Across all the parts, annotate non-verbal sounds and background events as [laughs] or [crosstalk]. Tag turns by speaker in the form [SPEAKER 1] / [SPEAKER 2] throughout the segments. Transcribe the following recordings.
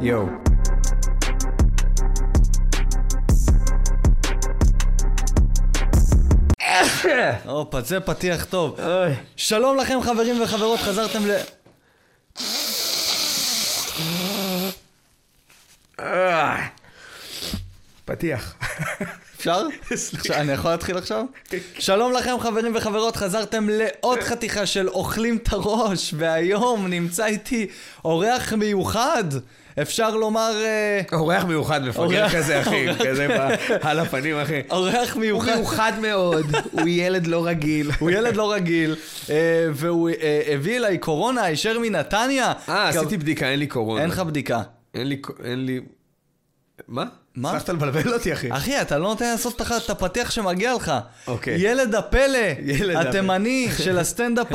[SPEAKER 1] יואו.
[SPEAKER 2] הופה, זה פתיח טוב. שלום לכם חברים וחברות, חזרתם ל...
[SPEAKER 1] פתיח.
[SPEAKER 2] אפשר?
[SPEAKER 1] סליחה.
[SPEAKER 2] אני יכול להתחיל עכשיו? שלום לכם חברים וחברות, חזרתם לעוד חתיכה של אוכלים את הראש, והיום נמצא איתי אורח מיוחד, אפשר לומר... אה,
[SPEAKER 1] אורח מיוחד מפגר
[SPEAKER 2] אורח-
[SPEAKER 1] כזה, אחי.
[SPEAKER 2] אורח-
[SPEAKER 1] כזה ב- על הפנים, אחי.
[SPEAKER 2] אורח
[SPEAKER 1] הוא
[SPEAKER 2] מיוחד.
[SPEAKER 1] מיוחד מאוד, הוא ילד לא רגיל.
[SPEAKER 2] הוא ילד לא רגיל, אה, והוא אה, הביא אליי קורונה הישר מנתניה.
[SPEAKER 1] אה, עשיתי בדיקה, אין לי קורונה.
[SPEAKER 2] אין לך בדיקה.
[SPEAKER 1] אין לי... אין לי... מה? אה,
[SPEAKER 2] מה?
[SPEAKER 1] הצלחת לבלבל אותי, אחי.
[SPEAKER 2] אחי, אתה לא נותן לעשות את הח- את הפתיח שמגיע לך.
[SPEAKER 1] אוקיי.
[SPEAKER 2] ילד הפלא,
[SPEAKER 1] ילד הפלא.
[SPEAKER 2] התימני של הסטנדאפ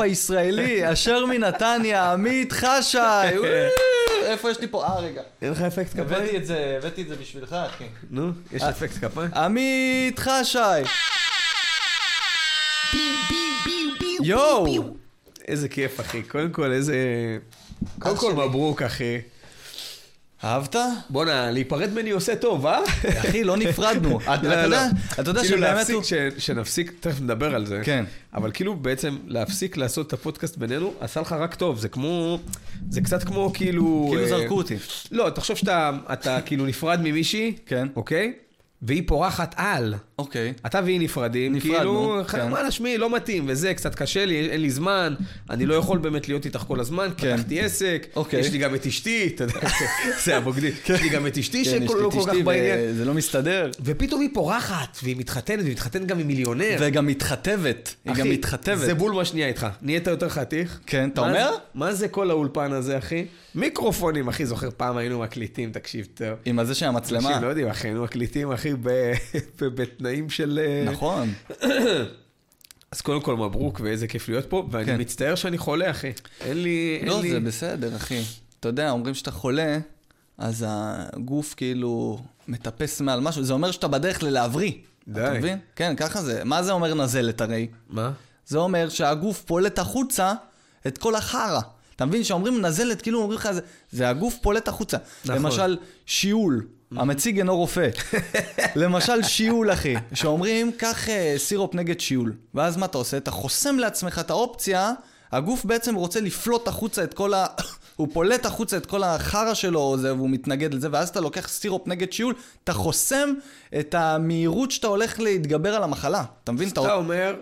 [SPEAKER 1] [laughs]
[SPEAKER 2] הישראלי, אשר מנתניה, עמית חשי. וואו, איפה יש לי פה? אה, רגע.
[SPEAKER 1] אין לך אפקט כפיים? אה.
[SPEAKER 2] הבאתי את זה, הבאתי את זה בשבילך, אחי.
[SPEAKER 1] נו, יש אפקט כפיים?
[SPEAKER 2] עמית חשי. יואו.
[SPEAKER 1] איזה כיף, אחי. קודם כל, איזה... קודם כל, מברוק, אחי.
[SPEAKER 2] אהבת?
[SPEAKER 1] בואנה, להיפרד ממני עושה טוב, אה?
[SPEAKER 2] אחי, לא נפרדנו.
[SPEAKER 1] [laughs]
[SPEAKER 2] [laughs] אתה- אתה יודע- אתה יודע
[SPEAKER 1] לא. כאילו
[SPEAKER 2] שבאמת הוא...
[SPEAKER 1] להפסיק, ש- שנפסיק, תכף נדבר על זה.
[SPEAKER 2] כן.
[SPEAKER 1] אבל כאילו בעצם להפסיק לעשות את הפודקאסט בינינו, עשה לך רק טוב. זה כמו, זה קצת כמו כאילו...
[SPEAKER 2] כאילו
[SPEAKER 1] אה,
[SPEAKER 2] זרקו אותי.
[SPEAKER 1] לא, תחשוב שאתה אתה כאילו נפרד ממישהי,
[SPEAKER 2] כן.
[SPEAKER 1] אוקיי? והיא פורחת על.
[SPEAKER 2] אוקיי.
[SPEAKER 1] אתה והיא נפרדים,
[SPEAKER 2] נפרדנו,
[SPEAKER 1] כאילו,
[SPEAKER 2] כן.
[SPEAKER 1] מה שמי, לא מתאים, וזה, קצת קשה לי, אין לי זמן, אני לא יכול באמת להיות איתך כל הזמן,
[SPEAKER 2] כן.
[SPEAKER 1] פתחתי עסק,
[SPEAKER 2] אוקיי.
[SPEAKER 1] יש לי גם את אשתי, אתה
[SPEAKER 2] [laughs]
[SPEAKER 1] יודע, זה הבוגדים, יש לי גם את אשתי
[SPEAKER 2] כן, יש
[SPEAKER 1] שכל
[SPEAKER 2] לי
[SPEAKER 1] לא
[SPEAKER 2] את
[SPEAKER 1] כל כך
[SPEAKER 2] אשתי
[SPEAKER 1] בעניין,
[SPEAKER 2] וזה לא מסתדר.
[SPEAKER 1] ופתאום היא פורחת, והיא מתחתנת, והיא מתחתנת גם עם מיליונר.
[SPEAKER 2] וגם מתחתבת. היא
[SPEAKER 1] אחי,
[SPEAKER 2] גם מתחתבת.
[SPEAKER 1] זה בול מה שנהיה איתך. נהיית יותר חתיך.
[SPEAKER 2] כן, אתה
[SPEAKER 1] מה
[SPEAKER 2] אומר?
[SPEAKER 1] זה- מה זה כל האולפן הזה, אחי? מיקרופונים, אחי, זוכר פעם היינו מקליטים, תקשיב טוב.
[SPEAKER 2] עם הזה של המצלמה.
[SPEAKER 1] אנשים לא יודעים, אחי, היינו מקליטים, אחי, ב- [laughs] בתנאים של... אה,
[SPEAKER 2] נכון.
[SPEAKER 1] אז קודם כל מברוק ואיזה כיף להיות פה, ואני
[SPEAKER 2] כן.
[SPEAKER 1] מצטער שאני חולה, אחי. אין לי... אין
[SPEAKER 2] לא,
[SPEAKER 1] לי...
[SPEAKER 2] זה בסדר, אחי. אתה יודע, אומרים שאתה חולה, אז הגוף כאילו מטפס מעל משהו, זה אומר שאתה בדרך ללהבריא.
[SPEAKER 1] די.
[SPEAKER 2] אתה מבין? כן, ככה זה. מה זה אומר נזלת הרי?
[SPEAKER 1] מה?
[SPEAKER 2] זה אומר שהגוף פולט החוצה את כל החרא. אתה מבין? כשאומרים נזלת, כאילו אומרים לך, זה, זה הגוף פולט החוצה.
[SPEAKER 1] נכון.
[SPEAKER 2] נכון. למשל, שיעול. המציג אינו רופא. למשל, שיעול, אחי. שאומרים, קח אה, סירופ נגד שיעול. ואז מה אתה עושה? אתה חוסם לעצמך את האופציה, הגוף בעצם רוצה לפלוט החוצה את כל ה... [coughs] הוא פולט החוצה את כל החרא שלו, או זה, והוא מתנגד לזה, ואז אתה לוקח סירופ נגד שיעול, אתה חוסם את המהירות שאתה הולך להתגבר על המחלה. אתה מבין?
[SPEAKER 1] אתה אומר,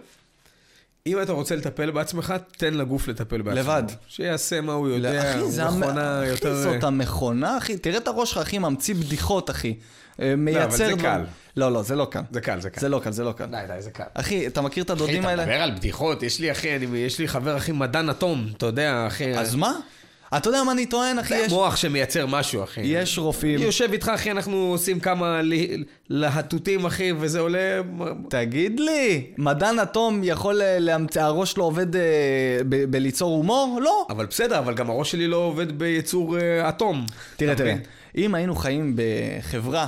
[SPEAKER 1] אם אתה רוצה לטפל בעצמך, תן לגוף לטפל בעצמו.
[SPEAKER 2] לבד.
[SPEAKER 1] שיעשה מה הוא יודע,
[SPEAKER 2] אחי,
[SPEAKER 1] הוא
[SPEAKER 2] זה המ-
[SPEAKER 1] כן, מכונה
[SPEAKER 2] אחי,
[SPEAKER 1] יותר...
[SPEAKER 2] זאת המכונה, אחי. תראה את הראש שלך, אחי, ממציא בדיחות, אחי. אה, מייצר...
[SPEAKER 1] אבל זה
[SPEAKER 2] דבר-
[SPEAKER 1] קל.
[SPEAKER 2] לא, לא, זה לא קל.
[SPEAKER 1] זה קל, זה קל.
[SPEAKER 2] זה לא קל, זה לא קל.
[SPEAKER 1] די, די, זה קל.
[SPEAKER 2] אחי, אתה מכיר את הדודים
[SPEAKER 1] אחי, אתה
[SPEAKER 2] האלה?
[SPEAKER 1] מדבר על בדיחות, יש לי אחי, אני, יש לי חבר אחי מדען אטום, אתה יודע, אחי.
[SPEAKER 2] אז מה? אתה יודע מה אני טוען, אחי?
[SPEAKER 1] זה
[SPEAKER 2] יש-
[SPEAKER 1] מוח שמייצר משהו, אחי.
[SPEAKER 2] יש רופאים.
[SPEAKER 1] אני יושב איתך, אחי, אנחנו עושים כמה ל- להטוטים, אחי, וזה עולה...
[SPEAKER 2] תגיד לי, מדען אטום יכול אה, להמציא, הראש שלו עובד אה, ב- בליצור הומור? לא.
[SPEAKER 1] אבל בסדר, אבל גם הראש שלי לא עובד ביצור אה, אטום.
[SPEAKER 2] תראה,
[SPEAKER 1] אתה
[SPEAKER 2] תראה,
[SPEAKER 1] מבין?
[SPEAKER 2] אם היינו חיים בחברה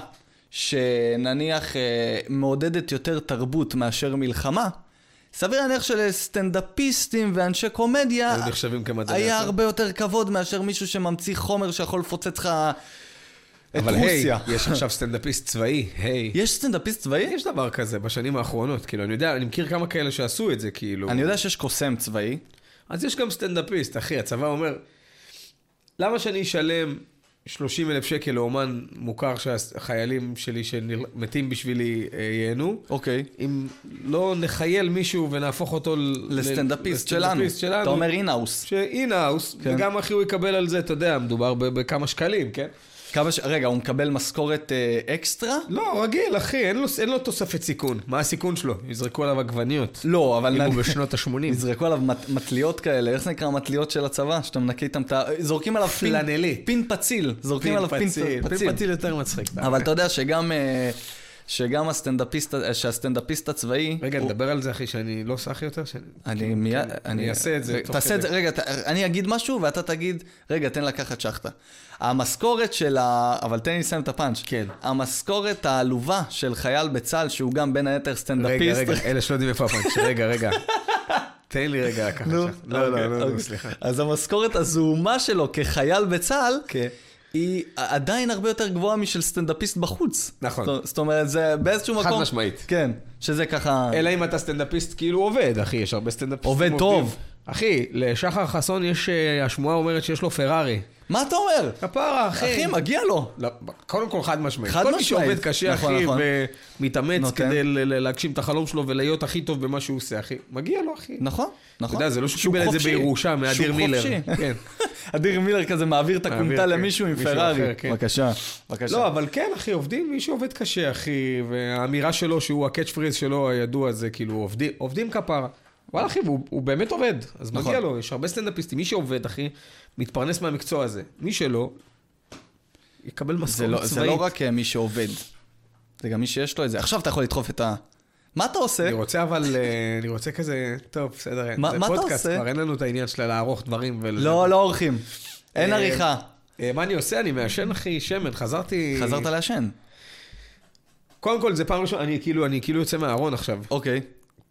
[SPEAKER 2] שנניח אה, מעודדת יותר תרבות מאשר מלחמה, סביר להניח שלסטנדאפיסטים ואנשי קומדיה
[SPEAKER 1] היו נחשבים כמדעני
[SPEAKER 2] היה
[SPEAKER 1] אטום.
[SPEAKER 2] הרבה יותר כבוד מאשר מישהו שממציא חומר שיכול לפוצץ לך את
[SPEAKER 1] אבל היי,
[SPEAKER 2] רוסיה.
[SPEAKER 1] יש עכשיו סטנדאפיסט צבאי, היי.
[SPEAKER 2] יש סטנדאפיסט צבאי?
[SPEAKER 1] יש דבר כזה בשנים האחרונות, כאילו, אני יודע, אני מכיר כמה כאלה שעשו את זה, כאילו.
[SPEAKER 2] אני יודע שיש קוסם צבאי.
[SPEAKER 1] אז יש גם סטנדאפיסט, אחי, הצבא אומר, למה שאני אשלם 30 אלף שקל לאומן מוכר שהחיילים שלי שמתים בשבילי אה, ייהנו,
[SPEAKER 2] אוקיי.
[SPEAKER 1] אם לא נחייל מישהו ונהפוך אותו ל-
[SPEAKER 2] לסטנדאפיסט שלנו.
[SPEAKER 1] לסטנדאפיסט שלנו.
[SPEAKER 2] אתה אומר אינהאוס.
[SPEAKER 1] שאינהאוס,
[SPEAKER 2] כן.
[SPEAKER 1] וגם אחי הוא יקבל על זה, אתה יודע, מדובר ב- בכמה שקלים, כן?
[SPEAKER 2] כמה ש... רגע, הוא מקבל משכורת אה, אקסטרה?
[SPEAKER 1] לא, רגיל, אחי, אין לו, אין לו תוספת סיכון. מה הסיכון שלו? יזרקו עליו עגבניות.
[SPEAKER 2] לא, אבל...
[SPEAKER 1] אם
[SPEAKER 2] נ-
[SPEAKER 1] הוא בשנות ה-80.
[SPEAKER 2] יזרקו עליו מת- מטליות כאלה, איך זה נקרא מטליות של הצבא? שאתה מנקה איתם את ה... זורקים עליו פין...
[SPEAKER 1] פלנלית.
[SPEAKER 2] פין פציל. זורקים עליו פין פציל.
[SPEAKER 1] פין פציל יותר מצחיק.
[SPEAKER 2] אבל אתה יודע שגם... אה, שגם הסטנדאפיסט, שהסטנדאפיסט הצבאי...
[SPEAKER 1] רגע,
[SPEAKER 2] הוא-
[SPEAKER 1] נדבר על זה, אחי, שאני לא סאחי יותר? שאני-
[SPEAKER 2] אני מיד...
[SPEAKER 1] אני אעשה את זה תוך
[SPEAKER 2] תעשה את
[SPEAKER 1] כדי.
[SPEAKER 2] זה, רגע, ת- אני אגיד משהו ואתה תגיד, רגע, תן לקחת שחטה. המשכורת של ה... אבל תן לי לסיים את הפאנץ'.
[SPEAKER 1] כן.
[SPEAKER 2] המשכורת העלובה של חייל בצה"ל, שהוא גם בין היתר סטנדאפיסט.
[SPEAKER 1] רגע, רגע, אלה שלא יודעים איפה הפאנץ', רגע, רגע. תן לי רגע לקחת
[SPEAKER 2] נו,
[SPEAKER 1] שם. לא,
[SPEAKER 2] אוקיי,
[SPEAKER 1] לא, לא,
[SPEAKER 2] אוקיי.
[SPEAKER 1] לא, סליחה.
[SPEAKER 2] אז המשכורת הזעומה שלו כחייל בצה"ל,
[SPEAKER 1] כן.
[SPEAKER 2] היא עדיין הרבה יותר גבוהה משל סטנדאפיסט בחוץ.
[SPEAKER 1] נכון.
[SPEAKER 2] זאת- זאת אומרת, זה באיזשהו
[SPEAKER 1] חד
[SPEAKER 2] מקום...
[SPEAKER 1] משמעית.
[SPEAKER 2] כן, שזה ככה...
[SPEAKER 1] אלא אם אתה סטנדאפיסט כאילו עובד, אחי, יש הרבה סטנדאפיסטים
[SPEAKER 2] עובד טוב.
[SPEAKER 1] עובדים. אחי, לשחר חסון יש, אה, השמועה אומרת שיש לו פרארי.
[SPEAKER 2] מה אתה אומר?
[SPEAKER 1] כפרה, אחי.
[SPEAKER 2] אחי, מגיע לו.
[SPEAKER 1] לא, קודם כל חד משמעית.
[SPEAKER 2] חד
[SPEAKER 1] כל מי
[SPEAKER 2] משמעית.
[SPEAKER 1] שעובד קשה,
[SPEAKER 2] נכון,
[SPEAKER 1] אחי,
[SPEAKER 2] נכון.
[SPEAKER 1] ומתאמץ
[SPEAKER 2] נותן.
[SPEAKER 1] כדי ל- ל- להגשים את החלום שלו ולהיות הכי טוב במה שהוא עושה, אחי, מגיע לו, אחי.
[SPEAKER 2] נכון, נכון.
[SPEAKER 1] אתה יודע, זה לא שהוא
[SPEAKER 2] שהוא
[SPEAKER 1] קיבל את זה
[SPEAKER 2] חופשי.
[SPEAKER 1] בירושה מאדיר
[SPEAKER 2] שהוא
[SPEAKER 1] מילר.
[SPEAKER 2] חופשי.
[SPEAKER 1] כן.
[SPEAKER 2] [laughs] אדיר מילר כזה מעביר את
[SPEAKER 1] מעביר,
[SPEAKER 2] הכומתה
[SPEAKER 1] כן.
[SPEAKER 2] למישהו עם
[SPEAKER 1] מישהו
[SPEAKER 2] פרארי.
[SPEAKER 1] אחר, כן.
[SPEAKER 2] בבקשה, בבקשה.
[SPEAKER 1] לא, אבל כן, אחי, עובדים, מי שעובד קשה, אחי, והאמירה שלו, שהוא הקאץ' פריז שלו הידוע, זה כאילו, עובדים, עובדים כפרה. וואלה, אחי, הוא, הוא באמת עובד, אז
[SPEAKER 2] נכון.
[SPEAKER 1] מגיע לו, יש הרבה סטנדאפיסטים. מי שעובד, אחי, מתפרנס מהמקצוע הזה. מי שלא, יקבל
[SPEAKER 2] זה
[SPEAKER 1] משכורת
[SPEAKER 2] לא,
[SPEAKER 1] צבאית.
[SPEAKER 2] זה לא רק אה, מי שעובד, זה גם מי שיש לו את זה. עכשיו אתה יכול לדחוף את ה... מה אתה עושה?
[SPEAKER 1] אני רוצה אבל, אה, אני רוצה כזה, טוב, בסדר,
[SPEAKER 2] מה-
[SPEAKER 1] זה
[SPEAKER 2] מה אתה
[SPEAKER 1] פודקאסט,
[SPEAKER 2] עושה?
[SPEAKER 1] כבר אין לנו את העניין של לערוך דברים. ול-
[SPEAKER 2] לא, לא עורכים. אין
[SPEAKER 1] אה,
[SPEAKER 2] עריכה.
[SPEAKER 1] אה, מה אני עושה? אני מעשן, אחי, שמן, חזרתי...
[SPEAKER 2] חזרת לעשן.
[SPEAKER 1] קודם כל, זה פעם ראשונה, אני כאילו, אני כאילו יוצא מהארון עכשיו,
[SPEAKER 2] אוקיי.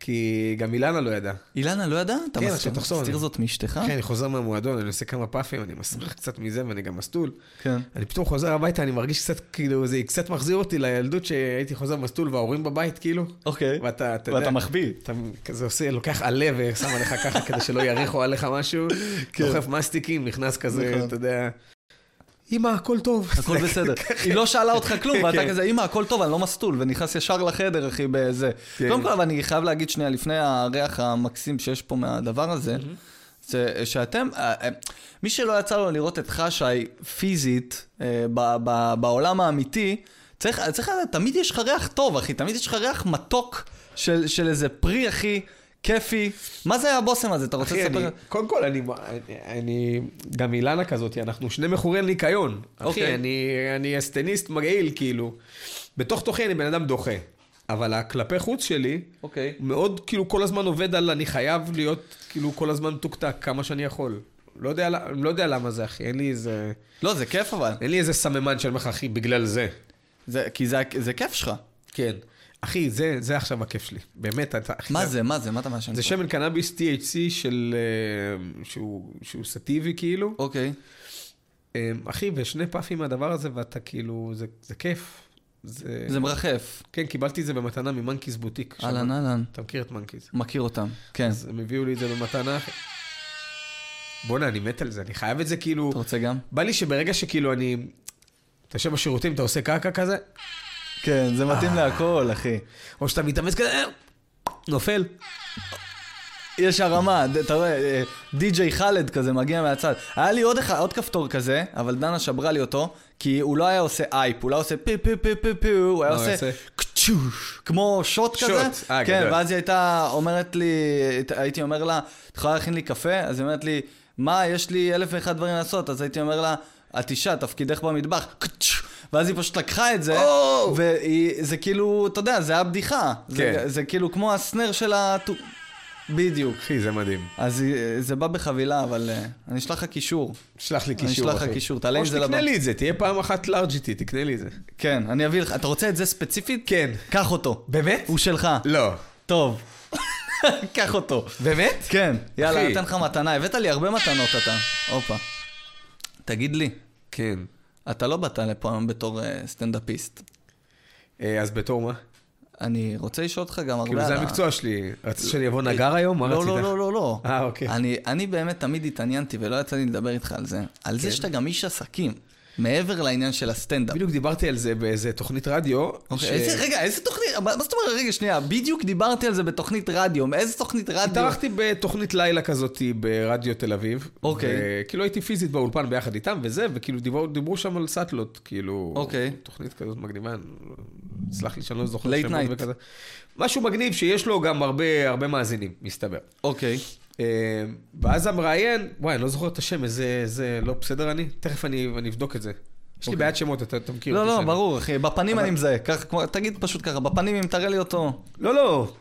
[SPEAKER 1] כי גם אילנה לא ידעה.
[SPEAKER 2] אילנה, לא ידע? אתה
[SPEAKER 1] כן,
[SPEAKER 2] מסתיר-
[SPEAKER 1] עכשיו תחזור.
[SPEAKER 2] מסתיר זאת מאשתך?
[SPEAKER 1] כן, אני חוזר מהמועדון, אני עושה כמה פאפים, אני מסריח קצת מזה ואני גם מסטול.
[SPEAKER 2] כן.
[SPEAKER 1] אני פתאום חוזר הביתה, אני מרגיש קצת, כאילו, זה קצת מחזיר אותי לילדות שהייתי חוזר מסטול וההורים בבית, כאילו.
[SPEAKER 2] אוקיי.
[SPEAKER 1] ואתה, אתה יודע,
[SPEAKER 2] ואתה מחביא.
[SPEAKER 1] אתה כזה עושה, לוקח עלה ושם עליך ככה כדי שלא יריחו עליך משהו,
[SPEAKER 2] כן.
[SPEAKER 1] דוחף מסטיקים, נכנס כזה,
[SPEAKER 2] נכון.
[SPEAKER 1] אתה יודע, אמא, הכל טוב.
[SPEAKER 2] הכל בסדר. היא לא שאלה אותך כלום, ואתה
[SPEAKER 1] כן.
[SPEAKER 2] כזה, אמא, הכל טוב, אני לא מסטול, ונכנס ישר לחדר, אחי, בזה.
[SPEAKER 1] כן.
[SPEAKER 2] קודם כל, אבל אני חייב להגיד שנייה, לפני הריח המקסים שיש פה מהדבר הזה, זה שאתם, אה, אה, מי שלא יצא לו לראות את חשי פיזית אה, ב- ב- בעולם האמיתי, צריך צריך לדעת, תמיד יש לך ריח טוב, אחי, תמיד יש לך ריח מתוק של של איזה פרי, אחי, כיפי. מה זה הבושם הזה? אתה רוצה
[SPEAKER 1] אחי, אני,
[SPEAKER 2] לספר?
[SPEAKER 1] קודם כל, אני, אני, אני, גם אילנה כזאת, אנחנו שני מכורי ניקיון. אחי,
[SPEAKER 2] אוקיי.
[SPEAKER 1] אני, אני אסטניסט מגעיל, כאילו. בתוך תוכי אני בן אדם דוחה, אבל הכלפי חוץ שלי,
[SPEAKER 2] אוקיי.
[SPEAKER 1] מאוד, כאילו, כל הזמן עובד על אני חייב להיות, כאילו, כל הזמן מתוקתק, כמה שאני יכול. לא יודע, ל- לא יודע למה זה, אחי, אין לי איזה...
[SPEAKER 2] לא, זה כיף אבל.
[SPEAKER 1] אין לי איזה סממן שאני אומר לך, אחי, בגלל זה.
[SPEAKER 2] זה- כי זה זה כיף שלך.
[SPEAKER 1] כן. אחי, זה, זה עכשיו הכיף שלי. באמת, אתה... אחי,
[SPEAKER 2] מה זה? מה זה? מה אתה מעשן?
[SPEAKER 1] זה
[SPEAKER 2] פה?
[SPEAKER 1] שמן קנאביס THC של... אה, שהוא, שהוא סטיבי, כאילו.
[SPEAKER 2] אוקיי.
[SPEAKER 1] אה, אחי, ושני פאפים מהדבר הזה, ואתה כאילו... זה, זה כיף. זה...
[SPEAKER 2] זה מרחף.
[SPEAKER 1] כן, קיבלתי את זה במתנה ממנקיז בוטיק. שם.
[SPEAKER 2] אהלן, אהלן.
[SPEAKER 1] אתה מכיר את מנקיז.
[SPEAKER 2] מכיר אותם. כן.
[SPEAKER 1] אז הם הביאו לי את זה במתנה. אחי. בואנה, אני מת על זה, אני חייב את זה כאילו...
[SPEAKER 2] אתה רוצה גם?
[SPEAKER 1] בא לי שברגע שכאילו אני... אתה יושב בשירותים, אתה עושה קעקע כזה,
[SPEAKER 2] כן, זה מתאים להכל, אחי.
[SPEAKER 1] או שאתה מתאמץ כזה, אה, נופל.
[SPEAKER 2] יש הרמה, ד- אתה רואה, אה, די.ג'יי חאלד כזה מגיע מהצד. היה לי עוד אחד, עוד כפתור כזה, אבל דנה שברה לי אותו, כי הוא לא היה עושה אייפ, הוא לא היה עושה פי פי פי פי פי, הוא היה
[SPEAKER 1] מה הוא
[SPEAKER 2] עושה
[SPEAKER 1] עושה?
[SPEAKER 2] קצ'וש, כמו שוט
[SPEAKER 1] שוט,
[SPEAKER 2] כזה.
[SPEAKER 1] אה,
[SPEAKER 2] כן,
[SPEAKER 1] גדול.
[SPEAKER 2] ואז היא הייתה אומרת לי, הייתי אומר לה, את יכולה להכין לי קפה? אז היא אומרת לי, מה, יש לי אלף ואחד דברים לעשות, אז הייתי אומר לה, את אישה, תפקידך במטבח, קצ'וש. ואז היא פשוט לקחה את זה,
[SPEAKER 1] או!
[SPEAKER 2] וזה כאילו, אתה יודע, זה היה בדיחה. זה-
[SPEAKER 1] Oh! כן.
[SPEAKER 2] זה כאילו כמו הסנר של ה... בדיוק.
[SPEAKER 1] אחי, זה מדהים.
[SPEAKER 2] אז אה, זה בא בחבילה, אבל אה, אני אשלח לך קישור.
[SPEAKER 1] שלח לי
[SPEAKER 2] אני
[SPEAKER 1] קישור, אחי.
[SPEAKER 2] אשלח לך קישור, תעלה עם זה
[SPEAKER 1] או שתקנה
[SPEAKER 2] לבנק.
[SPEAKER 1] לי את זה, תהיה פעם אחת לארג' איתי, תקנה לי את זה.
[SPEAKER 2] כן, אני אביא לך. אתה רוצה את זה ספציפית?
[SPEAKER 1] כן.
[SPEAKER 2] קח אותו.
[SPEAKER 1] באמת?
[SPEAKER 2] הוא שלך.
[SPEAKER 1] לא.
[SPEAKER 2] טוב. [laughs] קח אותו.
[SPEAKER 1] באמת?
[SPEAKER 2] כן. יאללה,
[SPEAKER 1] אחי.
[SPEAKER 2] אני אתן לך מתנה. הבאת לי הרבה מתנות אתה. הופה. תגיד לי,
[SPEAKER 1] כן.
[SPEAKER 2] אתה לא באת לפה היום בתור אה, סטנדאפיסט.
[SPEAKER 1] אה, אז בתור מה?
[SPEAKER 2] אני רוצה לשאול אותך גם הרבה
[SPEAKER 1] כאילו
[SPEAKER 2] על
[SPEAKER 1] זה
[SPEAKER 2] ה-
[SPEAKER 1] המקצוע שלי. רצית שאני אבוא נגר היום? מה
[SPEAKER 2] לא,
[SPEAKER 1] רצית?
[SPEAKER 2] לא, לא, לא, לא.
[SPEAKER 1] אה, אוקיי.
[SPEAKER 2] אני, אני באמת תמיד התעניינתי ולא יצא לי לדבר איתך על זה. על זה שאתה גם איש עסקים, מעבר לעניין של הסטנדאפ.
[SPEAKER 1] כן. בדיוק דיברתי על זה באיזה תוכנית רדיו.
[SPEAKER 2] אוקיי,
[SPEAKER 1] ש-
[SPEAKER 2] איזה, רגע, איזה תוכנית? מה מה זאת אומרת? רגע, שנייה, בדיוק דיברתי על זה בתוכנית רדיו. איזה תוכנית רדיו?
[SPEAKER 1] התארחתי בתוכנית לילה כזאת ברדיו תל אביב.
[SPEAKER 2] אוקיי.
[SPEAKER 1] וכאילו הייתי פיזית באולפן ביחד איתם וזה, וכאילו דיברו, דיברו שם על סאטלות, כאילו...
[SPEAKER 2] אוקיי.
[SPEAKER 1] תוכנית כזאת מגניבה, אני לא- סלח לי שאני לא זוכר
[SPEAKER 2] Late night.
[SPEAKER 1] וכזה. משהו מגניב שיש לו גם הרבה, הרבה מאזינים, מסתבר.
[SPEAKER 2] אוקיי.
[SPEAKER 1] אה, ואז המראיין, וואי, אני לא זוכר את השם, איזה, איזה, לא בסדר אני? תכף אני, אני אבדוק את זה. יש לי בעיית שמות, אתה אתה מכיר
[SPEAKER 2] לא,
[SPEAKER 1] אותי
[SPEAKER 2] לא,
[SPEAKER 1] שאני-
[SPEAKER 2] ברור, אחי, בפנים
[SPEAKER 1] כאילו, אבל-
[SPEAKER 2] אני מזהה. כך, כמו- תגיד פשוט ככה, בפנים אם תראה לי אותו.
[SPEAKER 1] לא, לא.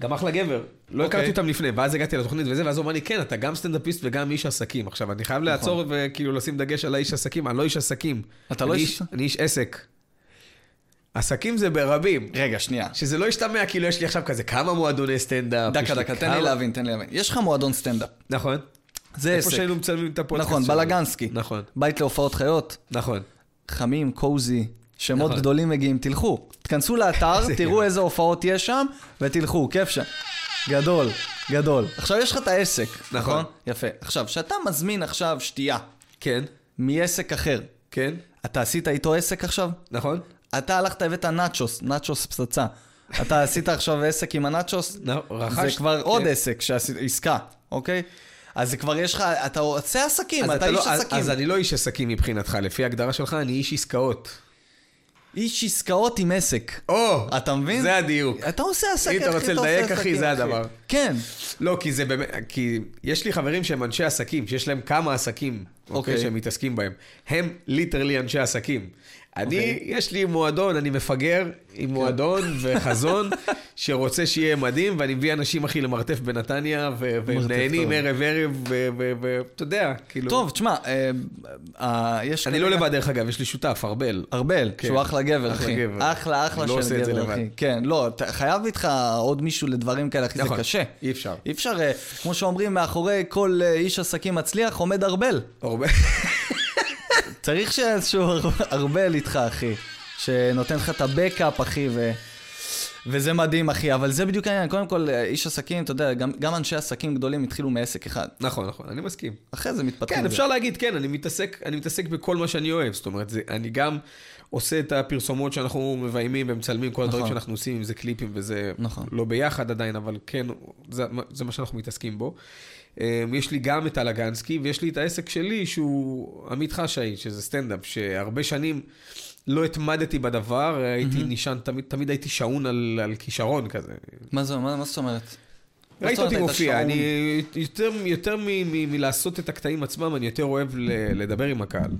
[SPEAKER 1] גם אחלה גבר. לא
[SPEAKER 2] אוקיי.
[SPEAKER 1] הכרתי אותם לפני, ואז הגעתי לתוכנית וזה, ואז הוא אמר לי, כן, אתה גם סטנדאפיסט וגם איש עסקים. עכשיו, אני חייב לעצור וכאילו לשים דגש על האיש עסקים, אני לא איש עסקים.
[SPEAKER 2] אתה לא
[SPEAKER 1] אני
[SPEAKER 2] איש-
[SPEAKER 1] אני איש עסק. עסקים זה ברבים.
[SPEAKER 2] רגע, שנייה.
[SPEAKER 1] שזה לא ישתמע, כאילו יש לי עכשיו כזה כמה מועדוני סטנדאפ. יש
[SPEAKER 2] דקה,
[SPEAKER 1] לי
[SPEAKER 2] דקה, תן
[SPEAKER 1] כמה-
[SPEAKER 2] לי להבין, תן לי להבין. יש לך מועדון סטנדאפ,
[SPEAKER 1] נכון.
[SPEAKER 2] זה
[SPEAKER 1] איפה
[SPEAKER 2] עסק.
[SPEAKER 1] שהיינו מצלמים את הפודקאסט.
[SPEAKER 2] נכון,
[SPEAKER 1] שלנו.
[SPEAKER 2] בלגנסקי.
[SPEAKER 1] נכון,
[SPEAKER 2] בית להופעות חיות,
[SPEAKER 1] נכון.
[SPEAKER 2] חמים, קוזי, שמות
[SPEAKER 1] נכון.
[SPEAKER 2] גדולים מגיעים, תלכו. תכנסו לאתר,
[SPEAKER 1] [laughs] איזה
[SPEAKER 2] תראו
[SPEAKER 1] גאון.
[SPEAKER 2] איזה הופעות יש שם, ותלכו, כיף שם. גדול, גדול. עכשיו יש לך את העסק,
[SPEAKER 1] נכון.
[SPEAKER 2] נכון? יפה. עכשיו, כשאתה מזמין עכשיו שתייה
[SPEAKER 1] כן,
[SPEAKER 2] מעסק אחר,
[SPEAKER 1] כן,
[SPEAKER 2] אתה עשית איתו עסק עכשיו?
[SPEAKER 1] נכון.
[SPEAKER 2] אתה הלכת, הבאת נאצ'וס, נאצ'וס פצצה.
[SPEAKER 1] [laughs]
[SPEAKER 2] אתה עשית עכשיו עסק עם הנאצ'וס?
[SPEAKER 1] לא, רכשת,
[SPEAKER 2] זה כבר
[SPEAKER 1] כן.
[SPEAKER 2] עוד עסק, שעשית- עסקה, אוקיי? אז זה כבר יש לך, אתה עושה עסקים,
[SPEAKER 1] אז
[SPEAKER 2] אתה איש
[SPEAKER 1] לא- אז-
[SPEAKER 2] עסקים.
[SPEAKER 1] אז אני לא איש עסקים מבחינתך, לפי ההגדרה שלך, אני איש עסקאות.
[SPEAKER 2] איש עסקאות עם עסק.
[SPEAKER 1] או!
[SPEAKER 2] אתה מבין?
[SPEAKER 1] זה הדיוק.
[SPEAKER 2] אתה עושה עסק,
[SPEAKER 1] אם אתה
[SPEAKER 2] אחי,
[SPEAKER 1] רוצה
[SPEAKER 2] עושה
[SPEAKER 1] לדייק, אחי,
[SPEAKER 2] עסקים,
[SPEAKER 1] זה הדבר.
[SPEAKER 2] כן.
[SPEAKER 1] לא, כי זה באמת, כי יש לי חברים שהם אנשי עסקים, שיש להם כמה עסקים, אוקיי,
[SPEAKER 2] אוקיי.
[SPEAKER 1] שהם מתעסקים בהם. הם ליטרלי אנשי עסקים. אני,
[SPEAKER 2] אוקיי. כן.
[SPEAKER 1] יש לי מועדון, אני מפגר עם מועדון וחזון,
[SPEAKER 2] [laughs]
[SPEAKER 1] שרוצה שיהיה מדהים, ואני מביא אנשים, אחי, למרתף בנתניה, ו- והם
[SPEAKER 2] מרתף
[SPEAKER 1] נהנים
[SPEAKER 2] טוב.
[SPEAKER 1] ערב-ערב, ואתה יודע, כאילו...
[SPEAKER 2] טוב, תשמע, אה, אה, יש...
[SPEAKER 1] אני
[SPEAKER 2] כרגע-
[SPEAKER 1] לא לבד, דרך אגב, יש לי שותף, ארבל.
[SPEAKER 2] ארבל,
[SPEAKER 1] כן.
[SPEAKER 2] שהוא אחלה גבר,
[SPEAKER 1] אחלה
[SPEAKER 2] אחי.
[SPEAKER 1] גבר.
[SPEAKER 2] אחלה, אחלה
[SPEAKER 1] לא
[SPEAKER 2] של
[SPEAKER 1] עושה את זה
[SPEAKER 2] גבר,
[SPEAKER 1] לבד.
[SPEAKER 2] אחי. כן, לא, אתה חייב איתך עוד מישהו לדברים כאלה, אחי, זה
[SPEAKER 1] נכון,
[SPEAKER 2] קשה.
[SPEAKER 1] אי אפשר.
[SPEAKER 2] אי אפשר, אה, כמו שאומרים, מאחורי כל אה, איש עסקים מצליח עומד ארבל.
[SPEAKER 1] הרבה... [laughs]
[SPEAKER 2] צריך שאיזשהו אר- ארבל איתך, אחי. שנותן לך את הבקאפ, אחי, ו... וזה מדהים, אחי. אבל זה בדיוק העניין. קודם כל, אה, איש עסקים, אתה יודע, גם, גם אנשי עסקים גדולים התחילו מעסק אחד.
[SPEAKER 1] נכון, נכון, אני מסכים.
[SPEAKER 2] אחרי זה מתפתחים.
[SPEAKER 1] כן,
[SPEAKER 2] לזה.
[SPEAKER 1] אפשר להגיד, כן, אני מתעסק, אני מתעסק בכל מה שאני אוהב. זאת אומרת, זה, אני גם עושה את הפרסומות שאנחנו מביימים ומצלמים, כל הדברים
[SPEAKER 2] נכון.
[SPEAKER 1] שאנחנו עושים, אם זה קליפים וזה
[SPEAKER 2] נכון.
[SPEAKER 1] לא ביחד עדיין, אבל כן, זה, זה מה שאנחנו מתעסקים בו. אה, יש לי גם את הלגנסקי, ויש לי את העסק שלי, שהוא עמית חשאי, שזה סטנדאפ, שהרבה שנים לא התמדתי בדבר, הייתי נשען, תמיד, תמיד הייתי שעון על, על כישרון כזה.
[SPEAKER 2] מה זה, מה, מה זאת אומרת? מה
[SPEAKER 1] ראית
[SPEAKER 2] זאת אומרת,
[SPEAKER 1] אותי
[SPEAKER 2] היית
[SPEAKER 1] מופיע,
[SPEAKER 2] שעון?
[SPEAKER 1] אני יותר, יותר מ, מ, מלעשות את הקטעים עצמם, אני יותר אוהב ל, לדבר עם הקהל.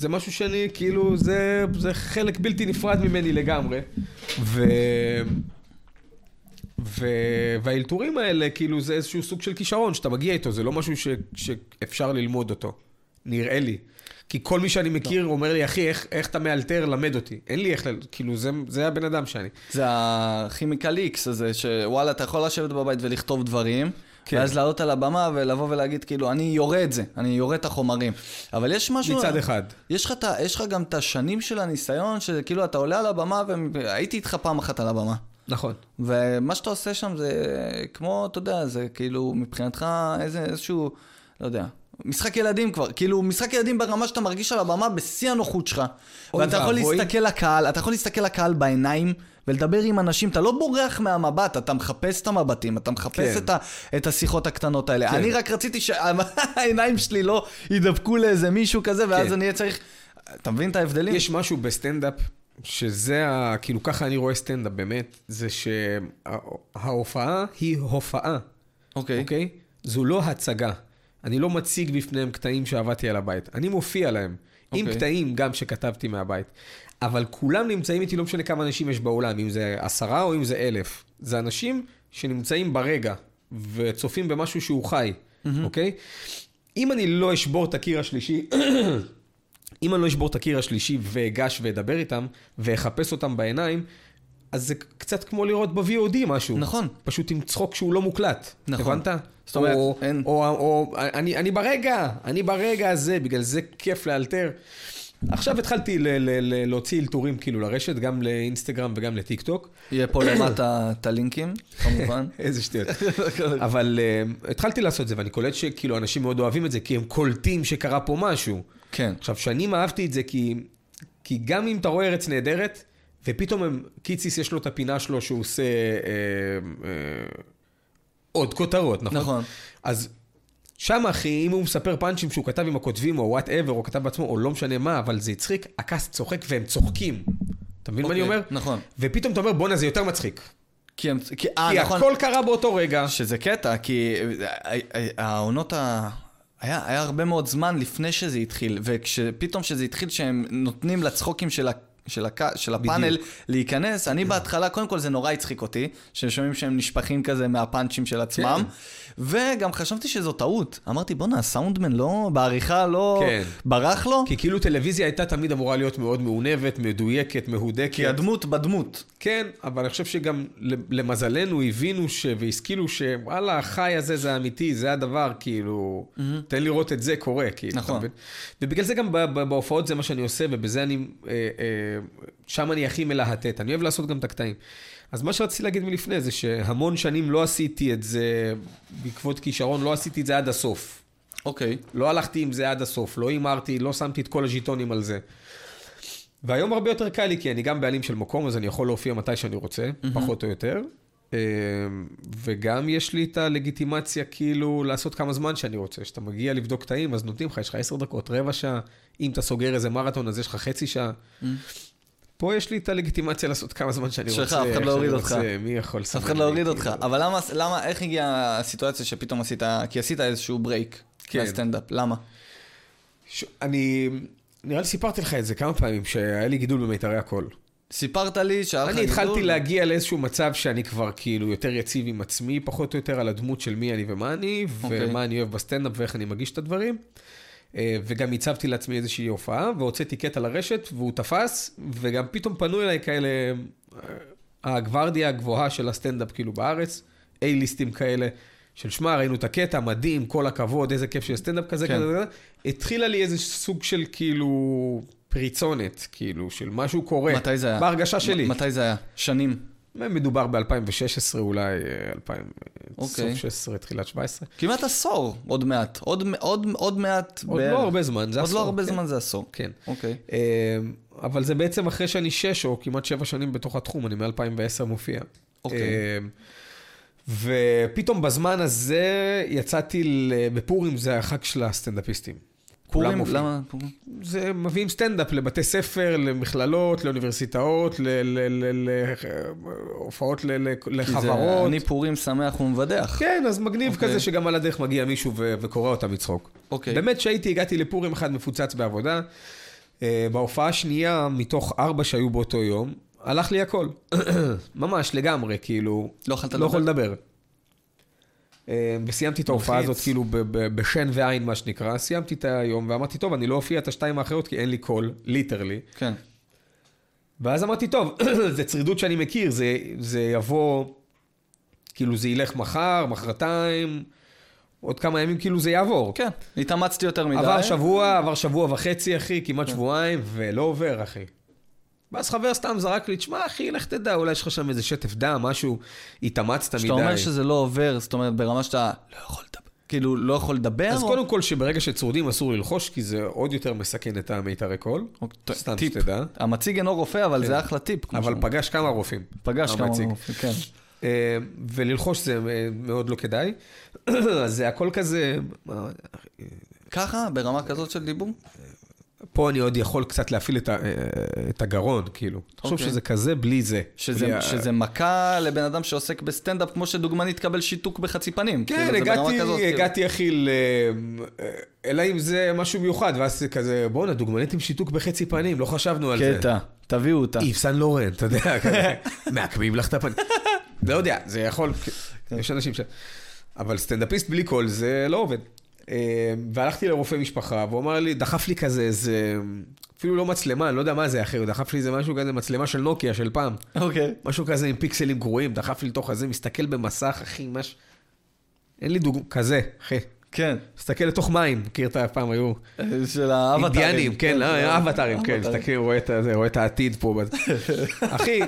[SPEAKER 1] זה משהו שאני, כאילו, זה, זה חלק בלתי נפרד ממני לגמרי. ו... ו... והאלתורים האלה, כאילו, זה איזשהו סוג של כישרון שאתה מגיע איתו, זה לא משהו ש... שאפשר ללמוד אותו, נראה לי. כי כל מי שאני מכיר
[SPEAKER 2] לא.
[SPEAKER 1] אומר לי, אחי, איך, איך אתה מאלתר, למד אותי. אין לי איך, ל- כאילו, זה, זה הבן אדם שאני.
[SPEAKER 2] זה הכימיקל איקס הזה, שוואלה, אתה יכול לשבת בבית ולכתוב דברים,
[SPEAKER 1] כן.
[SPEAKER 2] כן. ואז לעלות על הבמה ולבוא ולהגיד, כאילו, אני יורה את זה, אני יורה את החומרים. אבל יש משהו...
[SPEAKER 1] מצד אחד.
[SPEAKER 2] יש לך, את ה- יש לך גם את השנים של הניסיון, שכאילו, אתה עולה על הבמה, והייתי איתך פעם אחת על הבמה.
[SPEAKER 1] נכון.
[SPEAKER 2] ומה שאתה עושה שם זה כמו, אתה יודע, זה כאילו מבחינתך איזה, איזשהו, לא יודע, משחק ילדים כבר, כאילו משחק ילדים ברמה שאתה מרגיש על הבמה בשיא הנוחות שלך.
[SPEAKER 1] אוי
[SPEAKER 2] ואתה יכול
[SPEAKER 1] ואבוי.
[SPEAKER 2] להסתכל לקהל, אתה יכול להסתכל לקהל בעיניים ולדבר עם אנשים, אתה לא בורח מהמבט, אתה מחפש את המבטים, אתה מחפש
[SPEAKER 1] כן.
[SPEAKER 2] את, ה, את השיחות הקטנות האלה.
[SPEAKER 1] כן.
[SPEAKER 2] אני רק רציתי [laughs] שהעיניים שלי לא ידבקו לאיזה מישהו כזה, ואז
[SPEAKER 1] כן.
[SPEAKER 2] אני אהיה צריך... אתה מבין את ההבדלים?
[SPEAKER 1] יש משהו בסטנדאפ, שזה, ה- כאילו ככה אני רואה סטנדאפ באמת, זה שההופעה היא הופעה,
[SPEAKER 2] אוקיי.
[SPEAKER 1] אוקיי? זו לא הצגה. אני לא מציג בפניהם קטעים שעבדתי על הבית, אני מופיע להם. עם
[SPEAKER 2] אוקיי.
[SPEAKER 1] קטעים גם שכתבתי מהבית. אבל כולם נמצאים איתי, לא משנה כמה אנשים יש באולם, אם זה עשרה או אם זה אלף. זה אנשים שנמצאים ברגע וצופים במשהו שהוא חי, אוקיי? אם אני לא אשבור את הקיר השלישי, אם אני לא אשבור את הקיר השלישי ואגש ואדבר איתם, ואחפש אותם בעיניים, אז זה קצת כמו לראות ב-VOD משהו.
[SPEAKER 2] נכון.
[SPEAKER 1] פשוט עם צחוק שהוא לא מוקלט.
[SPEAKER 2] נכון.
[SPEAKER 1] הבנת?
[SPEAKER 2] זאת אומרת,
[SPEAKER 1] או,
[SPEAKER 2] אין-
[SPEAKER 1] או, או, או אני, אני ברגע, אני ברגע הזה, בגלל זה כיף לאלתר. עכשיו התחלתי ל- ל- ל- להוציא אלתורים כאילו לרשת, גם לאינסטגרם וגם לטיק טוק.
[SPEAKER 2] יהיה פה למטה את הלינקים,
[SPEAKER 1] [laughs]
[SPEAKER 2] כמובן.
[SPEAKER 1] איזה
[SPEAKER 2] [laughs]
[SPEAKER 1] שטויות.
[SPEAKER 2] לא,
[SPEAKER 1] אבל uh, התחלתי לעשות את זה, ואני קולט שכאילו אנשים מאוד אוהבים את זה, כי הם קולטים שקרה פה משהו.
[SPEAKER 2] כן.
[SPEAKER 1] עכשיו, שנים אהבתי את זה, כי, כי גם אם אתה רואה ארץ נהדרת, ופתאום הם, קיציס יש לו את הפינה שלו שהוא עושה אה, אה, עוד כותרות, נכון?
[SPEAKER 2] נכון.
[SPEAKER 1] אז שם, אחי, אם הוא מספר פאנצ'ים שהוא כתב עם הכותבים, או וואטאבר, או כתב בעצמו, או לא משנה מה, אבל זה הצחיק, הקאסט צוחק והם צוחקים. אתה מבין מה אני
[SPEAKER 2] אוקיי,
[SPEAKER 1] אומר?
[SPEAKER 2] נכון.
[SPEAKER 1] ופתאום אתה אומר, בואנה, זה יותר מצחיק.
[SPEAKER 2] כי הם... כי, אה,
[SPEAKER 1] כי
[SPEAKER 2] נכון.
[SPEAKER 1] הכל קרה באותו רגע.
[SPEAKER 2] שזה קטע, כי אה, אה, אה, העונות ה... היה, היה הרבה מאוד זמן לפני שזה התחיל, ופתאום שזה התחיל שהם נותנים לצחוקים של, ה, של, הק, של הפאנל
[SPEAKER 1] בדיוק.
[SPEAKER 2] להיכנס, אני בהתחלה, קודם כל זה נורא הצחיק אותי, ששומעים שהם נשפכים כזה מהפאנצ'ים של עצמם, כן. וגם חשבתי שזו טעות. אמרתי, בואנה, הסאונדמן לא, בעריכה לא,
[SPEAKER 1] כן.
[SPEAKER 2] ברח לו, כי,
[SPEAKER 1] כי כאילו טלוויזיה הייתה תמיד אמורה להיות מאוד מעונבת, מדויקת, מהודקת.
[SPEAKER 2] כי הדמות בדמות.
[SPEAKER 1] כן, אבל אני חושב שגם למזלנו הבינו ש... והשכילו שוואלה, החי הזה זה אמיתי, זה הדבר, כאילו, תן לראות את זה קורה, כאילו. אתה
[SPEAKER 2] נכון.
[SPEAKER 1] מבין? ובגלל זה גם ב- ב- בהופעות זה מה שאני עושה, ובזה אני, אה, אה, שם אני הכי מלהטט. אני אוהב לעשות גם את הקטעים. אז מה שרציתי להגיד מלפני זה שהמון שנים לא עשיתי את זה, בעקבות כישרון, לא עשיתי את זה עד הסוף.
[SPEAKER 2] אוקיי.
[SPEAKER 1] לא הלכתי עם זה עד הסוף, לא הימרתי, לא שמתי את כל הז'יטונים על זה. והיום הרבה יותר קל לי, כי אני גם בעלים של מקום, אז אני יכול להופיע מתי שאני רוצה, פחות או יותר. אה, וגם יש לי את הלגיטימציה כאילו לעשות כמה זמן שאני רוצה. כשאתה מגיע לבדוק תאים, אז נותנים לך, יש לך עשר דקות, רבע שעה. אם אתה סוגר איזה מרתון, אז יש לך חצי שעה. פה יש לי את הלגיטימציה לעשות כמה זמן שאני
[SPEAKER 2] שלך,
[SPEAKER 1] רוצה.
[SPEAKER 2] אף אחד לא
[SPEAKER 1] איך שאני
[SPEAKER 2] הוריד אותך.
[SPEAKER 1] רוצה, מי יכול כאילו.
[SPEAKER 2] אף אחד לא הוריד אותך. אבל למה, למה, איך הגיעה הסיטואציה שפתאום עשית, כי עשית איזשהו ברייק.
[SPEAKER 1] כן.
[SPEAKER 2] כן. מהסטנדאפ, למה?
[SPEAKER 1] ש... אני, נראה לי סיפרתי לך את זה כמה פעמים, שהיה לי גידול במיתרי הקול.
[SPEAKER 2] סיפרת לי שהיה לך
[SPEAKER 1] אני התחלתי
[SPEAKER 2] גידול.
[SPEAKER 1] להגיע לאיזשהו מצב שאני כבר כאילו יותר יציב עם עצמי, פחות או יותר על הדמות של מי אני ומה אני,
[SPEAKER 2] אוקיי.
[SPEAKER 1] ומה אני אוהב בסטנדאפ ואיך אני מגיש את הדברים. אה, וגם הצבתי לעצמי איזושהי הופעה, והוצאתי קטע לרשת, והוא תפס, וגם פתאום פנו אליי כאלה, אה, הגוורדיה הגבוהה של הסטנדאפ כאילו בארץ, A-ליסטים כאלה, של שמע, ראינו את הקטע, מדהים, כל הכבוד, איזה כיף שיש סטנדאפ כזה,
[SPEAKER 2] כן.
[SPEAKER 1] כזה, כזה. התחילה לי איזה סוג של כאילו פריצונת, כאילו, של משהו קורה.
[SPEAKER 2] מתי זה היה?
[SPEAKER 1] בהרגשה שלי.
[SPEAKER 2] מ- מתי זה היה? שנים.
[SPEAKER 1] מדובר ב-2016 אולי, אה, 2000,
[SPEAKER 2] אוקיי.
[SPEAKER 1] סוף 16, תחילת 17.
[SPEAKER 2] כמעט עשור, עוד מעט. עוד, מ- עוד, עוד מעט
[SPEAKER 1] עוד
[SPEAKER 2] בערך.
[SPEAKER 1] לא הרבה זמן, זה
[SPEAKER 2] עוד
[SPEAKER 1] עשור.
[SPEAKER 2] לא הרבה
[SPEAKER 1] כן.
[SPEAKER 2] זמן זה עשור.
[SPEAKER 1] כן.
[SPEAKER 2] אוקיי.
[SPEAKER 1] אה, אבל זה בעצם אחרי שאני שש או כמעט שבע שנים בתוך התחום, אני מ-2010 מופיע.
[SPEAKER 2] אוקיי.
[SPEAKER 1] אה, ופתאום בזמן הזה יצאתי, ל- בפורים זה החג של הסטנדאפיסטים. כולם
[SPEAKER 2] פורים,
[SPEAKER 1] מופיעים.
[SPEAKER 2] למה? פורים?
[SPEAKER 1] זה מביאים סטנדאפ לבתי ספר, למכללות, לאוניברסיטאות, ל- ל- ל- ל- הופעות ל- ל-
[SPEAKER 2] כי זה-
[SPEAKER 1] לחברות.
[SPEAKER 2] אני פורים שמח ומבדח.
[SPEAKER 1] כן, אז מגניב okay.
[SPEAKER 2] אוקיי.
[SPEAKER 1] כזה שגם על הדרך מגיע מישהו ו- וקורא אותה מצחוק. Okay.
[SPEAKER 2] אוקיי.
[SPEAKER 1] באמת שהייתי, הגעתי לפורים אחד מפוצץ בעבודה. Uh, בהופעה השנייה, מתוך ארבע שהיו באותו יום, הלך לי הכל. [coughs] ממש, לגמרי, כאילו,
[SPEAKER 2] לא יכולת
[SPEAKER 1] לא יכול
[SPEAKER 2] לדבר?
[SPEAKER 1] לדבר. אה, וסיימתי את ההופעה
[SPEAKER 2] מלחיץ.
[SPEAKER 1] הזאת כאילו ב- ב- בשן ועין, מה שנקרא. סיימתי את היום ואמרתי, טוב, אני לא אופיע את השתיים האחרות כי אין לי קול, ליטרלי.
[SPEAKER 2] כן.
[SPEAKER 1] ואז אמרתי, טוב, [clears throat] זה צרידות שאני מכיר, זה, זה יבוא, כאילו זה ילך מחר, מחרתיים, עוד כמה ימים כאילו זה יעבור.
[SPEAKER 2] כן. התאמצתי יותר מדי.
[SPEAKER 1] עבר שבוע, עבר שבוע וחצי, אחי,
[SPEAKER 2] כן.
[SPEAKER 1] כמעט שבועיים, ולא עובר, אחי. ואז חבר סתם זרק לי, תשמע, אחי, לך תדע, אולי יש לך שם איזה שטף דם, משהו, התאמצת מדי.
[SPEAKER 2] כשאתה אומר שזה לא עובר, זאת אומרת, ברמה שאתה לא יכול לדבר. כאילו, לא יכול לדבר?
[SPEAKER 1] אז
[SPEAKER 2] או-
[SPEAKER 1] קודם כל, שברגע שצורדים אסור ללחוש, כי זה עוד יותר מסכן את המיתרי קול.
[SPEAKER 2] או-
[SPEAKER 1] סתם
[SPEAKER 2] אוקיי, טיפ. נכון.
[SPEAKER 1] שתדע. כן.
[SPEAKER 2] המציג אינו רופא, אבל זה אחלה טיפ. כמו
[SPEAKER 1] אבל
[SPEAKER 2] שאומרים.
[SPEAKER 1] פגש כמה רופאים.
[SPEAKER 2] פגש כמה
[SPEAKER 1] המציג.
[SPEAKER 2] רופא, כן.
[SPEAKER 1] אה, וללחוש זה אה, מאוד לא כדאי. [clears throat] אז זה הכל כזה, אה,
[SPEAKER 2] ככה, ברמה כזאת של דיבור?
[SPEAKER 1] פה אני עוד יכול קצת להפעיל את, ה, אה, את הגרון, כאילו. תחשוב
[SPEAKER 2] אוקיי.
[SPEAKER 1] שזה כזה בלי זה. בלי
[SPEAKER 2] שזה,
[SPEAKER 1] ה-
[SPEAKER 2] שזה מכה לבן אדם שעוסק בסטנדאפ, כמו שדוגמנית תקבל שיתוק בחצי פנים.
[SPEAKER 1] כן,
[SPEAKER 2] כאילו, זה ברמה
[SPEAKER 1] הגעתי,
[SPEAKER 2] כזאת, כאילו.
[SPEAKER 1] הגעתי אחי ל... אה, אלא אם זה משהו מיוחד, ואז זה כזה, בואנה, דוגמנית עם שיתוק בחצי פנים, לא חשבנו על זה.
[SPEAKER 2] קטע, תביאו אותה.
[SPEAKER 1] איב סן לורן, אתה יודע, כזה, מעקמים לך את הפנים. לא יודע, זה יכול, יש אנשים ש... אבל סטנדאפיסט בלי קול זה לא עובד. אה, והלכתי לרופא משפחה, והוא אמר לי, דחף לי כזה איזה, אפילו לא מצלמה, אני לא יודע מה זה אחר, הוא דחף לי איזה משהו כזה, מצלמה של נוקיה של פעם.
[SPEAKER 2] אוקיי.
[SPEAKER 1] משהו כזה עם פיקסלים גרועים, דחף לי לתוך הזה, מסתכל במסך, אחי, מש... אין לי דוגמא, כזה, אחי.
[SPEAKER 2] כן,
[SPEAKER 1] מסתכל לתוך מים, מכיר את הפעם היו...
[SPEAKER 2] של האבטרים.
[SPEAKER 1] אינדיאנים, כן, אה, אבטרים, כן,
[SPEAKER 2] אבטרים.
[SPEAKER 1] מסתכל, רואה את הזה, רואה את העתיד פה. [laughs] אחי,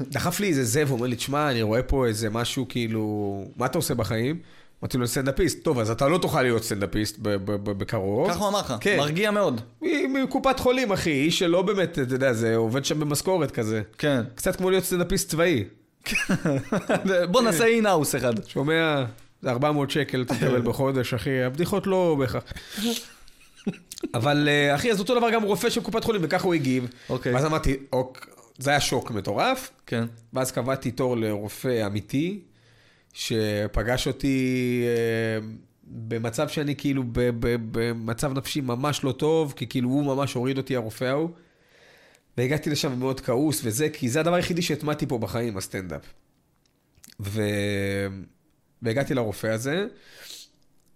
[SPEAKER 1] דחף לי איזה זאב, אומר לי, תשמע, אני רואה פה איזה משהו, כאילו, מה אתה עושה בחיים? אמרתי לו, סטנדאפיסט. טוב, אז אתה לא תוכל להיות סטנדאפיסט ב- ב- ב- בקרוב.
[SPEAKER 2] ככה הוא אמר לך,
[SPEAKER 1] כן.
[SPEAKER 2] מרגיע מאוד.
[SPEAKER 1] מ- מקופת חולים, אחי, איש שלא באמת, אתה יודע, זה עובד שם במשכורת כזה.
[SPEAKER 2] כן. [laughs]
[SPEAKER 1] קצת כמו להיות סטנדאפיסט צבאי.
[SPEAKER 2] בוא נעשה
[SPEAKER 1] כן.
[SPEAKER 2] אינהאוס אחד.
[SPEAKER 1] שומע, זה 400 שקל אתה מקבל בחודש, אחי, הבדיחות לא בהכרח. אבל אה, אחי, אז אותו דבר גם רופא של קופת חולים, וככה הוא הגיב.
[SPEAKER 2] אוקיי.
[SPEAKER 1] ואז אמרתי, אוק, זה היה שוק מטורף,
[SPEAKER 2] כן.
[SPEAKER 1] ואז קבעתי תור לרופא אמיתי, שפגש אותי אה, במצב שאני כאילו ב- ב- במצב נפשי ממש לא טוב, כי כאילו הוא ממש הוריד אותי, הרופא ההוא. והגעתי לשם מאוד כעוס וזה, כי זה הדבר היחידי שהטמעתי פה בחיים, הסטנדאפ. ו... והגעתי לרופא הזה,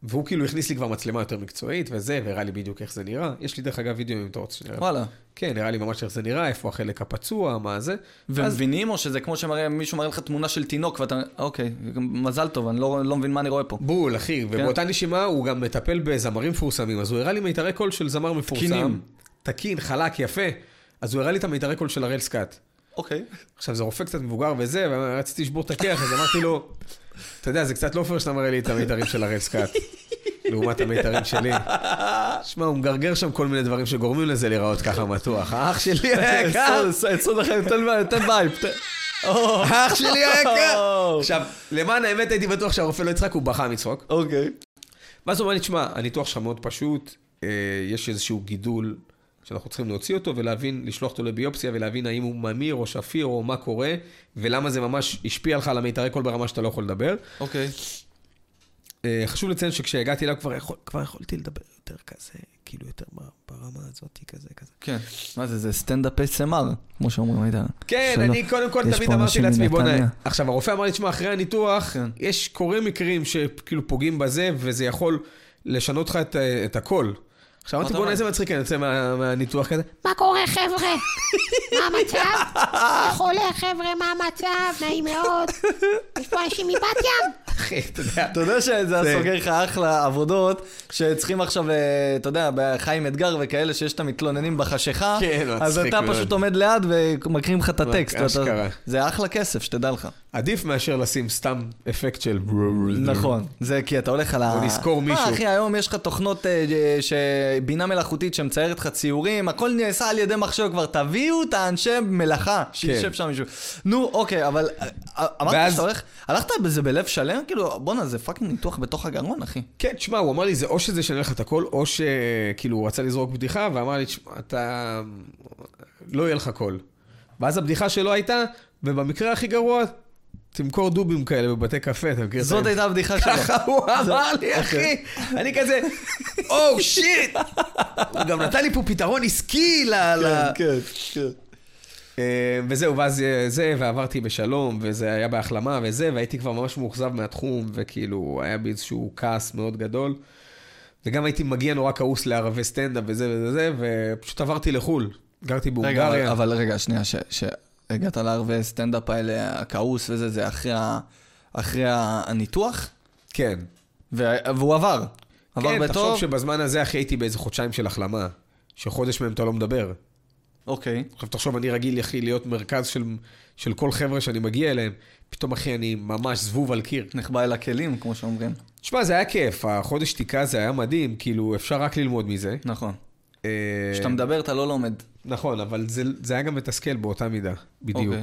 [SPEAKER 1] והוא כאילו הכניס לי כבר מצלמה יותר מקצועית וזה, והראה לי בדיוק איך זה נראה. יש לי דרך אגב וידאו אם אתה רוצה שנראה.
[SPEAKER 2] וואלה.
[SPEAKER 1] כן, הראה לי ממש איך זה נראה, איפה החלק הפצוע, מה זה. אז-
[SPEAKER 2] ומבינים, או שזה כמו שמישהו מראה לך תמונה של תינוק, ואתה, אוקיי, מזל טוב, אני לא, לא מבין מה אני רואה פה.
[SPEAKER 1] בול, אחי, ובאותה נשימה הוא גם מטפל בזמרים מפורסמים, אז הוא הראה לי מיתרי קול של זמר מפורסם.
[SPEAKER 2] תקינים.
[SPEAKER 1] תקין, חלק, יפה. אז הוא הראה לי את המיתרי קול של הראל סקאט. [laughs]
[SPEAKER 2] אוקיי.
[SPEAKER 1] עכשיו, זה רופא קצת מבוגר וזה, ורציתי לשבור את הקרח, אז אמרתי לו, אתה יודע, זה קצת לא פייר שאתה מראה לי את המיתרים של הראל סקאט, לעומת המיתרים שלי.
[SPEAKER 2] "אה,
[SPEAKER 1] שמע, הוא מגרגר שם כל מיני דברים שגורמים לזה להיראות ככה מתוח. האח שלי
[SPEAKER 2] [laughs]
[SPEAKER 1] היקר!
[SPEAKER 2] עצות לכם, אה, תן- תן בייב. תן-
[SPEAKER 1] [laughs]
[SPEAKER 2] או,
[SPEAKER 1] האח שלי היקר!
[SPEAKER 2] [laughs] או.
[SPEAKER 1] עכשיו, למען האמת הייתי בטוח שהרופא לא יצחק, הוא בכה מצחוק.
[SPEAKER 2] אוקיי.
[SPEAKER 1] ואז הוא אומר לי, תשמע, הניתוח שלך מאוד פשוט, אה, יש איזשהו גידול שאנחנו צריכים להוציא אותו ולהבין, לשלוח אותו לביופסיה ולהבין האם הוא ממיר או שפיר או מה קורה, ולמה זה ממש השפיע לך על המיתרי קול ברמה שאתה לא יכול לדבר.
[SPEAKER 2] אוקיי.
[SPEAKER 1] אה, חשוב לציין שכשהגעתי אליו כבר, יכול, כבר יכולתי לדבר יותר כזה, כאילו יותר ב- ברמה הזאת, כזה, כזה.
[SPEAKER 2] כן. מה זה, זה סטנדאפ SMR, כמו שאומרים, הייתה.
[SPEAKER 1] כן,
[SPEAKER 2] שלא-
[SPEAKER 1] אני קודם כל
[SPEAKER 2] יש
[SPEAKER 1] תמיד
[SPEAKER 2] פה
[SPEAKER 1] אמרתי
[SPEAKER 2] אנשים
[SPEAKER 1] לעצמי, בוא'נה,
[SPEAKER 2] מנתניה."
[SPEAKER 1] עכשיו הרופא אמר לי, תשמע, אחרי הניתוח,
[SPEAKER 2] כן.
[SPEAKER 1] יש, קורה מקרים שכאילו פוגעים בזה, וזה יכול לשנות לך את, אה, את הכל. עכשיו אמרתי,
[SPEAKER 2] אתה
[SPEAKER 1] בוא'נה,
[SPEAKER 2] אומר?
[SPEAKER 1] איזה מצחיק, אני יוצא מה- מהניתוח כזה. [laughs]
[SPEAKER 3] מה קורה חבר'ה? מה המצב? חולה חבר'ה, מה המצב? נעים מאוד. יש פה אנשים מבת ים?
[SPEAKER 1] אחי, אתה יודע.
[SPEAKER 2] אתה יודע שזה היה
[SPEAKER 1] זה-
[SPEAKER 2] סוגר לך אחלה עבודות, שצריכים עכשיו, אה, אתה יודע, בחיים אתגר וכאלה שיש את המתלוננים בחשיכה,
[SPEAKER 1] כן,
[SPEAKER 2] אז
[SPEAKER 1] מצחיק
[SPEAKER 2] אתה
[SPEAKER 1] מאוד. לא,
[SPEAKER 2] פשוט עומד ליד ומקריאים לך את הטקסט. ואתה-
[SPEAKER 1] אשכרה.
[SPEAKER 2] זה אחלה כסף, שתדע לך.
[SPEAKER 1] עדיף מאשר לשים סתם אפקט של...
[SPEAKER 2] נכון, זה כי אתה הולך על ה...
[SPEAKER 1] או לזכור מישהו.
[SPEAKER 2] מה, אחי, היום יש לך תוכנות אה, אה, שבינה מלאכותית שמציירת לך ציורים, הכל נעשה על ידי מחשב כבר, תביאו את האנשי מלאכה, שישב שם מישהו. נו, אוקיי, אבל אה, אה, אמרת
[SPEAKER 1] כן. ואז-
[SPEAKER 2] שאתה הולך, הלכת בזה בלב שלם? כאילו, בואנה, זה פאקינג ניתוח בתוך הגרון, אחי.
[SPEAKER 1] כן, תשמע, הוא אמר לי, זה או שזה ישנה לך את הכל, או שכאילו הוא רצה לזרוק בדיחה, ואמר לי, תשמע, אתה... לא יהיה לך קול. ואז הבדיחה שלו הייתה, ובמקרה הכי גרוע, תמכור דובים כאלה בבתי קפה, אתה מכיר? את
[SPEAKER 2] זאת
[SPEAKER 1] זה?
[SPEAKER 2] הייתה הבדיחה שלו.
[SPEAKER 1] ככה
[SPEAKER 2] [laughs]
[SPEAKER 1] הוא אמר לי,
[SPEAKER 2] אוקיי.
[SPEAKER 1] אחי. אני כזה, או שיט! הוא גם נתן לי פה פתרון עסקי ל... ל-
[SPEAKER 2] כן, כן.
[SPEAKER 1] אה, וזהו, ואז אה, זה, ועברתי בשלום, וזה היה בהחלמה וזה, והייתי כבר ממש מאוכזב מהתחום, וכאילו, היה בי איזשהו כעס מאוד גדול. וגם הייתי מגיע נורא כעוס לערבי סטנדאפ וזה וזה זה, ופשוט עברתי לחו"ל. גרתי
[SPEAKER 2] רגע, אבל-
[SPEAKER 1] בהונגריה.
[SPEAKER 2] אבל רגע, שנייה, ש- שהגעת לערבי סטנדאפ האלה, הכעוס וזה, זה אחרי ה- אחרי הניתוח?
[SPEAKER 1] כן.
[SPEAKER 2] וה- והוא עבר. עבר
[SPEAKER 1] כן,
[SPEAKER 2] בטוב?
[SPEAKER 1] תחשוב שבזמן הזה, אחי, הייתי באיזה חודשיים של החלמה, שחודש מהם אתה לא מדבר.
[SPEAKER 2] אוקיי.
[SPEAKER 1] עכשיו תחשוב, אני רגיל, אחי, להיות מרכז של, של כל חבר'ה שאני מגיע אליהם. פתאום, אחי, אני ממש זבוב על קיר.
[SPEAKER 2] נחבא אל הכלים, כמו שאומרים.
[SPEAKER 1] תשמע, זה היה כיף, החודש שתיקה זה היה מדהים, כאילו, אפשר רק ללמוד מזה.
[SPEAKER 2] נכון.
[SPEAKER 1] אה,
[SPEAKER 2] כשאתה מדבר אתה לא לומד.
[SPEAKER 1] נכון, אבל זה, זה היה גם מתסכל באותה מידה, בדיוק.
[SPEAKER 2] אוקיי.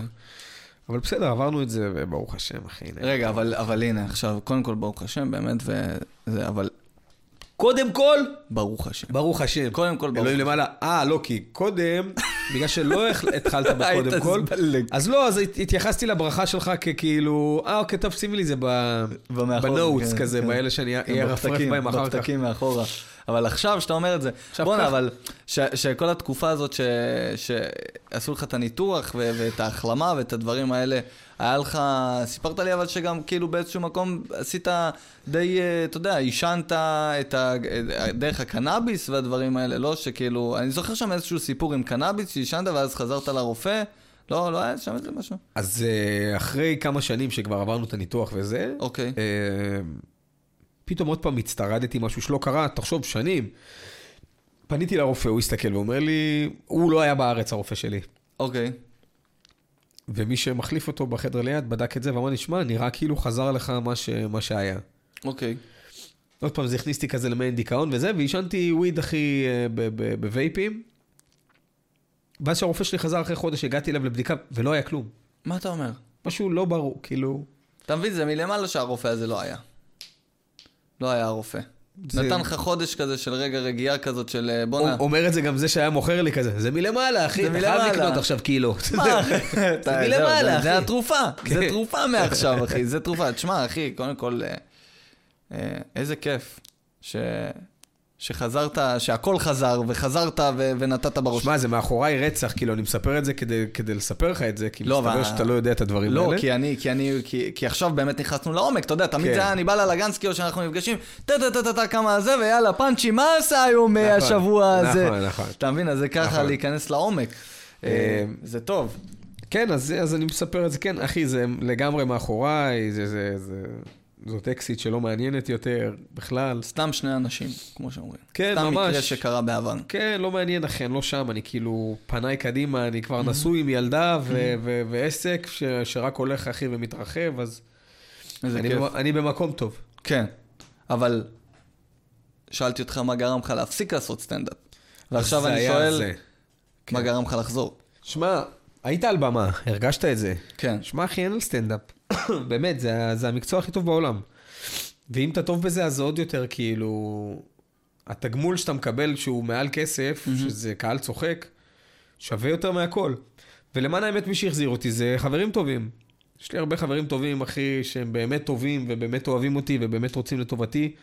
[SPEAKER 1] אבל בסדר, עברנו את זה, וברוך השם, אחי. הנה.
[SPEAKER 2] רגע, אבל, אבל הנה, עכשיו, קודם כל ברוך השם, באמת, וזה, אבל... קודם כל, ברוך השם.
[SPEAKER 1] ברוך השם.
[SPEAKER 2] קודם כל, ברוך
[SPEAKER 1] אלוהים
[SPEAKER 2] השם.
[SPEAKER 1] למעלה. אה, לא, כי קודם, בגלל שלא הח- התחלת בקודם
[SPEAKER 2] [laughs] היית
[SPEAKER 1] כל,
[SPEAKER 2] זבלג.
[SPEAKER 1] אז לא, אז הת- התייחסתי לברכה שלך ככאילו, אה, אוקיי, טוב, שימי לי זה ב-
[SPEAKER 2] ומאחורה,
[SPEAKER 1] בנוטס
[SPEAKER 2] כן,
[SPEAKER 1] כזה,
[SPEAKER 2] כן.
[SPEAKER 1] באלה שאני
[SPEAKER 2] כן,
[SPEAKER 1] אהיה רפרף
[SPEAKER 2] בפתקים,
[SPEAKER 1] בהם אחר כך.
[SPEAKER 2] בפתקים מאחורה. אבל עכשיו, שאתה אומר את זה,
[SPEAKER 1] עכשיו
[SPEAKER 2] בואנה,
[SPEAKER 1] ככה.
[SPEAKER 2] אבל ש- שכל התקופה הזאת ש- שעשו לך את הניתוח ו- ואת ההחלמה ואת הדברים האלה, היה לך, סיפרת לי אבל שגם כאילו באיזשהו מקום עשית די, אה, אתה יודע, עישנת את ה... דרך הקנאביס והדברים האלה, לא שכאילו, אני זוכר שם איזשהו סיפור עם קנאביס שעישנת ואז חזרת לרופא, לא, לא היה שם איזה משהו.
[SPEAKER 1] אז אה, אחרי כמה שנים שכבר עברנו את הניתוח וזה,
[SPEAKER 2] אוקיי.
[SPEAKER 1] אה, פתאום עוד פעם הצטרדתי משהו שלא קרה, תחשוב, שנים. פניתי לרופא, הוא הסתכל ואומר לי, הוא לא היה בארץ הרופא שלי.
[SPEAKER 2] אוקיי.
[SPEAKER 1] ומי שמחליף אותו בחדר ליד בדק את זה ואמר לי, שמע, נראה כאילו חזר לך מה, ש... מה שהיה.
[SPEAKER 2] אוקיי.
[SPEAKER 1] עוד פעם, זה הכניס אותי כזה למעין דיכאון וזה, ועישנתי וויד, אחי, אה, ב- ב- בווייפים. ואז כשהרופא שלי חזר אחרי חודש, הגעתי אליו לבדיקה, ולא היה כלום.
[SPEAKER 2] מה אתה אומר?
[SPEAKER 1] משהו לא ברור, כאילו...
[SPEAKER 2] אתה מבין, זה מלמעלה שהרופא הזה לא היה. לא היה הרופא.
[SPEAKER 1] זה-
[SPEAKER 2] זה... נתן לך חודש כזה של רגע רגיעה כזאת של אה, בואנה.
[SPEAKER 1] הוא אומר את זה גם זה שהיה מוכר לי כזה, זה מלמעלה, אחי,
[SPEAKER 2] זה
[SPEAKER 1] אתה חייב
[SPEAKER 2] מלמעלה.
[SPEAKER 1] לקנות עכשיו קילו.
[SPEAKER 2] מה, אחי? אתה-
[SPEAKER 1] זה
[SPEAKER 2] זהו,
[SPEAKER 1] מלמעלה,
[SPEAKER 2] זה-
[SPEAKER 1] אחי.
[SPEAKER 2] זה התרופה, זה
[SPEAKER 1] כן. [laughs]
[SPEAKER 2] תרופה מעכשיו, אחי, זה תרופה. תשמע, אחי, קודם כל, אה, אה, איזה כיף ש... שחזרת, שהכל חזר, וחזרת ו... ונתת
[SPEAKER 1] [laughs]
[SPEAKER 2] בראש.
[SPEAKER 1] שמע, זה מאחוריי רצח, כאילו, אני מספר את זה כדי, כדי לספר לך את זה, כי
[SPEAKER 2] לא,
[SPEAKER 1] מסתבר
[SPEAKER 2] אבל-
[SPEAKER 1] שאתה לא יודע את הדברים
[SPEAKER 2] לא,
[SPEAKER 1] האלה.
[SPEAKER 2] כי אני, כי אני, כי, כי עכשיו באמת נכנסנו לעומק, אתה יודע, תמיד
[SPEAKER 1] כן.
[SPEAKER 2] זה היה, אני בא ללגנסקי או שאנחנו נפגשים, טה טה טה טה טה כמה זה, ויאללה, פאנצ'י, מה עשה היום אה,
[SPEAKER 1] נכון,
[SPEAKER 2] השבוע
[SPEAKER 1] נכון,
[SPEAKER 2] הזה?
[SPEAKER 1] נכון.
[SPEAKER 2] אתה מבין, אז זה ככה
[SPEAKER 1] נכון.
[SPEAKER 2] להיכנס לעומק. אה, זה טוב.
[SPEAKER 1] כן, אז, אז אני מספר את זה, כן, אחי, זה לגמרי מאחוריי, זה, זה, זה, זאת אקסיט שלא מעניינת יותר בכלל.
[SPEAKER 2] סתם שני אנשים, כמו שאומרים.
[SPEAKER 1] כן,
[SPEAKER 2] סתם
[SPEAKER 1] ממש.
[SPEAKER 2] מקרה שקרה בעבר.
[SPEAKER 1] כן, לא מעניין, אחי, אני לא שם, אני כאילו, פניי קדימה, אני כבר נשוי עם ילדה ו- ו- ועסק ש- שרק הולך, אחי, ומתרחב, אז
[SPEAKER 2] איזה
[SPEAKER 1] אני
[SPEAKER 2] כיף.
[SPEAKER 1] במ- אני במקום טוב.
[SPEAKER 2] כן, אבל שאלתי אותך מה גרם לך להפסיק לעשות סטנדאפ. ועכשיו
[SPEAKER 1] זה
[SPEAKER 2] אני
[SPEAKER 1] היה
[SPEAKER 2] שואל,
[SPEAKER 1] זה. כן.
[SPEAKER 2] מה גרם לך לחזור?
[SPEAKER 1] שמע, היית על במה, הרגשת את זה.
[SPEAKER 2] כן.
[SPEAKER 1] שמע, אחי, אין על סטנדאפ. [coughs] באמת, זה, ה- זה המקצוע הכי טוב בעולם. ואם אתה טוב בזה, אז זה עוד יותר, כאילו... התגמול שאתה מקבל, שהוא מעל כסף, שזה קהל צוחק, שווה יותר מהכל. ולמען האמת, מי שהחזיר אותי זה חברים טובים. יש לי הרבה חברים טובים, אחי, שהם באמת טובים, ובאמת אוהבים אותי, ובאמת רוצים לטובתי,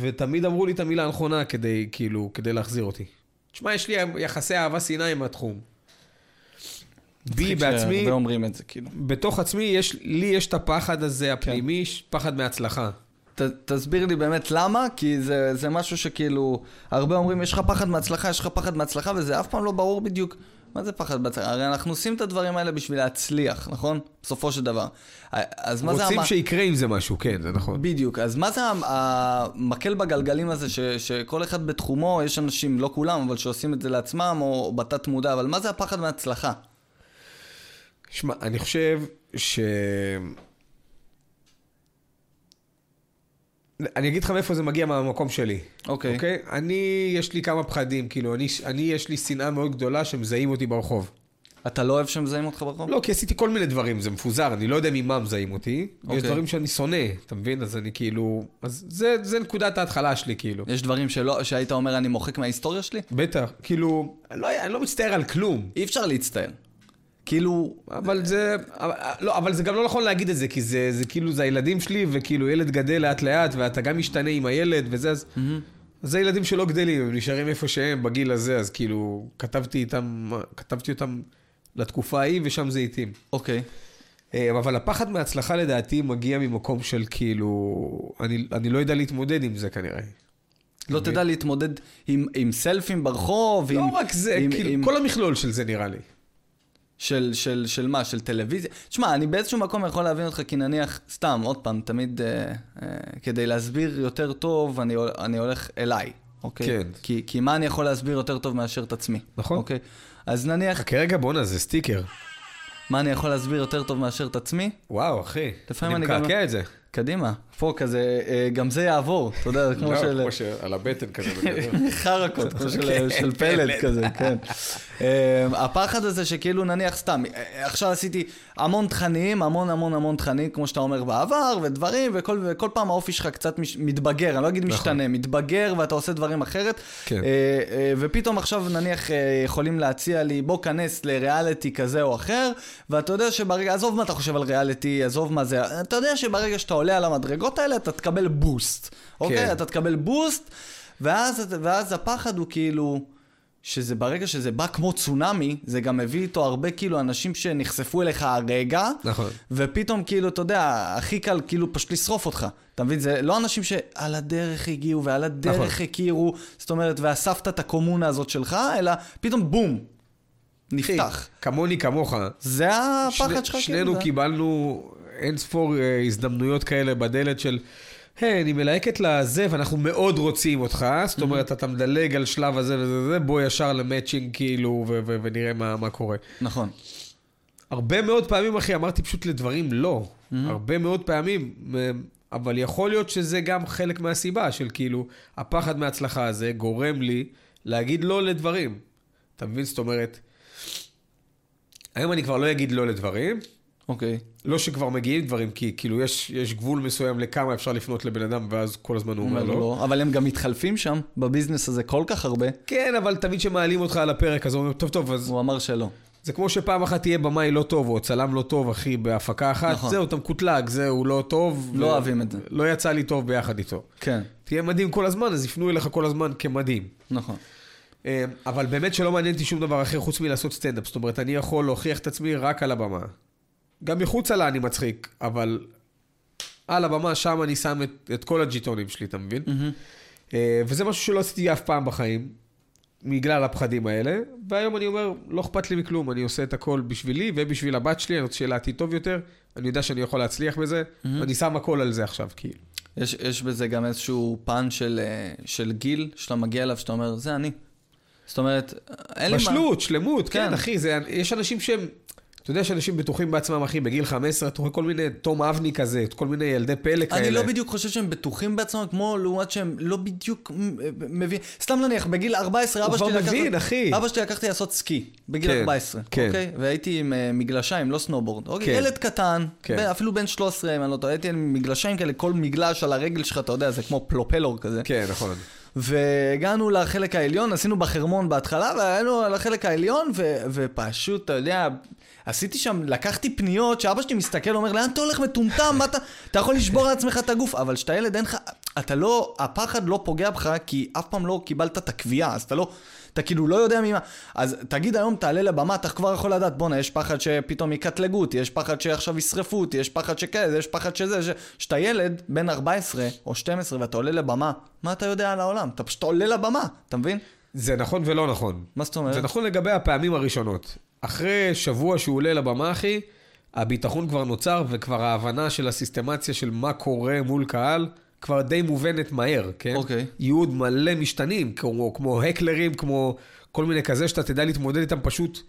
[SPEAKER 1] ותמיד אמרו לי את המילה הנכונה כדי, כאילו, כדי להחזיר אותי. תשמע, יש לי יחסי אהבה שנאה עם התחום. בי
[SPEAKER 2] מצחיק
[SPEAKER 1] בעצמי...
[SPEAKER 2] שהרבה אומרים את זה, כאילו.
[SPEAKER 1] בתוך עצמי, יש, לי יש את הפחד הזה
[SPEAKER 2] כן.
[SPEAKER 1] הפנימי, ש- פחד מהצלחה.
[SPEAKER 2] ת, תסביר לי באמת למה, כי זה, זה משהו שכאילו, הרבה אומרים, יש לך פחד מהצלחה, יש לך פחד מהצלחה, וזה אף פעם לא ברור בדיוק מה זה פחד מהצלחה. הרי אנחנו עושים את הדברים האלה בשביל להצליח, נכון? בסופו של דבר. אז מה זה
[SPEAKER 1] רוצים
[SPEAKER 2] המ-
[SPEAKER 1] שיקרה עם זה משהו, כן, זה נכון.
[SPEAKER 2] בדיוק, אז מה זה המ- המקל בגלגלים הזה, ש, שכל אחד בתחומו, יש אנשים, לא כולם, אבל שעושים את זה לעצמם, או בתת מודע, אבל מה זה הפחד מהצלחה?
[SPEAKER 1] שמע, אני חושב ש... אני אגיד לך מאיפה זה מגיע מהמקום שלי.
[SPEAKER 2] אוקיי.
[SPEAKER 1] אוקיי? אני, יש לי כמה פחדים, כאילו, אני, אני יש לי שנאה מאוד גדולה שמזהים אותי ברחוב.
[SPEAKER 2] אתה לא אוהב שמזהים אותך ברחוב?
[SPEAKER 1] לא, כי עשיתי כל מיני דברים, זה מפוזר, אני לא יודע ממה מזהים אותי.
[SPEAKER 2] אוקיי.
[SPEAKER 1] יש דברים שאני שונא, אתה מבין? אז אני כאילו... אז זה, זה נקודת ההתחלה שלי, כאילו.
[SPEAKER 2] יש דברים שלא, שהיית אומר, אני מוחק מההיסטוריה שלי?
[SPEAKER 1] בטח, כאילו, אני לא, אני לא מצטער על כלום.
[SPEAKER 2] אי אפשר להצטער. כאילו,
[SPEAKER 1] אבל זה, אבל, לא, אבל זה גם לא נכון להגיד את זה, כי זה, זה כאילו, זה הילדים שלי, וכאילו ילד גדל לאט לאט, ואתה גם משתנה עם הילד, וזה, אז... אז זה ילדים שלא גדלים, הם נשארים איפה שהם בגיל הזה, אז כאילו, כתבתי איתם, כתבתי אותם לתקופה ההיא, ושם זה התאים.
[SPEAKER 2] אוקיי.
[SPEAKER 1] אה, אבל הפחד מההצלחה לדעתי מגיע ממקום של כאילו, אני, אני לא יודע להתמודד עם זה כנראה.
[SPEAKER 2] לא תדע להתמודד עם, עם סלפים ברחוב,
[SPEAKER 1] לא
[SPEAKER 2] עם...
[SPEAKER 1] רק זה,
[SPEAKER 2] עם,
[SPEAKER 1] כאילו,
[SPEAKER 2] עם,
[SPEAKER 1] כל המכלול של זה נראה לי.
[SPEAKER 2] של, של, של מה? של טלוויזיה? תשמע, אני באיזשהו מקום יכול להבין אותך, כי נניח, סתם, עוד פעם, תמיד, אה, אה, כדי להסביר יותר טוב, אני, הול- אני הולך אליי, אוקיי?
[SPEAKER 1] כן.
[SPEAKER 2] כי, כי מה אני יכול להסביר יותר טוב מאשר את עצמי?
[SPEAKER 1] נכון.
[SPEAKER 2] אוקיי? אז נניח,
[SPEAKER 1] חכה רגע, בואנה, זה סטיקר.
[SPEAKER 2] מה אני יכול להסביר יותר טוב מאשר את עצמי?
[SPEAKER 1] וואו, אחי.
[SPEAKER 2] לפעמים אני
[SPEAKER 1] אני
[SPEAKER 2] גם-
[SPEAKER 1] מקעקע את זה.
[SPEAKER 2] קדימה, פה כזה, אה, גם זה יעבור, אתה יודע,
[SPEAKER 1] לא,
[SPEAKER 2] כמו של...
[SPEAKER 1] שעל הבטן כזה.
[SPEAKER 2] [laughs] חרקות, כמו
[SPEAKER 1] כן,
[SPEAKER 2] של- של פלט כזה, כן. אמ, הפחד הזה שכאילו נניח סתם, אה, עכשיו עשיתי המון תכנים, המון המון המון תכנים, כמו שאתה אומר בעבר, ודברים, וכל וכל פעם האופי שלך קצת מש- מתבגר, אני לא אגיד משתנה, מתבגר ואתה עושה דברים אחרת.
[SPEAKER 1] כן.
[SPEAKER 2] אה, אה, ופתאום עכשיו נניח אה, יכולים להציע לי, בוא כנס לריאליטי כזה או אחר, ואתה יודע שברגע, עזוב מה אתה חושב על ריאליטי, עזוב מה זה, אתה יודע שברגע שאתה עולה על המדרגות האלה, אתה תקבל בוסט.
[SPEAKER 1] כן.
[SPEAKER 2] אוקיי? אתה תקבל בוסט, ואז, ואז הפחד הוא כאילו, שזה ברגע שזה בא כמו צונאמי, זה גם מביא איתו הרבה כאילו אנשים שנחשפו אליך הרגע,
[SPEAKER 1] נכון.
[SPEAKER 2] ופתאום כאילו, אתה יודע, הכי קל כאילו פשוט לשרוף אותך. אתה מבין? זה לא אנשים שעל הדרך הגיעו ועל הדרך
[SPEAKER 1] נכון.
[SPEAKER 2] הכירו, זאת אומרת, ואספת את הקומונה הזאת שלך, אלא פתאום בום, נפתח.
[SPEAKER 1] כמוני, כמוך.
[SPEAKER 2] זה הפחד
[SPEAKER 1] שני-
[SPEAKER 2] שלך, כאילו, כן,
[SPEAKER 1] שנינו
[SPEAKER 2] זה-
[SPEAKER 1] קיבלנו אין ספור אה, הזדמנויות כאלה בדלת של, היי, אני מלהקת לזה ואנחנו מאוד רוצים אותך,
[SPEAKER 2] Mm-hmm.
[SPEAKER 1] זאת אומרת, אתה מדלג על שלב הזה וזה זה, בוא ישר למצ'ינג כאילו, ו- ו- ונראה מה מה קורה.
[SPEAKER 2] נכון.
[SPEAKER 1] הרבה מאוד פעמים, אחי, אמרתי פשוט לדברים לא. הרבה מאוד פעמים, מ- אבל יכול להיות שזה גם חלק מהסיבה של כאילו, הפחד מההצלחה הזה גורם לי להגיד לא לדברים. אתה מבין? זאת אומרת, היום אני כבר לא אגיד לא לדברים,
[SPEAKER 2] אוקיי.
[SPEAKER 1] לא שכבר מגיעים דברים, כי כאילו יש, יש גבול מסוים לכמה אפשר לפנות לבן אדם, ואז כל הזמן הוא
[SPEAKER 2] אומר
[SPEAKER 1] אומר לא.
[SPEAKER 2] לא. אבל הם גם מתחלפים שם, בביזנס הזה כל כך הרבה,
[SPEAKER 1] כן, אבל תמיד כשמעלים אותך על הפרק, אז אומרים, טוב, טוב, אז
[SPEAKER 2] הוא אמר שלא.
[SPEAKER 1] זה כמו שפעם אחת תהיה במאי לא טוב, או צלם לא טוב, אחי, בהפקה אחת.
[SPEAKER 2] נכון.
[SPEAKER 1] זהו, אתה מקוטלג, זהו, לא טוב.
[SPEAKER 2] לא אוהבים את זה.
[SPEAKER 1] לא יצא לי טוב ביחד איתו.
[SPEAKER 2] כן,
[SPEAKER 1] תהיה מדהים כל הזמן, אז יפנו אליך כל הזמן כמדהים.
[SPEAKER 2] נכון.
[SPEAKER 1] אה, אבל באמת שלא מעניין אותי שום דבר אחר חוץ מלעשות סטנדאפ. זאת אומרת, אני יכול להוכיח את עצמי רק על הבמה. גם מחוצה לה אני מצחיק, אבל על הבמה, שם אני שם את, את כל הג'יטונים שלי, אתה מבין? אה, וזה משהו שלא עשיתי אף פעם בחיים, בגלל הפחדים האלה. והיום אני אומר, לא אכפת לי מכלום, אני עושה את הכל בשבילי ובשביל הבת שלי, אני רוצה שיהיה לה עתיד טוב יותר, אני יודע שאני יכול להצליח בזה, ואני שם הכל על זה עכשיו, כאילו.
[SPEAKER 2] יש, יש בזה גם איזשהו פן של, אה, של גיל, שאתה מגיע אליו, שאתה אומר, זה אני. זאת אומרת, אין לי מה...
[SPEAKER 1] בשלות, שלמות, כן,
[SPEAKER 2] כן.
[SPEAKER 1] אחי, זה, יש אנשים שהם, אתה יודע שאנשים בטוחים בעצמם, אחי, בגיל 15, אתה רואה כל מיני תום אבני כזה, כל מיני ילדי פלא כאלה.
[SPEAKER 2] אני לא בדיוק חושב שהם בטוחים בעצמם, כמו לעומת שהם לא בדיוק מ- מבין... סתם נניח, בגיל 14
[SPEAKER 1] הוא
[SPEAKER 2] אבא שלי
[SPEAKER 1] כבר
[SPEAKER 2] לקח...
[SPEAKER 1] מבין, אחי.
[SPEAKER 2] אבא שלי לקחתי לעשות סקי, בגיל
[SPEAKER 1] כן,
[SPEAKER 2] 14,
[SPEAKER 1] כן.
[SPEAKER 2] אוקיי? והייתי עם אה, מגלשיים, לא סנובורד. אוקיי,
[SPEAKER 1] כן.
[SPEAKER 2] ילד קטן,
[SPEAKER 1] כן.
[SPEAKER 2] ב- אפילו בן 13, אם אני לא טועה, הייתי עם מגלשיים כאלה, כל מגלש על הרגל שלך, אתה יודע, זה כמו פלופלור כזה.
[SPEAKER 1] כן, נכון.
[SPEAKER 2] והגענו לחלק העליון, עשינו בחרמון בהתחלה, והגענו לחלק העליון, ו- ופשוט, אתה יודע, עשיתי שם, לקחתי פניות, שאבא שלי מסתכל, אומר, לאן אתה הולך מטומטם? מה אתה... אתה יכול לשבור על עצמך את הגוף, אבל כשאתה ילד אין לך... אתה לא... הפחד לא פוגע בך, כי אף פעם לא קיבלת את הקביעה, אז אתה לא... אתה כאילו לא יודע ממה. אז תגיד היום, תעלה לבמה, אתה כבר יכול לדעת, בואנה, יש פחד שפתאום יקטלגו אותי, יש פחד שעכשיו ישרפו אותי, יש פחד שכאלה, יש פחד שזה, ש... שאתה ילד בן 14 או 12 ואתה עולה לבמה, מה אתה יודע על העולם? אתה פשוט עולה לבמה, אתה מבין?
[SPEAKER 1] זה נכון ולא נכון.
[SPEAKER 2] מה זאת אומרת?
[SPEAKER 1] זה נכון לגבי הפעמים הראשונות. אחרי שבוע שהוא עולה לבמה, אחי, הביטחון כבר נוצר, וכבר ההבנה של הסיסטמציה של מה קורה מול קהל, כבר די מובנת מהר, כן?
[SPEAKER 2] אוקיי.
[SPEAKER 1] יהיו עוד מלא משתנים, כמו, כמו הקלרים, כמו כל מיני כזה, שאתה תדע להתמודד איתם פשוט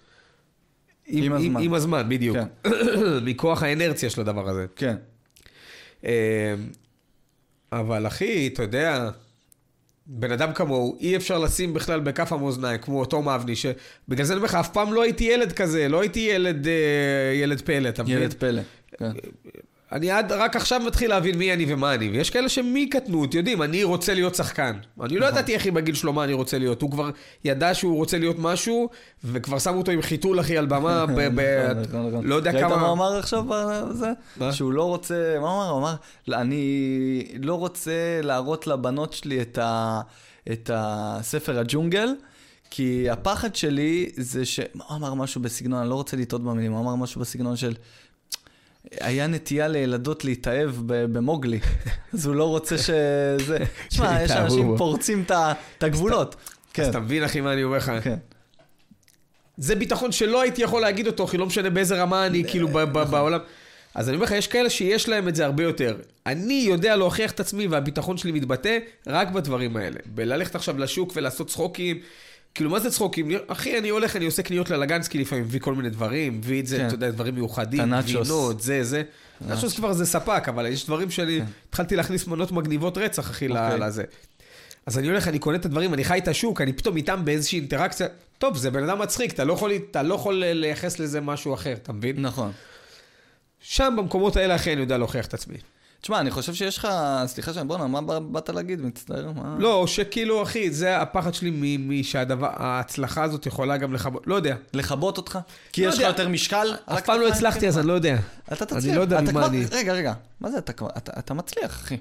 [SPEAKER 2] עם הזמן.
[SPEAKER 1] עם הזמן, בדיוק.
[SPEAKER 2] כן.
[SPEAKER 1] [coughs] מכוח האנרציה של הדבר הזה.
[SPEAKER 2] כן.
[SPEAKER 1] אמ, אבל אחי, אתה יודע, בן אדם כמוהו, אי אפשר לשים בכלל בכף המאזניים, כמו אותו מאבני, שבגלל זה אני אומר לך, אף פעם לא הייתי ילד כזה, לא הייתי ילד, אה, ילד פלט, אתה מבין?
[SPEAKER 2] ילד פלא. כן.
[SPEAKER 1] אני עד רק עכשיו מתחיל להבין מי אני ומה אני, ויש כאלה שמקטנות יודעים, אני רוצה להיות שחקן.
[SPEAKER 2] נכון.
[SPEAKER 1] אני לא ידעתי איך בגיל שלו מה אני רוצה להיות, הוא כבר ידע שהוא רוצה להיות משהו, וכבר שמו אותו עם חיתול אחי על
[SPEAKER 2] [laughs]
[SPEAKER 1] במה, ב- ב-
[SPEAKER 2] נכון, נכון, נכון.
[SPEAKER 1] לא יודע כמה...
[SPEAKER 2] ראית מה הוא אמר עכשיו בזה?
[SPEAKER 1] מה?
[SPEAKER 2] שהוא לא רוצה, מה הוא אמר? הוא אמר, "לא, אני לא רוצה להראות לבנות שלי את, ה... את הספר הג'ונגל, כי הפחד שלי זה ש... מה הוא אמר משהו בסגנון, אני לא רוצה לטעות במילים, הוא אמר משהו בסגנון של... היה נטייה לילדות להתאהב ב- במוגלי, [laughs] אז הוא לא רוצה
[SPEAKER 1] [laughs]
[SPEAKER 2] שזה... תשמע, יש
[SPEAKER 1] שיתאהבו
[SPEAKER 2] אנשים
[SPEAKER 1] בו.
[SPEAKER 2] פורצים את ה- את הגבולות.
[SPEAKER 1] אז
[SPEAKER 2] כן,
[SPEAKER 1] אתה מבין אחי מה אני אומר לך?
[SPEAKER 2] כן.
[SPEAKER 1] זה ביטחון שלא הייתי יכול להגיד אותו, כי לא משנה באיזה רמה אני
[SPEAKER 2] אה,
[SPEAKER 1] כאילו ב-
[SPEAKER 2] נכון.
[SPEAKER 1] ב- בעולם. אז אני אומר לך, יש כאלה שיש להם את זה הרבה יותר. אני יודע להוכיח את עצמי והביטחון שלי מתבטא רק בדברים האלה. בללכת עכשיו לשוק ולעשות צחוקים. כאילו, מה זה צחוקים? אחי, אני הולך, אני עושה קניות ללגנסקי לפעמים, מביא כל מיני דברים, מביא את זה,
[SPEAKER 2] כן. אה.
[SPEAKER 1] אתה יודע, דברים מיוחדים,
[SPEAKER 2] טנאצ'וס.
[SPEAKER 1] גבינות, זה, זה. נאצ'וס כבר זה ספק, אבל יש דברים שאני... התחלתי להכניס מנות מגניבות רצח, אחי, ל-
[SPEAKER 2] כן. אוקיי.
[SPEAKER 1] לזה. אז אני הולך, אני קונה את הדברים, אני חי את השוק, אני פתאום איתם באיזושהי אינטראקציה. טוב, זה בן אדם מצחיק, אתה לא יכול, אתה לא יכול אה, לייחס לזה משהו אחר, אתה מבין?
[SPEAKER 2] נכון.
[SPEAKER 1] שם, במקומות האלה, אחי, אני יודע להוכיח את עצמי.
[SPEAKER 2] תשמע, אני חושב שיש לך... סליחה שאני... בואנה, מה ב- באת להגיד? מצטער, מה...
[SPEAKER 1] לא, שכאילו, אחי, זה הפחד שלי מ- משהדבר, ההצלחה הזאת יכולה גם לכבות, לא יודע.
[SPEAKER 2] לכבות אותך? כי
[SPEAKER 1] לא
[SPEAKER 2] יש לך
[SPEAKER 1] יודע.
[SPEAKER 2] יותר משקל? רק
[SPEAKER 1] אף פעם לא
[SPEAKER 2] אתה-
[SPEAKER 1] הצלחתי, אז אני לא יודע.
[SPEAKER 2] אתה תצליח.
[SPEAKER 1] אני לא יודע ממה
[SPEAKER 2] אתה כבר-
[SPEAKER 1] אני...
[SPEAKER 2] רגע, רגע. מה זה אתה כבר? אתה אתה מצליח, אחי.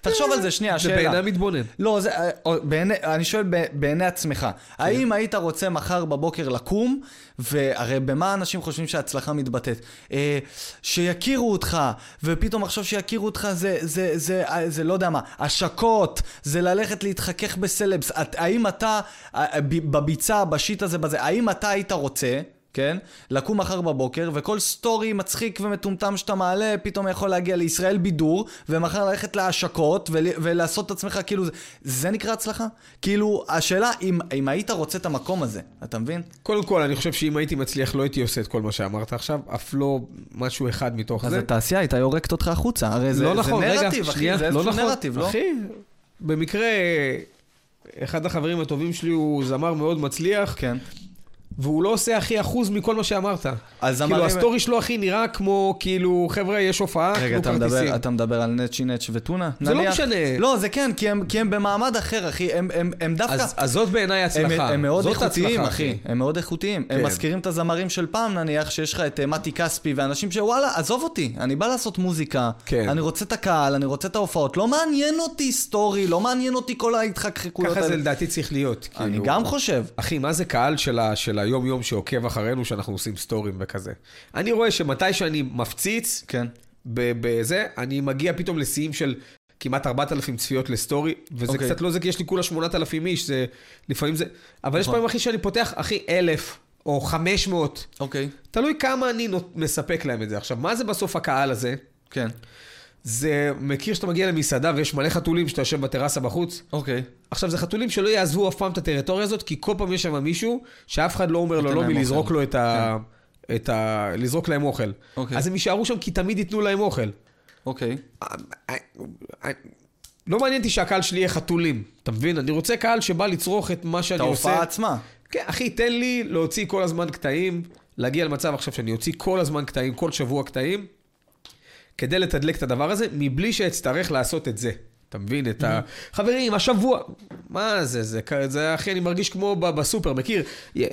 [SPEAKER 2] תחשוב על זה, שנייה,
[SPEAKER 1] אה, זה
[SPEAKER 2] שאלה.
[SPEAKER 1] בעיניי מתבונן.
[SPEAKER 2] לא, זה, אה, אה, בעיני, אני שואל ב- בעיני עצמך, האם היית רוצה מחר בבוקר לקום, והרי במה אנשים חושבים שההצלחה מתבטאת? אה, שיכירו אותך, ופתאום עכשיו שיכירו אותך זה, זה, זה, אה, זה לא יודע מה, השקות, זה ללכת להתחכך בסלבס. את, האם אתה, אה, אה, ב- בביצה, בשיט הזה, בזה, האם אתה היית רוצה? כן? לקום מחר בבוקר, וכל סטורי מצחיק ומטומטם שאתה מעלה, פתאום יכול להגיע לישראל בידור, ומחר ללכת להשקות, ול, ולעשות את עצמך כאילו... זה- זה נקרא הצלחה? כאילו, השאלה אם, אם היית רוצה את המקום הזה, אתה מבין?
[SPEAKER 1] קודם כל, אני חושב שאם הייתי מצליח, לא הייתי עושה את כל מה שאמרת עכשיו, אף לא משהו אחד מתוך
[SPEAKER 2] אז
[SPEAKER 1] זה.
[SPEAKER 2] התעשייה הייתה יורקת אותך החוצה, הרי זה,
[SPEAKER 1] לא
[SPEAKER 2] זה
[SPEAKER 1] נכון, רגע,
[SPEAKER 2] נרטיב, אחי,
[SPEAKER 1] שנייה,
[SPEAKER 2] זה
[SPEAKER 1] לא
[SPEAKER 2] איזשהו
[SPEAKER 1] נכון.
[SPEAKER 2] נרטיב, לא?
[SPEAKER 1] אחי, במקרה, אחד החברים הטובים שלי הוא זמר מאוד מצליח,
[SPEAKER 2] כן.
[SPEAKER 1] והוא לא עושה הכי אחוז מכל מה שאמרת.
[SPEAKER 2] אז
[SPEAKER 1] כאילו,
[SPEAKER 2] אמרים-
[SPEAKER 1] הסטורי שלו הכי נראה כמו, כאילו, חבר'ה, יש הופעה,
[SPEAKER 2] רגע,
[SPEAKER 1] כאילו
[SPEAKER 2] אתה מדבר, אתה מדבר על נצ'י נצ' וטונה?
[SPEAKER 1] זה לא
[SPEAKER 2] נניח-
[SPEAKER 1] משנה.
[SPEAKER 2] לא, זה כן, כי הם, כי הם במעמד אחר, אחי. הם, הם, הם דווקא...
[SPEAKER 1] אז, אז זאת בעיניי
[SPEAKER 2] הם,
[SPEAKER 1] הצלחה.
[SPEAKER 2] הם מאוד
[SPEAKER 1] זאת
[SPEAKER 2] איכותיים,
[SPEAKER 1] הצלחה,
[SPEAKER 2] אחי. הם מאוד איכותיים. הם
[SPEAKER 1] כן.
[SPEAKER 2] מזכירים את הזמרים של פעם, נניח, שיש לך את אה, מתי כספי ואנשים שוואלה, עזוב אותי, אני בא לעשות מוזיקה.
[SPEAKER 1] כן.
[SPEAKER 2] אני רוצה את הקהל, אני רוצה את ההופעות. לא מעניין אותי סטורי, לא מעניין אותי כל ההתחככויות
[SPEAKER 1] ככה זה לדעתי צריך להיות.
[SPEAKER 2] אני
[SPEAKER 1] כאילו.
[SPEAKER 2] גם חושב.
[SPEAKER 1] אחי, מה זה קהל של, ה, של היום-יום שעוקב אחרינו שאנחנו עושים סטורים וכזה? אני רואה שמתי שאני מפציץ
[SPEAKER 2] כן.
[SPEAKER 1] ב- בזה, אני מגיע פתאום לשיאים של כמעט 4,000 צפיות לסטורי, וזה
[SPEAKER 2] אוקיי.
[SPEAKER 1] קצת לא זה כי יש לי כולה 8,000 איש, זה לפעמים זה... אבל
[SPEAKER 2] נכון.
[SPEAKER 1] יש פעמים, אחי, שאני פותח, אחי, 1,000 או 500,
[SPEAKER 2] אוקיי.
[SPEAKER 1] תלוי כמה אני נות- מספק להם את זה. עכשיו, מה זה בסוף הקהל הזה?
[SPEAKER 2] כן.
[SPEAKER 1] זה מכיר שאתה מגיע למסעדה ויש מלא חתולים שאתה יושב בטרסה בחוץ?
[SPEAKER 2] אוקיי.
[SPEAKER 1] עכשיו, זה חתולים שלא יעזבו אף פעם את הטריטוריה הזאת, כי כל פעם יש שם מישהו שאף אחד לא אומר לו
[SPEAKER 2] נותן
[SPEAKER 1] לא
[SPEAKER 2] להם
[SPEAKER 1] מלזרוק
[SPEAKER 2] אוכל. כן.
[SPEAKER 1] לו את ה... את ה... לזרוק להם אוכל.
[SPEAKER 2] אוקיי.
[SPEAKER 1] אז הם יישארו שם כי תמיד ייתנו להם אוכל.
[SPEAKER 2] אוקיי.
[SPEAKER 1] אה, לא מעניין אותי שהקהל שלי יהיה חתולים, אתה מבין? אני רוצה קהל שבא לצרוך את מה
[SPEAKER 2] את
[SPEAKER 1] שאני עושה.
[SPEAKER 2] ההופעה עצמה.
[SPEAKER 1] כן, אחי, תן לי להוציא כל הזמן קטעים, להגיע למצב עכשיו שאני אוציא כל הזמן קטעים, כל שבוע קטעים, כדי לתדלק את הדבר הזה, מבלי שאצטרך לעשות את זה. אתה מבין? את ה... חברים, השבוע. מה זה? זה, כ- זה אחי, אני מרגיש כמו ב- בסופר, מכיר? י-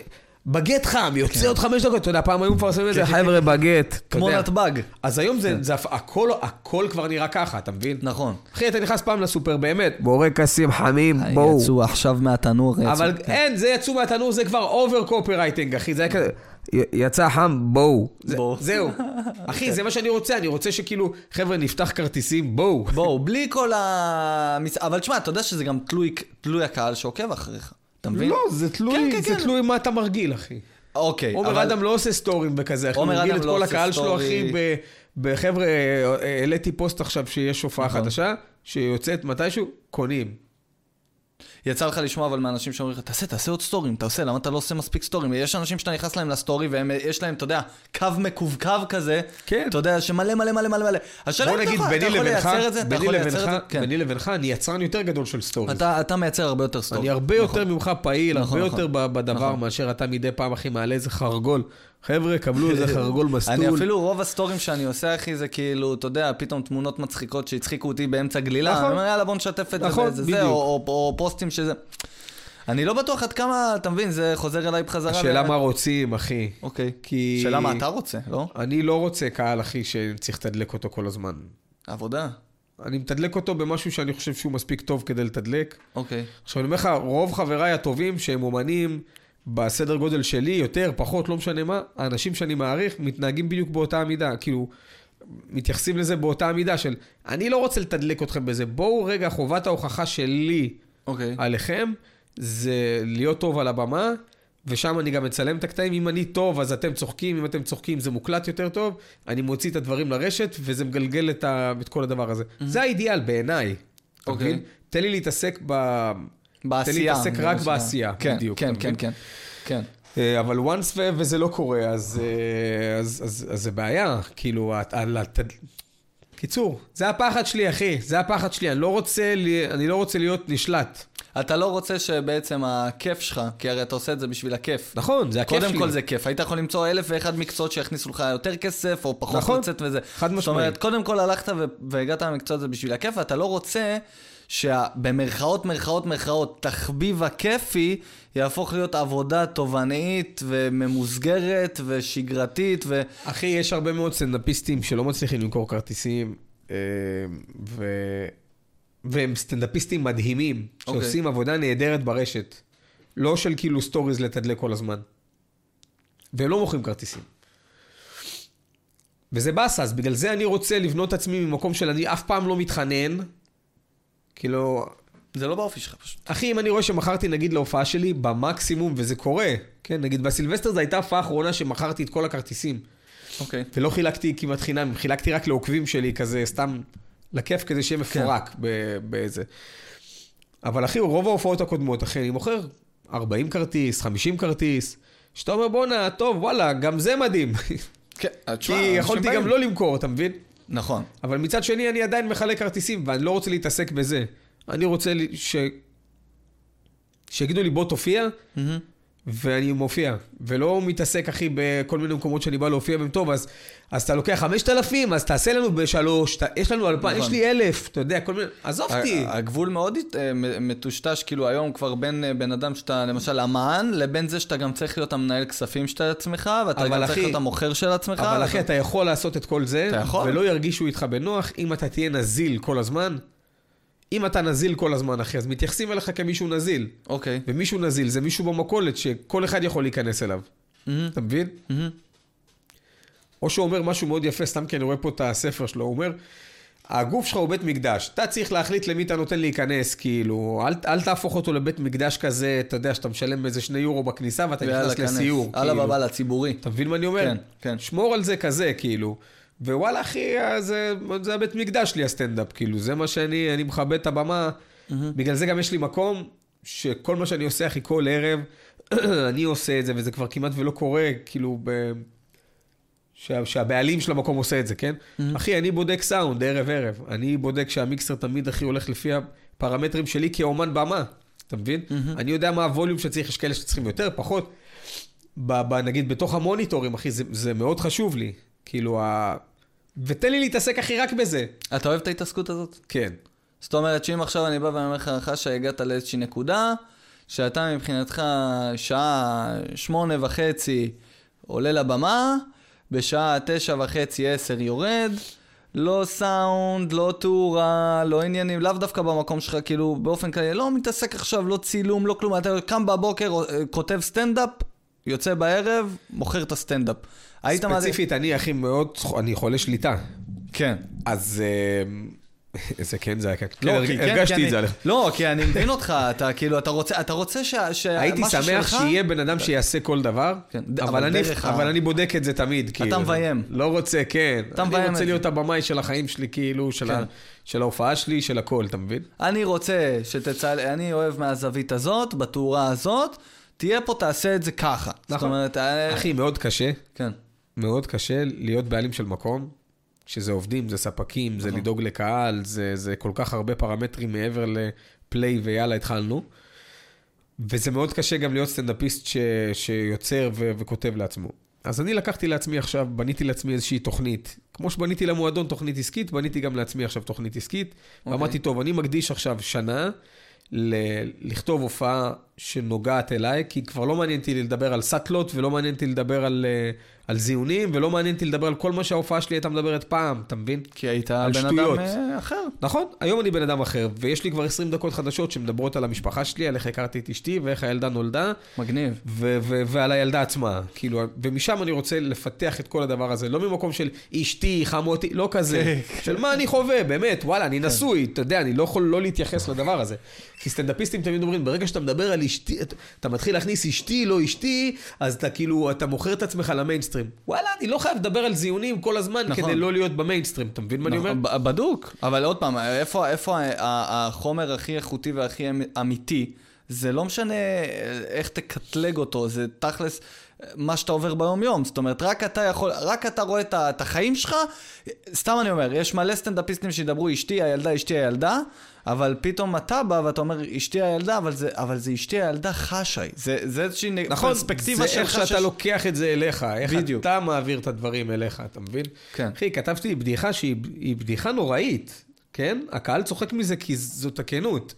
[SPEAKER 1] בגט חם, יוצא עוד חמש דקות. אתה יודע, פעם היו מפרסמים את זה, חבר'ה, בגט. אתה
[SPEAKER 2] כן. כמו
[SPEAKER 1] יודע.
[SPEAKER 2] נתב"ג.
[SPEAKER 1] אז היום זה, זה הפ- הכל, הכל כבר נראה ככה, אתה מבין?
[SPEAKER 2] נכון.
[SPEAKER 1] אחי, אתה נכנס פעם לסופר, באמת. בורקסים חמים, בואו.
[SPEAKER 2] אה, יצאו עכשיו מהתנור. יצאו-
[SPEAKER 1] אבל
[SPEAKER 2] כן.
[SPEAKER 1] אין, זה יצאו מהתנור, זה כבר אובר קופרייטינג, אחי, זה היה כזה... "י- יצא חם, בואו. כן. זה-
[SPEAKER 2] בואו.
[SPEAKER 1] [laughs] זהו. אחי, זה מה שאני רוצה, אני רוצה שכאילו, חבר'ה, נפתח כרטיסים, בואו.
[SPEAKER 2] כן. בואו, בלי כל ה... אבל תשמע, אתה יודע שזה גם תלוי, תלוי הקהל שעוקב אחריך. אתה מבין?
[SPEAKER 1] לא, זה
[SPEAKER 2] כן, כן,
[SPEAKER 1] תלוי, זה
[SPEAKER 2] כן.
[SPEAKER 1] תלוי מה אתה מרגיל, אחי.
[SPEAKER 2] אוקיי,
[SPEAKER 1] עומר אדם לא עושה סטורים וכזה, אחי, הוא
[SPEAKER 2] עומר
[SPEAKER 1] מרגיל
[SPEAKER 2] אדם
[SPEAKER 1] את
[SPEAKER 2] לא
[SPEAKER 1] כל
[SPEAKER 2] עושה
[SPEAKER 1] הקהל שלו,
[SPEAKER 2] סטורי.
[SPEAKER 1] אחי, ב- בחבר'ה, אה, העליתי פוסט עכשיו שיש הופעה
[SPEAKER 2] נכון.
[SPEAKER 1] חדשה, שיוצאת מתישהו, קונים.
[SPEAKER 2] יצא לך לשמוע אבל מאנשים שאומרים לך, תעשה, תעשה עוד סטורים, אתה עושה, למה אתה לא עושה מספיק סטורים? יש אנשים שאתה נכנס להם לסטורי והם, יש להם, אתה יודע, קו מקווקו כזה,
[SPEAKER 1] כן.
[SPEAKER 2] אתה יודע, שמלא מלא מלא מלא מלא. השאלה
[SPEAKER 1] בוא
[SPEAKER 2] אם אתה
[SPEAKER 1] נגיד,
[SPEAKER 2] יכול- אתה
[SPEAKER 1] ביני
[SPEAKER 2] יכול
[SPEAKER 1] לבינך,
[SPEAKER 2] לייצר את זה, אתה
[SPEAKER 1] ביני
[SPEAKER 2] יכול לייצר
[SPEAKER 1] לבינך,
[SPEAKER 2] את זה, כן.
[SPEAKER 1] ביני לבינך, אני יצרן יותר גדול של סטורים.
[SPEAKER 2] אתה- אתה מייצר הרבה יותר סטורי.
[SPEAKER 1] אני הרבה יותר ממך פעיל,
[SPEAKER 2] נכון,
[SPEAKER 1] הרבה
[SPEAKER 2] נכון.
[SPEAKER 1] יותר ב- בדבר מאשר אתה מדי פעם, אחי, מעלה איזה חרגול. חבר'ה, קבלו איזה חרגול
[SPEAKER 2] [laughs] אני
[SPEAKER 1] מסטול.
[SPEAKER 2] אפילו, לא רוב הסטורים שאני עושה, אחי, זה כאילו, אתה יודע, פתאום תמונות מצחיקות שהצחיקו אותי באמצע גלילה,
[SPEAKER 1] נכון.
[SPEAKER 2] אני אומר, יאללה, בוא נשתף את זה
[SPEAKER 1] נכון,
[SPEAKER 2] באיזה זה,
[SPEAKER 1] בדיוק.
[SPEAKER 2] או- או או פוסטים שזה... אני לא בטוח עד כמה, אתה מבין, זה חוזר אליי בחזרה.
[SPEAKER 1] השאלה
[SPEAKER 2] ו-
[SPEAKER 1] מה רוצים, אחי.
[SPEAKER 2] אוקיי.
[SPEAKER 1] כי-
[SPEAKER 2] שאלה מה אתה רוצה, לא?
[SPEAKER 1] אני לא רוצה קהל, אחי, שצריך לתדלק אותו כל הזמן.
[SPEAKER 2] עבודה.
[SPEAKER 1] אני מתדלק אותו במשהו שאני חושב שהוא מספיק טוב כדי לתדלק.
[SPEAKER 2] אוקיי.
[SPEAKER 1] עכשיו, אני אומר לך, רוב חבריי הטובים שהם אומנים בסדר גודל שלי, יותר, פחות, לא משנה מה, האנשים שאני מעריך מתנהגים בדיוק באותה המידה, כאילו, מתייחסים לזה באותה המידה של, אני לא רוצה לתדלק אתכם בזה, בואו רגע, חובת ההוכחה שלי
[SPEAKER 2] אוקיי.
[SPEAKER 1] עליכם, זה להיות טוב על הבמה, ושם אני גם מצלם את הקטעים. אם אני טוב, אז אתם צוחקים, אם אתם צוחקים זה מוקלט יותר טוב, אני מוציא את הדברים לרשת, וזה מגלגל את, ה... את כל הדבר הזה. Mm-hmm. זה האידיאל בעיניי. אתה
[SPEAKER 2] אוקיי.
[SPEAKER 1] מבין? תן לי להתעסק ב...
[SPEAKER 2] בעשייה.
[SPEAKER 1] תן לי להתעסק רק בעשייה,
[SPEAKER 2] כן,
[SPEAKER 1] בדיוק,
[SPEAKER 2] כן,
[SPEAKER 1] אתה
[SPEAKER 2] כן,
[SPEAKER 1] מבין?
[SPEAKER 2] כן. כן.
[SPEAKER 1] אה, אבל once ו- וזה לא קורה, אז, אה, אז, אז, אז זה בעיה. כאילו, ה- ה- ה- ת- קיצור, זה הפחד שלי, אחי, זה הפחד שלי. אני לא רוצה, לי- אני לא רוצה להיות נשלט.
[SPEAKER 2] אתה לא רוצה שבעצם הכיף שלך, כי הרי אתה עושה את זה בשביל הכיף.
[SPEAKER 1] נכון, זה הכיף שלי.
[SPEAKER 2] קודם כל זה כיף, היית יכול למצוא אלף ואחד מקצועות שיכניסו לך יותר כסף, או פחות
[SPEAKER 1] נכון.
[SPEAKER 2] לצאת וזה.
[SPEAKER 1] חד
[SPEAKER 2] זאת אומרת,
[SPEAKER 1] משמעית.
[SPEAKER 2] קודם כל הלכת ו- והגעת למקצוע הזה בשביל הכיף, ואתה לא רוצה שבמרכאות, מרכאות, מרכאות, תחביב הכיפי יהפוך להיות עבודה תובענית וממוסגרת ושגרתית, ו...
[SPEAKER 1] אחי, יש הרבה מאוד סטנדאפיסטים שלא מצליחים למכור כרטיסים, אה, ו... והם סטנדאפיסטים מדהימים,
[SPEAKER 2] אוקיי.
[SPEAKER 1] שעושים עבודה נהדרת ברשת. לא של כאילו סטוריז לתדלק כל הזמן. והם לא מוכרים כרטיסים. וזה באסה, אז בגלל זה אני רוצה לבנות את עצמי ממקום של אני אף פעם לא מתחנן. כאילו,
[SPEAKER 2] זה לא באופי שלך פשוט.
[SPEAKER 1] אחי, אם אני רואה שמכרתי נגיד להופעה שלי במקסימום, וזה קורה, כן, נגיד בסילבסטר זו הייתה ההופעה האחרונה שמכרתי את כל הכרטיסים.
[SPEAKER 2] אוקיי.
[SPEAKER 1] ולא חילקתי כמעט חינם, חילקתי רק לעוקבים שלי, כזה סתם לכיף, כדי שיהיה
[SPEAKER 2] כן.
[SPEAKER 1] מפורק ב- באיזה. אבל אחי, רוב ההופעות הקודמות, אחי, אני מוכר 40 כרטיס, 50 כרטיס, שאתה אומר, בואנה, טוב, וואלה, גם זה
[SPEAKER 2] [laughs]
[SPEAKER 1] מדהים.
[SPEAKER 2] כן,
[SPEAKER 1] כי
[SPEAKER 2] תשמע, אנשים
[SPEAKER 1] יכולתי
[SPEAKER 2] באים.
[SPEAKER 1] גם לא למכור, אתה מבין?
[SPEAKER 2] נכון.
[SPEAKER 1] אבל מצד שני, אני עדיין מחלק כרטיסים, ואני לא רוצה להתעסק בזה. אני רוצה ל- ש... שיגידו לי, בוא תופיע, ואני מופיע, ולא מתעסק, אחי, בכל מיני מקומות שאני בא להופיע בהם טוב, אז, אז אתה לוקח 5,000, אז תעשה לנו בשלוש, ת, יש לנו 2,000, יש
[SPEAKER 2] נכון.
[SPEAKER 1] לי 1,000, אתה יודע, כל מיני... עזוב אותי.
[SPEAKER 2] ה- הגבול מאוד הת- אה, מ- מטושטש, כאילו היום כבר בין אה, בן אדם שאתה למשל אמן, לבין זה שאתה גם צריך להיות המנהל כספים של עצמך, ואתה
[SPEAKER 1] אבל
[SPEAKER 2] גם צריך
[SPEAKER 1] אחי-
[SPEAKER 2] להיות המוכר של עצמך.
[SPEAKER 1] אבל אחי,
[SPEAKER 2] ואתה-
[SPEAKER 1] אתה יכול לעשות את כל זה,
[SPEAKER 2] אה, אתה יכול.
[SPEAKER 1] ולא ירגישו איתך בנוח אם אתה תהיה נזיל כל הזמן. אם אתה נזיל כל הזמן, אחי, אז מתייחסים אליך כמישהו נזיל.
[SPEAKER 2] אוקיי.
[SPEAKER 1] ומישהו נזיל זה מישהו במכולת שכל אחד יכול להיכנס אליו. אתה מבין? או שהוא אומר משהו מאוד יפה, סתם כי אני רואה פה את הספר שלו, הוא אומר, הגוף שלך הוא בית מקדש, אתה צריך להחליט למי אתה נותן להיכנס, כאילו, אל, אל תהפוך אותו לבית מקדש כזה, אתה יודע, שאתה משלם איזה שני יורו בכניסה ואתה
[SPEAKER 2] ויאללה,
[SPEAKER 1] נכנס
[SPEAKER 2] כנס.
[SPEAKER 1] לסיור.
[SPEAKER 2] הלאה
[SPEAKER 1] כאילו.
[SPEAKER 2] בבאללה, ציבורי.
[SPEAKER 1] אתה מבין מה אני אומר?
[SPEAKER 2] כן, כן.
[SPEAKER 1] שמור על זה כזה, כאילו. ווואלה, אחי, אה, זה, זה הבית מקדש לי, הסטנדאפ, כאילו, זה מה שאני, אני מכבד את הבמה. בגלל זה גם יש לי מקום, שכל מה שאני עושה, אחי, כל ערב, [clears throat] אני עושה את זה, וזה כבר כמעט ולא קורה, כאילו, ב... שה, שהבעלים של המקום עושה את זה, כן? אחי, אני בודק סאונד ערב-ערב. אני בודק שהמיקסר תמיד, אחי, הולך לפי הפרמטרים שלי כאומן במה. אתה מבין? אני יודע מה הווליום שצריך, יש כאלה שצריכים יותר, פחות. ב, ב, נגיד בתוך המוניטורים, אחי, זה, זה מאוד חשוב לי. כאילו, ה... ותן לי להתעסק, אחי, רק בזה.
[SPEAKER 2] אתה אוהב את ההתעסקות הזאת?
[SPEAKER 1] כן.
[SPEAKER 2] זאת אומרת שאם עכשיו אני בא ואני אומר לך הנחה שהגעת לאיזושהי נקודה, שאתה מבחינתך שעה שמונה וחצי עולה לבמה, בשעה תשע וחצי עשר יורד, לא סאונד, לא תאורה, לא עניינים, לאו דווקא במקום שלך, כאילו באופן כללי, לא מתעסק עכשיו, לא צילום, לא כלום, אתה קם בבוקר, אה, כותב סטנדאפ, יוצא בערב, מוכר את הסטנדאפ. היית מעדיף-
[SPEAKER 1] ספציפית, אני, אחי, מאוד, אני חולה שליטה.
[SPEAKER 2] כן.
[SPEAKER 1] אז... אה, [laughs] זה כן, זה היה כן.
[SPEAKER 2] לא,
[SPEAKER 1] כן,
[SPEAKER 2] כי- כן,
[SPEAKER 1] הרגשתי
[SPEAKER 2] כי
[SPEAKER 1] את זה
[SPEAKER 2] אני-
[SPEAKER 1] עליך.
[SPEAKER 2] לא, כי אני מבין אותך, אתה כאילו, אתה רוצה, אתה רוצה ש... ש-
[SPEAKER 1] הייתי
[SPEAKER 2] משהו
[SPEAKER 1] שמח
[SPEAKER 2] שלך-
[SPEAKER 1] שיהיה בן אדם שיעשה כל דבר,
[SPEAKER 2] כן, ד- אבל
[SPEAKER 1] אבל אני-
[SPEAKER 2] דרך ה-
[SPEAKER 1] אבל אני בודק את זה תמיד, כאילו.
[SPEAKER 2] מביים.
[SPEAKER 1] לא רוצה, כן.
[SPEAKER 2] אתה מביים
[SPEAKER 1] אני
[SPEAKER 2] את
[SPEAKER 1] רוצה
[SPEAKER 2] זה.
[SPEAKER 1] להיות הבמאי של החיים שלי, כאילו, של ה-
[SPEAKER 2] כן.
[SPEAKER 1] של ההופעה שלי, של הכל, אתה מבין?
[SPEAKER 2] אני רוצה שתצל... אני אוהב מהזווית הזאת, בתאורה הזאת, תהיה פה, תעשה את זה ככה. זאת
[SPEAKER 1] נכון.
[SPEAKER 2] אומרת, אה,
[SPEAKER 1] אחי, מאוד קשה,
[SPEAKER 2] כן.
[SPEAKER 1] מאוד קשה להיות בעלים של מקום, שזה עובדים, זה ספקים, זה לדאוג לקהל, זה זה כל כך הרבה פרמטרים מעבר לפליי ויאללה, התחלנו. וזה מאוד קשה גם להיות סטנדאפיסט ש... שיוצר ו... וכותב לעצמו. אז אני לקחתי לעצמי עכשיו, בניתי לעצמי איזושהי תוכנית. כמו שבניתי למועדון תוכנית עסקית, בניתי גם לעצמי עכשיו תוכנית עסקית. Okay. ואמרתי, טוב, אני מקדיש עכשיו שנה ל... לכתוב הופעה שנוגעת אליי, כי כבר לא מעניין אותי לדבר על סאטלות, ולא מעניין אותי לדבר על, אה, על זיונים, ולא מעניין אותי לדבר על כל מה שההופעה שלי הייתה מדברת פעם, אתה מבין?
[SPEAKER 2] כי היית
[SPEAKER 1] על
[SPEAKER 2] בן
[SPEAKER 1] שטויות.
[SPEAKER 2] אדם אה, אחר.
[SPEAKER 1] נכון, היום אני בן אדם אחר, ויש לי כבר 20 דקות חדשות שמדברות על המשפחה שלי, על איך הכרתי את אשתי ואיך הילדה נולדה,
[SPEAKER 2] מגניב.
[SPEAKER 1] ו- ו- ועל הילדה עצמה. כאילו, ומשם אני רוצה לפתח את כל הדבר הזה, לא ממקום של אשתי, חמותי, לא כזה.
[SPEAKER 2] כן.
[SPEAKER 1] של מה אני חווה, באמת, וואלה, אני נשוי, אתה יודע, אני לא יכול לא להתייחס לדבר הזה. כי סטנדאפיסטים תמיד אומרים, ברגע שאתה מדבר על אשתי, אתה- אתה מתחיל להכניס אשתי, לא אשתי, אז אתה כאילו, אתה מוכר את עצמך למיינסטרים. וואלה, אני לא חייב לדבר על זיונים כל הזמן
[SPEAKER 2] נכון.
[SPEAKER 1] כדי לא להיות במיינסטרים, אתה מבין מה אני אומר?
[SPEAKER 2] נכון, ב- בדוק. אבל עוד פעם, איפה, איפה ה- ה- החומר הכי איכותי והכי אמ- אמיתי? זה לא משנה איך תקטלג אותו, זה תכלס אה, מה שאתה עובר ביום-יום. זאת אומרת, רק אתה יכול, רק אתה רואה את, ה- את החיים שלך. אה, סתם אני אומר, יש מלא סטנדאפיסטים שידברו אשתי, הילדה, אשתי, הילדה, אבל פתאום אתה בא ואתה אומר אשתי, הילדה, אבל זה, אבל זה אשתי, הילדה חשאי. זה, זה איזושהי נ-
[SPEAKER 1] נכון,
[SPEAKER 2] פרספקטיבה
[SPEAKER 1] זה איך
[SPEAKER 2] שלך
[SPEAKER 1] שאתה
[SPEAKER 2] שיש-
[SPEAKER 1] לוקח את זה אליך, איך
[SPEAKER 2] בדיוק.
[SPEAKER 1] אתה מעביר את הדברים אליך, אתה מבין?
[SPEAKER 2] כן.
[SPEAKER 1] אחי, כתבתי בדיחה שהיא היא בדיחה נוראית, כן? הקהל צוחק מזה כי זאת הכנות.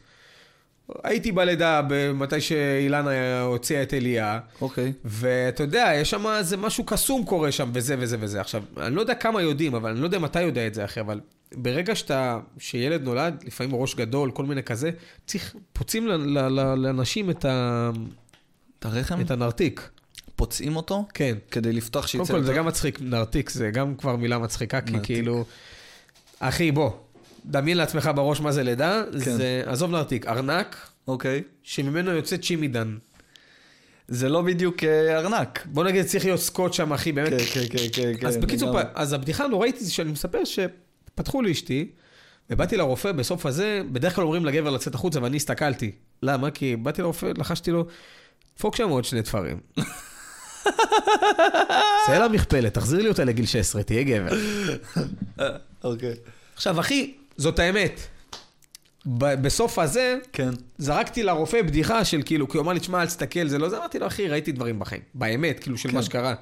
[SPEAKER 1] הייתי בלידה מתי שאילנה הוציאה את אליה,
[SPEAKER 2] אוקיי.
[SPEAKER 1] ואתה יודע, יש שם איזה משהו קסום קורה שם, וזה וזה וזה. עכשיו, אני לא יודע כמה יודעים, אבל אני לא יודע אם אתה יודע את זה, אחי, אבל ברגע שאתה, שילד נולד, לפעמים ראש גדול, כל מיני כזה, צריך, פוצעים ל- ל- ל- לאנשים את, ה,
[SPEAKER 2] את הרחם,
[SPEAKER 1] את הנרתיק.
[SPEAKER 2] פוצעים אותו
[SPEAKER 1] כן.
[SPEAKER 2] כדי לפתוח שיצא
[SPEAKER 1] קודם כל, זה
[SPEAKER 2] יותר.
[SPEAKER 1] גם מצחיק, נרתיק, זה גם כבר מילה מצחיקה, כי
[SPEAKER 2] נרתיק.
[SPEAKER 1] כאילו... אחי, בוא, דמיין לעצמך בראש מה זה לידה,
[SPEAKER 2] כן.
[SPEAKER 1] זה, עזוב נרתיק, ארנק,
[SPEAKER 2] אוקיי.
[SPEAKER 1] שממנו יוצא צ'ימידן.
[SPEAKER 2] זה לא בדיוק אה, ארנק.
[SPEAKER 1] בוא נגיד, צריך להיות סקוט שם, אחי, באמת.
[SPEAKER 2] כן, כן, כן,
[SPEAKER 1] אז בקיצור,
[SPEAKER 2] לגמרי.
[SPEAKER 1] פ- אז הבדיחה הנוראית היא שאני מספר שפתחו לי אשתי, ובאתי לרופא בסוף הזה, בדרך כלל אומרים לגבר לצאת החוצה, ואני הסתכלתי. למה? כי באתי לרופא, לחשתי לו, דפוק שם עוד שני [laughs] תפרים. צא למכפלת, תחזיר לי אותה לגיל 16, תהיה גבר.
[SPEAKER 2] אוקיי.
[SPEAKER 1] עכשיו, אחי, זאת האמת. ב- בסוף הזה,
[SPEAKER 2] כן.
[SPEAKER 1] זרקתי לרופא בדיחה של כאילו, כי הוא אמר לי, תשמע, אל תסתכל, זה לא זה. אמרתי לו, אחי, ראיתי דברים בחיים. באמת, כאילו,
[SPEAKER 2] כן.
[SPEAKER 1] של מה שקרה. הוא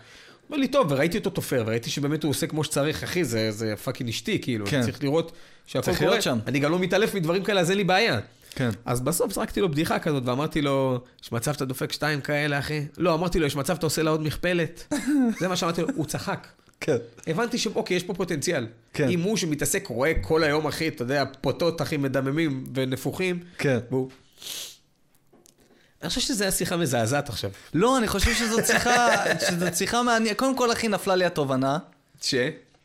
[SPEAKER 1] אומר לי, טוב, וראיתי אותו תופר, וראיתי שבאמת הוא עושה כמו שצריך, אחי, זה, זה פאקינג אשתי, כאילו,
[SPEAKER 2] כן.
[SPEAKER 1] אני צריך לראות שהכל קורה.
[SPEAKER 2] צריך להיות שם.
[SPEAKER 1] אני גם לא מתעלף מדברים כאלה, אז אין לי בעיה.
[SPEAKER 2] כן.
[SPEAKER 1] אז בסוף זרקתי לו בדיחה כזאת, ואמרתי לו, יש מצב שאתה דופק שתיים כאלה, אחי? לא, אמרתי לו, יש מצב שאתה עושה לה עוד מכפלת. [laughs] זה מה שאמרתי לו, הוא צחק.
[SPEAKER 2] כן.
[SPEAKER 1] הבנתי שאוקיי, יש פה פוטנציאל.
[SPEAKER 2] כן.
[SPEAKER 1] אם הוא שמתעסק, רואה כל היום, אחי, אתה יודע, פוטות, אחי, מדממים ונפוחים.
[SPEAKER 2] כן.
[SPEAKER 1] והוא... אני חושב שזו הייתה שיחה מזעזעת עכשיו.
[SPEAKER 2] לא, אני חושב שזאת
[SPEAKER 1] [laughs]
[SPEAKER 2] שיחה, שזאת שיחה מעניינת. קודם כל, אחי, נפלה לי התובנה.
[SPEAKER 1] ש?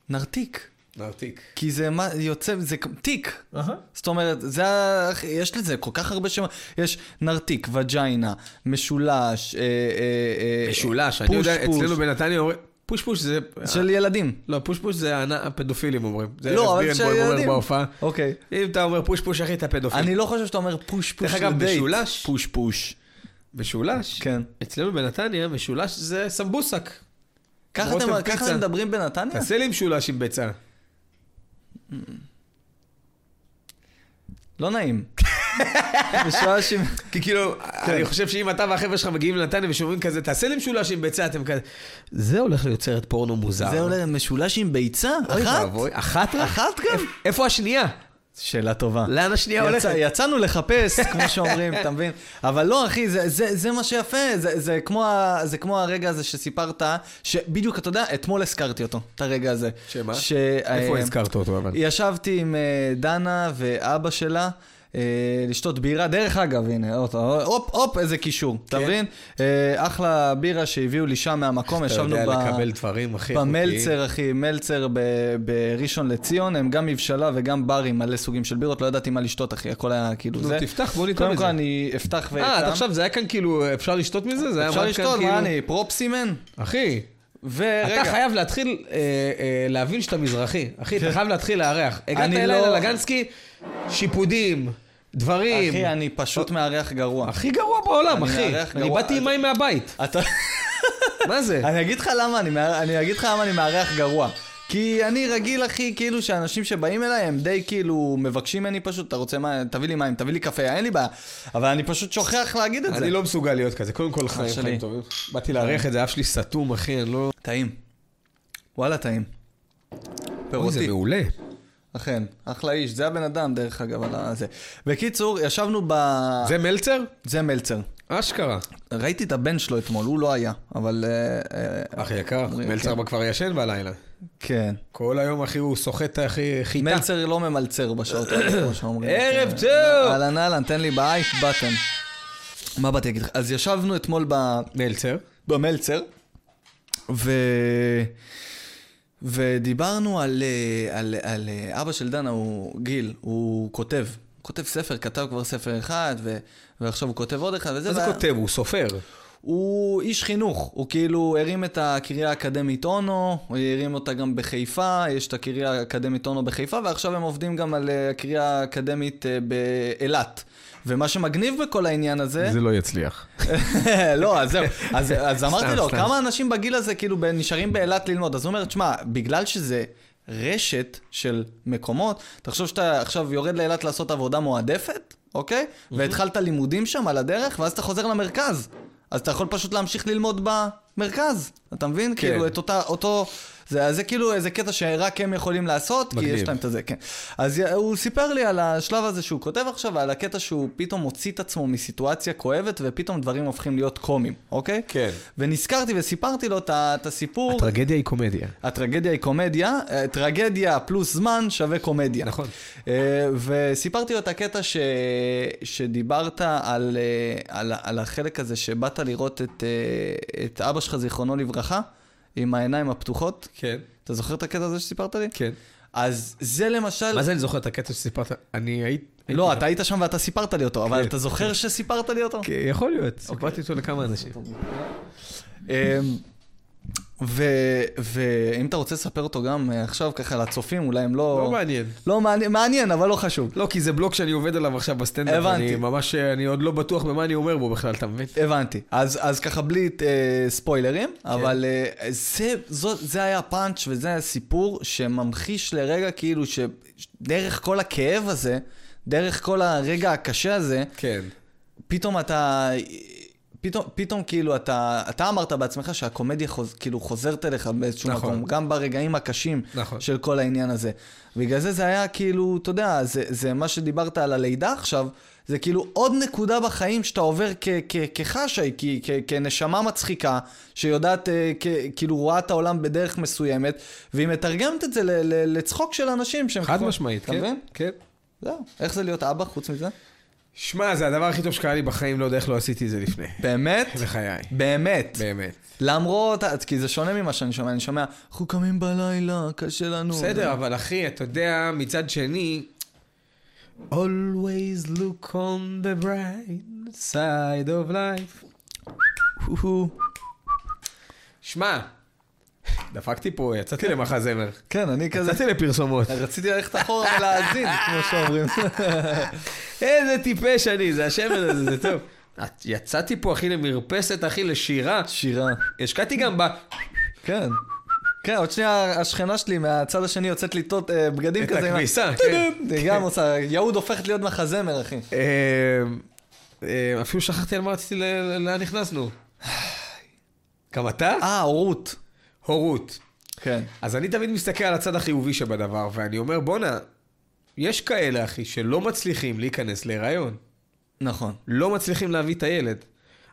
[SPEAKER 2] נרתיק.
[SPEAKER 1] נרתיק.
[SPEAKER 2] כי זה מה, יוצא, זה כ- תיק. זאת אומרת, זה, ה- יש לזה כל כך הרבה שמות. יש נרתיק, וג'יינה, משולש, אה, אה, אה,
[SPEAKER 1] משולש, אני
[SPEAKER 2] פוש,
[SPEAKER 1] יודע,
[SPEAKER 2] פוש.
[SPEAKER 1] אצלנו בנתניה אומרים... פוש פוש זה...
[SPEAKER 2] של ילדים.
[SPEAKER 1] לא, פוש פוש זה הענה- הפדופילים אומרים. זה
[SPEAKER 2] אה, לא, אבל
[SPEAKER 1] בירנבוים
[SPEAKER 2] של
[SPEAKER 1] אומר
[SPEAKER 2] ילדים.
[SPEAKER 1] בהופעה.
[SPEAKER 2] אוקיי.
[SPEAKER 1] אם אתה אומר פוש פוש, אחי, אתה פדופיל.
[SPEAKER 2] אני לא חושב שאתה אומר פוש פוש
[SPEAKER 1] דרך אגב,
[SPEAKER 2] לדייט.
[SPEAKER 1] משולש.
[SPEAKER 2] פוש פוש.
[SPEAKER 1] משולש?
[SPEAKER 2] כן.
[SPEAKER 1] אצלנו בנתניה, משולש זה סמבוסק.
[SPEAKER 2] ככה
[SPEAKER 1] רותם
[SPEAKER 2] אתם ככה
[SPEAKER 1] פיצה.
[SPEAKER 2] אתם מדברים בנתניה?
[SPEAKER 1] תעשה לי משולש עם ביצה.
[SPEAKER 2] לא נעים. [laughs] משולש עם...
[SPEAKER 1] כי כאילו,
[SPEAKER 2] כן.
[SPEAKER 1] אני חושב שאם אתה והחבר'ה שלך מגיעים לנתניה ושומעים כזה, תעשה לי משולש עם ביצה, אתם כזה... זה הולך ליוצרת פורנו מוזר.
[SPEAKER 2] זה עולה משולש עם ביצה?
[SPEAKER 1] אוי
[SPEAKER 2] אחת?
[SPEAKER 1] ואבוי, אחת רק?
[SPEAKER 2] אחת גם? לא,
[SPEAKER 1] איפ- איפה השנייה?
[SPEAKER 2] שאלה טובה.
[SPEAKER 1] לאן השנייה הולכת?
[SPEAKER 2] יצא, יצאנו לחפש, כמו שאומרים, אתה מבין? אבל לא, אחי, זה, זה, זה מה שיפה, זה, זה, כמו ה, זה כמו הרגע הזה שסיפרת, שבדיוק, אתה יודע, אתמול הזכרתי אותו, את הרגע הזה.
[SPEAKER 1] שמה?
[SPEAKER 2] ש-
[SPEAKER 1] איפה
[SPEAKER 2] אה,
[SPEAKER 1] הזכרת אותו אבל?
[SPEAKER 2] ישבתי עם אה, דנה ואבא שלה. אה, לשתות בירה, דרך אגב, הנה, הופ, הופ, הופ איזה קישור,
[SPEAKER 1] כן.
[SPEAKER 2] אתה מבין? אה, אחלה בירה שהביאו לי שם מהמקום, ישבנו ב...
[SPEAKER 1] אתה יודע לקבל דברים, אחי. חוקיים.
[SPEAKER 2] במלצר, אחי, מלצר ב- בראשון לציון, הם גם מבשלה וגם ברים, מלא סוגים של בירות, לא ידעתי מה לשתות, אחי, הכל היה כאילו
[SPEAKER 1] נו,
[SPEAKER 2] זה.
[SPEAKER 1] תפתח, בוא ניתן
[SPEAKER 2] קודם
[SPEAKER 1] את
[SPEAKER 2] כל
[SPEAKER 1] זה.
[SPEAKER 2] אני אפתח ואתם.
[SPEAKER 1] אה, עד עכשיו זה היה כאן כאילו, אפשר לשתות מזה? זה היה
[SPEAKER 2] אפשר
[SPEAKER 1] רק כאן
[SPEAKER 2] לשתות,
[SPEAKER 1] כאילו-
[SPEAKER 2] מה אני, פרופסימן?
[SPEAKER 1] אחי,
[SPEAKER 2] ורגע.
[SPEAKER 1] אתה חייב להתחיל אה, אה, להבין שאתה מזרחי. אחי, אתה חייב להתחיל לארח. הגעת
[SPEAKER 2] כן. אני
[SPEAKER 1] אליי
[SPEAKER 2] לא-
[SPEAKER 1] ללגנסקי, שיפודים, דברים.
[SPEAKER 2] אחי, אני פשוט מארח גרוע.
[SPEAKER 1] הכי גרוע בעולם,
[SPEAKER 2] אני
[SPEAKER 1] אחי.
[SPEAKER 2] מארח
[SPEAKER 1] אני
[SPEAKER 2] גרוע.
[SPEAKER 1] באתי עם מים מהבית.
[SPEAKER 2] אתה...
[SPEAKER 1] מה
[SPEAKER 2] [laughs]
[SPEAKER 1] זה?
[SPEAKER 2] אני אגיד לך למה אני מארח- אני אגיד לך למה אני מארח גרוע. כי אני רגיל, אחי, כאילו שאנשים שבאים אליי הם די כאילו מבקשים ממני פשוט, אתה רוצה מים, תביא לי מים, תביא לי קפה, אין לי בעיה. אבל אני פשוט שוכח להגיד את זה.
[SPEAKER 1] אני לא מסוגל להיות כזה. קודם כל, חיים
[SPEAKER 2] שלי.
[SPEAKER 1] חיים טובים. באתי לארח את זה, אף שלי סתום, אחי, אני לא...
[SPEAKER 2] טעים. וואלה, טעים.
[SPEAKER 1] אוי, זה
[SPEAKER 2] פירותי.
[SPEAKER 1] מעולה.
[SPEAKER 2] אכן, אחלה איש. זה הבן אדם, דרך אגב, על הזה. בקיצור, ישבנו ב...
[SPEAKER 1] זה מלצר?
[SPEAKER 2] זה מלצר.
[SPEAKER 1] אשכרה.
[SPEAKER 2] ראיתי את הבן שלו אתמול, הוא לא היה, אבל... אה, אה,
[SPEAKER 1] אחי יקר,
[SPEAKER 2] אומרים,
[SPEAKER 1] מלצר כבר ישן בלילה.
[SPEAKER 2] כן.
[SPEAKER 1] כל היום, אחי, הוא סוחט, אחי, חיטה.
[SPEAKER 2] מלצר לא ממלצר בשעות האלה, כמו שאומרים. כן.
[SPEAKER 1] ערב טוב!
[SPEAKER 2] אהלן, אהלן, תן לי באייק בטן. מה באתי להגיד לך? אז ישבנו אתמול ב...
[SPEAKER 1] מלצר?
[SPEAKER 2] במלצר. ו... ודיברנו על, אה, על, על אה, אבא של דנה, הוא גיל, הוא כותב. הוא כותב ספר, כתב כבר ספר אחד, ו... ועכשיו הוא כותב עוד אחד, וזה...
[SPEAKER 1] מה זה
[SPEAKER 2] וה-
[SPEAKER 1] כותב? הוא סופר.
[SPEAKER 2] הוא איש חינוך, הוא כאילו הרים את הקריה האקדמית אונו, הוא הרים אותה גם בחיפה, יש את הקריה האקדמית אונו בחיפה, ועכשיו הם עובדים גם על אה, הקריה האקדמית אה, באילת. ומה שמגניב בכל העניין הזה...
[SPEAKER 1] לא יצליח.
[SPEAKER 2] [laughs] לא, אז זהו. אז, אז אמרתי
[SPEAKER 1] סתם,
[SPEAKER 2] לו,
[SPEAKER 1] סתם.
[SPEAKER 2] כמה אנשים בגיל הזה כאילו ב- נשארים באילת ללמוד? אז הוא אומר, תשמע, בגלל שזה רשת של מקומות, תחשוב שאתה עכשיו יורד לאילת לעשות עבודה מועדפת, אוקיי? והתחלת לימודים שם על הדרך, ואז אתה חוזר למרכז. אז אתה יכול פשוט להמשיך ללמוד במרכז. אתה מבין?
[SPEAKER 1] כן.
[SPEAKER 2] כאילו, את אותה, אותו... זה, זה כאילו איזה קטע שרק הם יכולים לעשות, כי
[SPEAKER 1] מגניב.
[SPEAKER 2] יש להם את הזה, כן. אז י- הוא סיפר לי על השלב הזה שהוא כותב עכשיו, על הקטע שהוא פתאום מוציא את עצמו מסיטואציה כואבת, ופתאום דברים הופכים להיות קומיים, אוקיי?
[SPEAKER 1] כן.
[SPEAKER 2] ונזכרתי וסיפרתי לו את ה- את
[SPEAKER 1] [laughs]
[SPEAKER 2] הסיפור,
[SPEAKER 1] הטרגדיה היא קומדיה.
[SPEAKER 2] הטרגדיה היא קומדיה, אה, טרגדיה פלוס זמן שווה קומדיה.
[SPEAKER 1] נכון.
[SPEAKER 2] אה, וסיפרתי לו את הקטע ש... שדיברת על, אה, על, על החלק הזה שבאת לראות את, אה, את אבא שלך, זיכרונו לברכה, עם העיניים הפתוחות.
[SPEAKER 1] כן.
[SPEAKER 2] אתה זוכר את הקטע הזה שסיפרת לי?
[SPEAKER 1] כן.
[SPEAKER 2] אז זה למשל...
[SPEAKER 1] מה זה אני זוכר את הקטע שסיפרת? אני הייתי...
[SPEAKER 2] לא, אתה היית שם ואתה סיפרת לי אותו, אבל
[SPEAKER 1] כן.
[SPEAKER 2] אתה זוכר שסיפרת לי אותו?
[SPEAKER 1] כן, יכול להיות, סיפרתי אותו לכמה אנשים.
[SPEAKER 2] אמ, ו- ואם אתה רוצה לספר אותו גם אה, עכשיו ככה לצופים, אולי הם לא...
[SPEAKER 1] לא מעניין.
[SPEAKER 2] לא מעניין, מעניין, אבל לא חשוב.
[SPEAKER 1] לא, כי זה בלוק שאני עובד עליו עכשיו בסטנדאפ.
[SPEAKER 2] הבנתי.
[SPEAKER 1] אני ממש, אה, אני עוד לא בטוח במה אני אומר בו בכלל, אתה מבין?
[SPEAKER 2] הבנתי. אז, אז ככה בלי אה, ספוילרים, אבל אה, זה, זו, זה היה פאנץ' וזה היה סיפור שממחיש לרגע כאילו שדרך כל הכאב הזה, דרך כל הרגע הקשה הזה,
[SPEAKER 1] כן.
[SPEAKER 2] פתאום אתה... פתאום, פתאום כאילו אתה, אתה אמרת בעצמך שהקומדיה חוז, כאילו חוזרת אליך באיזשהו
[SPEAKER 1] נכון.
[SPEAKER 2] נכון. מקום, גם ברגעים הקשים
[SPEAKER 1] נכון.
[SPEAKER 2] של כל העניין הזה. בגלל זה זה היה כאילו, אתה יודע, זה, זה מה שדיברת על הלידה עכשיו, זה כאילו עוד נקודה בחיים שאתה עובר כ, כ, כחשאי, כ, כ, כנשמה מצחיקה, שיודעת, אה, כ, כאילו רואה את העולם בדרך מסוימת, והיא מתרגמת את זה ל, ל, לצחוק של אנשים שהם...
[SPEAKER 1] חד
[SPEAKER 2] כמו-
[SPEAKER 1] משמעית,
[SPEAKER 2] אתה
[SPEAKER 1] כן.
[SPEAKER 2] מבין?
[SPEAKER 1] כן.
[SPEAKER 2] זהו. איך זה להיות אבא
[SPEAKER 1] [laughs]
[SPEAKER 2] חוץ מזה?
[SPEAKER 1] שמע, זה הדבר הכי טוב שקרה לי בחיים, לא יודע איך לא עשיתי את זה לפני. [laughs]
[SPEAKER 2] באמת?
[SPEAKER 1] בחיי.
[SPEAKER 2] באמת.
[SPEAKER 1] באמת.
[SPEAKER 2] למרות, כי זה שונה ממה שאני שומע, אני שומע, אנחנו קמים בלילה, קשה לנו.
[SPEAKER 1] בסדר, אבל אחי, אתה יודע, מצד שני... Always look on the bright side of life.
[SPEAKER 2] הוא-
[SPEAKER 1] שמע, דפקתי פה, יצאתי למחזמר.
[SPEAKER 2] כן, אני כזה...
[SPEAKER 1] יצאתי לפרסומות.
[SPEAKER 2] רציתי ללכת אחורה ולהאזין, [laughs] כמו שאומרים.
[SPEAKER 1] איזה טיפש אני, זה השמן הזה, זה טוב. יצאתי פה, אחי, למרפסת, אחי, לשירה.
[SPEAKER 2] שירה.
[SPEAKER 1] השקעתי גם ב...
[SPEAKER 2] כן. כן, עוד שנייה השכנה שלי מהצד השני יוצאת לטעות אה, בגדים
[SPEAKER 1] את
[SPEAKER 2] כזה. עם ה-
[SPEAKER 1] הכביסה, כן.
[SPEAKER 2] טודום. היא גם עושה, יהוד הופכת להיות מחזמר, אחי.
[SPEAKER 1] אמ, אמ, אפילו שכחתי על מה רציתי, ל- לאן נכנסנו. גם אתה?
[SPEAKER 2] אה, הורות.
[SPEAKER 1] הורות.
[SPEAKER 2] כן.
[SPEAKER 1] אז אני תמיד מסתכל על הצד החיובי שבדבר, ואני אומר, בואנה, יש כאלה, אחי, שלא מצליחים להיכנס להיריון.
[SPEAKER 2] נכון.
[SPEAKER 1] לא מצליחים להביא את הילד.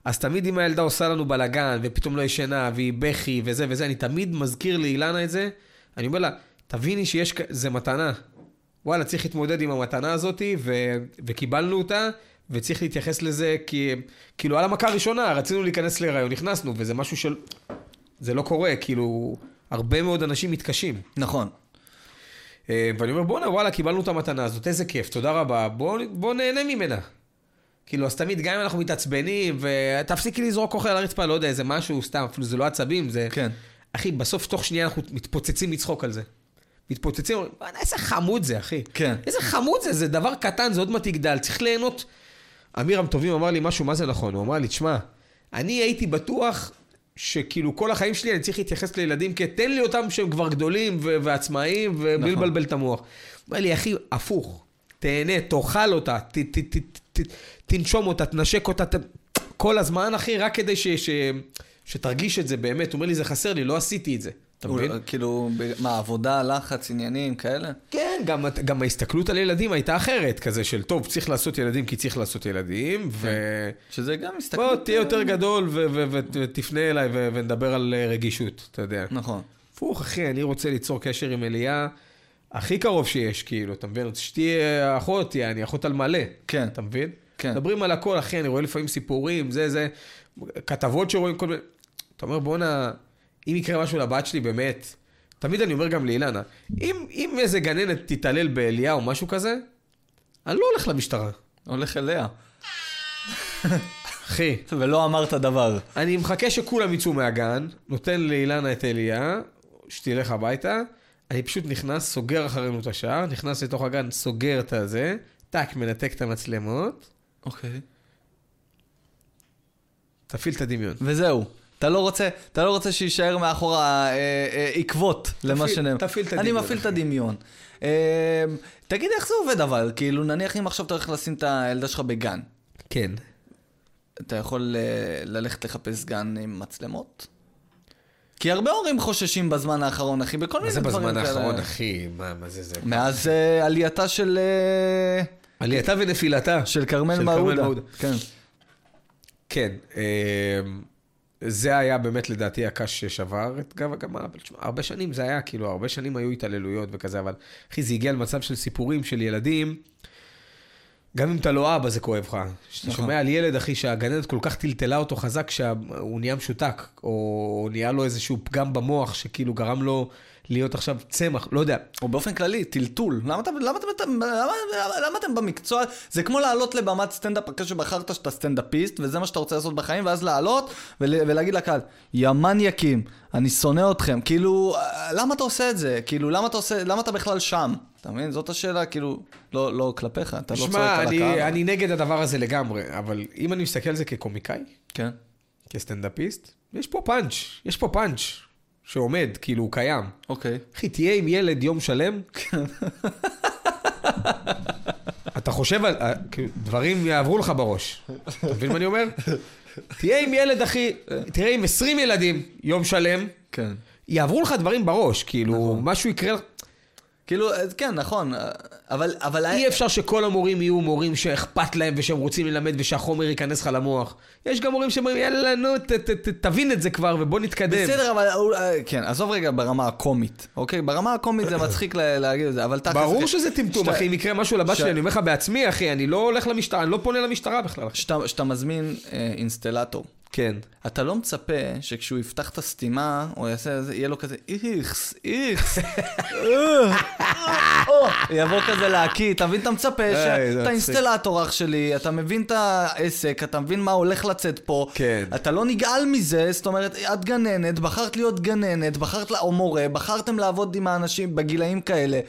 [SPEAKER 1] אז תמיד אם הילדה עושה לנו בלאגן, ופתאום לא ישנה, והיא בכי, וזה וזה, אני תמיד מזכיר לאילנה את זה. אני אומר לה, תביני שיש, כ- זה מתנה. וואלה, צריך להתמודד עם המתנה הזאת, ו... וקיבלנו אותה, וצריך להתייחס לזה כי... כאילו, על המכה הראשונה, רצינו להיכנס להיריון, נכנסנו, וזה משהו של... זה לא קורה, כאילו, הרבה מאוד אנשים מתקשים.
[SPEAKER 2] נכון.
[SPEAKER 1] אה, ואני אומר, בואנה, וואלה, קיבלנו את המתנה הזאת, איזה כיף, תודה רבה, בוא, בוא נהנה ממנה. כאילו, אז תמיד, גם אם אנחנו מתעצבנים, ותפסיקי לזרוק אוכל על הרצפה, לא יודע, איזה משהו, סתם, אפילו זה לא עצבים, זה...
[SPEAKER 2] כן.
[SPEAKER 1] אחי, בסוף, תוך שנייה אנחנו מתפוצצים לצחוק על זה. מתפוצצים, אומרים, "בואנה, איזה חמוד זה, אחי.
[SPEAKER 2] כן.
[SPEAKER 1] איזה חמוד זה, זה דבר קטן, זה עוד מעט יגדל, צריך ליהנות. אמיר המטובים אמר לי משהו, מה זה נכון? הוא אמר לי, תשמע, אני הייתי בטוח שכאילו כל החיים שלי אני צריך להתייחס לילדים כתן לי אותם שהם כבר גדולים ו- ועצמאיים ובלי
[SPEAKER 2] נכון.
[SPEAKER 1] לבלבל את המוח. הוא אמר לי, אחי, הפוך, תהנה, תאכל אותה, ת- ת- ת- ת- ת- תנשום אותה, תנשק אותה, ת- כל הזמן, אחי, רק כדי ש- ש- שתרגיש את זה באמת. הוא אומר לי, זה חסר לי, לא עשיתי את זה. אתה מבין?
[SPEAKER 2] כאילו, ב- מה, עבודה, לחץ, עניינים, כאלה?
[SPEAKER 1] כן, גם, גם ההסתכלות על ילדים הייתה אחרת, כזה של, טוב, צריך לעשות ילדים כי צריך לעשות ילדים, ו...
[SPEAKER 2] שזה גם כן. הסתכלות...
[SPEAKER 1] בוא, תהיה
[SPEAKER 2] אה,
[SPEAKER 1] יותר גדול ו- ו- ו- ותפנה אליי ו- ונדבר על אה, רגישות, אתה יודע.
[SPEAKER 2] נכון.
[SPEAKER 1] הפוך, אחי, אני רוצה ליצור קשר עם אליה הכי קרוב שיש, כאילו, אתה מבין? שתהיה אחות, יעני, אחות על מלא.
[SPEAKER 2] כן.
[SPEAKER 1] אתה מבין?
[SPEAKER 2] כן.
[SPEAKER 1] מדברים על הכל, אחי, אני רואה לפעמים סיפורים, זה, זה, כתבות שרואים, כל מיני... אתה אומר, בואנה, אם יקרה משהו לבת שלי, באמת, תמיד אני אומר גם לאילנה, אם, אם איזה גננת תתעלל באליה או משהו כזה, אני לא הולך למשטרה.
[SPEAKER 2] הולך אליה.
[SPEAKER 1] אחי,
[SPEAKER 2] ולא אמרת דבר.
[SPEAKER 1] אני מחכה שכולם יצאו מהגן, נותן לאילנה את אליה, שתלך הביתה, אני פשוט נכנס, סוגר אחרינו את השער, נכנס לתוך הגן, סוגר את הזה, טאק, מנתק את המצלמות,
[SPEAKER 2] אוקיי.
[SPEAKER 1] תפעיל את הדמיון.
[SPEAKER 2] וזהו. אתה לא רוצה, אתה לא רוצה שיישאר מאחורה אה, אה, עקבות למה
[SPEAKER 1] תפעיל-
[SPEAKER 2] שנאמר.
[SPEAKER 1] תפעיל את
[SPEAKER 2] אני
[SPEAKER 1] הדמיון,
[SPEAKER 2] מפעיל את
[SPEAKER 1] אחי.
[SPEAKER 2] הדמיון. אה, תגיד איך זה עובד אבל, כאילו נניח אם עכשיו אתה הולך לשים את הילדה שלך בגן,
[SPEAKER 1] כן.
[SPEAKER 2] אתה יכול אה, ללכת לחפש גן עם מצלמות? כי הרבה הורים חוששים בזמן האחרון, אחי, בכל
[SPEAKER 1] מה
[SPEAKER 2] מיני
[SPEAKER 1] זה
[SPEAKER 2] דברים כאלה.
[SPEAKER 1] בזמן האחרון, אחי? מה, מה זה זה?
[SPEAKER 2] מאז אה, עלייתה של אה,
[SPEAKER 1] עלייתה ונפילתה.
[SPEAKER 2] של כרמל
[SPEAKER 1] של כרמל
[SPEAKER 2] מעודה.
[SPEAKER 1] מעודה.
[SPEAKER 2] כן.
[SPEAKER 1] כן, אמ, זה היה באמת לדעתי הקש ששבר את גב הגמל, אבל תשמע, הרבה שנים זה היה, כאילו, הרבה שנים היו התעללויות וכזה, אבל אחי, זה הגיע למצב של סיפורים של ילדים, גם אם אתה לא אבא, זה כואב לך. כשאתה
[SPEAKER 2] נכון.
[SPEAKER 1] שומע על ילד, אחי, שהגננת כל כך טלטלה אותו חזק, שהוא נהיה משותק, או נהיה לו איזשהו פגם במוח, שכאילו גרם לו להיות עכשיו צמח, לא יודע.
[SPEAKER 2] או באופן כללי, טלטול. למה, אתה- למה, אתה- למה, למה, למה אתם במקצוע? זה כמו לעלות לבמת סטנדאפ אחרי שבחרת שאתה סטנדאפיסט, וזה מה שאתה רוצה לעשות בחיים, ואז לעלות ול, ולהגיד לקהל, יא מניאקים, אני שונא אתכם. כאילו, אה, למה אתה עושה את זה? כאילו, למה אתה, עושה, למה אתה בכלל שם? אתה מבין? זאת השאלה, כאילו, לא, לא כלפיך, אתה לא צועק
[SPEAKER 1] שמע,
[SPEAKER 2] על הקהל.
[SPEAKER 1] אני, אני נגד הדבר הזה לגמרי, אבל אם אני מסתכל על זה כקומיקאי,
[SPEAKER 2] כן,
[SPEAKER 1] כסטנדאפיסט, יש פה פאנץ', יש פה פאנץ' שעומד, כאילו הוא קיים.
[SPEAKER 2] אוקיי.
[SPEAKER 1] אחי, תהיה עם ילד יום שלם. אתה חושב על... אה, כאילו, דברים יעברו לך בראש. אתה מבין מה אני אומר? תהיה עם ילד, אחי, תראה עם 20 ילדים יום שלם,
[SPEAKER 2] כן.
[SPEAKER 1] יעברו לך דברים בראש, כאילו, משהו יקרה לך.
[SPEAKER 2] כאילו, אה, כן, נכון, אה, אבל... אבל
[SPEAKER 1] אי אפשר שכל המורים יהיו מורים שאכפת להם ושהם רוצים ללמד ושהחומר ייכנס לך למוח. יש גם מורים שאומרים, יאללה, נו, ת- ת- ת- תבין את זה כבר ובוא נתקדם.
[SPEAKER 2] בסדר, אבל... אה, כן, עזוב רגע ברמה הקומית, אוקיי? ברמה הקומית זה מצחיק ל- להגיד את זה, אבל תכלס...
[SPEAKER 1] ברור
[SPEAKER 2] כן,
[SPEAKER 1] שזה טמטום,
[SPEAKER 2] שאתה-
[SPEAKER 1] אחי, אם יקרה משהו לבת
[SPEAKER 2] ש-
[SPEAKER 1] שלי, אני אומר לך בעצמי, אחי, אני לא הולך למשטרה, אני לא פונה למשטרה בכלל. אחי.
[SPEAKER 2] שאתה שאתה מזמין אה, אינסטלטור.
[SPEAKER 1] כן.
[SPEAKER 2] אתה לא מצפה שכשהוא יפתח את הסתימה, הוא יעשה, זה, יהיה לו כזה איכס,
[SPEAKER 1] [laughs]
[SPEAKER 2] איכס, אה, אה, יבוא כזה להקיא, אתה מבין? אתה מצפה
[SPEAKER 1] איי, זה
[SPEAKER 2] שאתה
[SPEAKER 1] מצחיק.
[SPEAKER 2] אינסטלטור אח שלי, אתה מבין את העסק, אתה מבין מה הולך לצאת פה,
[SPEAKER 1] כן.
[SPEAKER 2] אתה לא נגעל מזה, זאת אומרת, את גננת, בחרת להיות גננת, בחרת, לה- או מורה, בחרתם לעבוד עם האנשים בגילאים כאלה.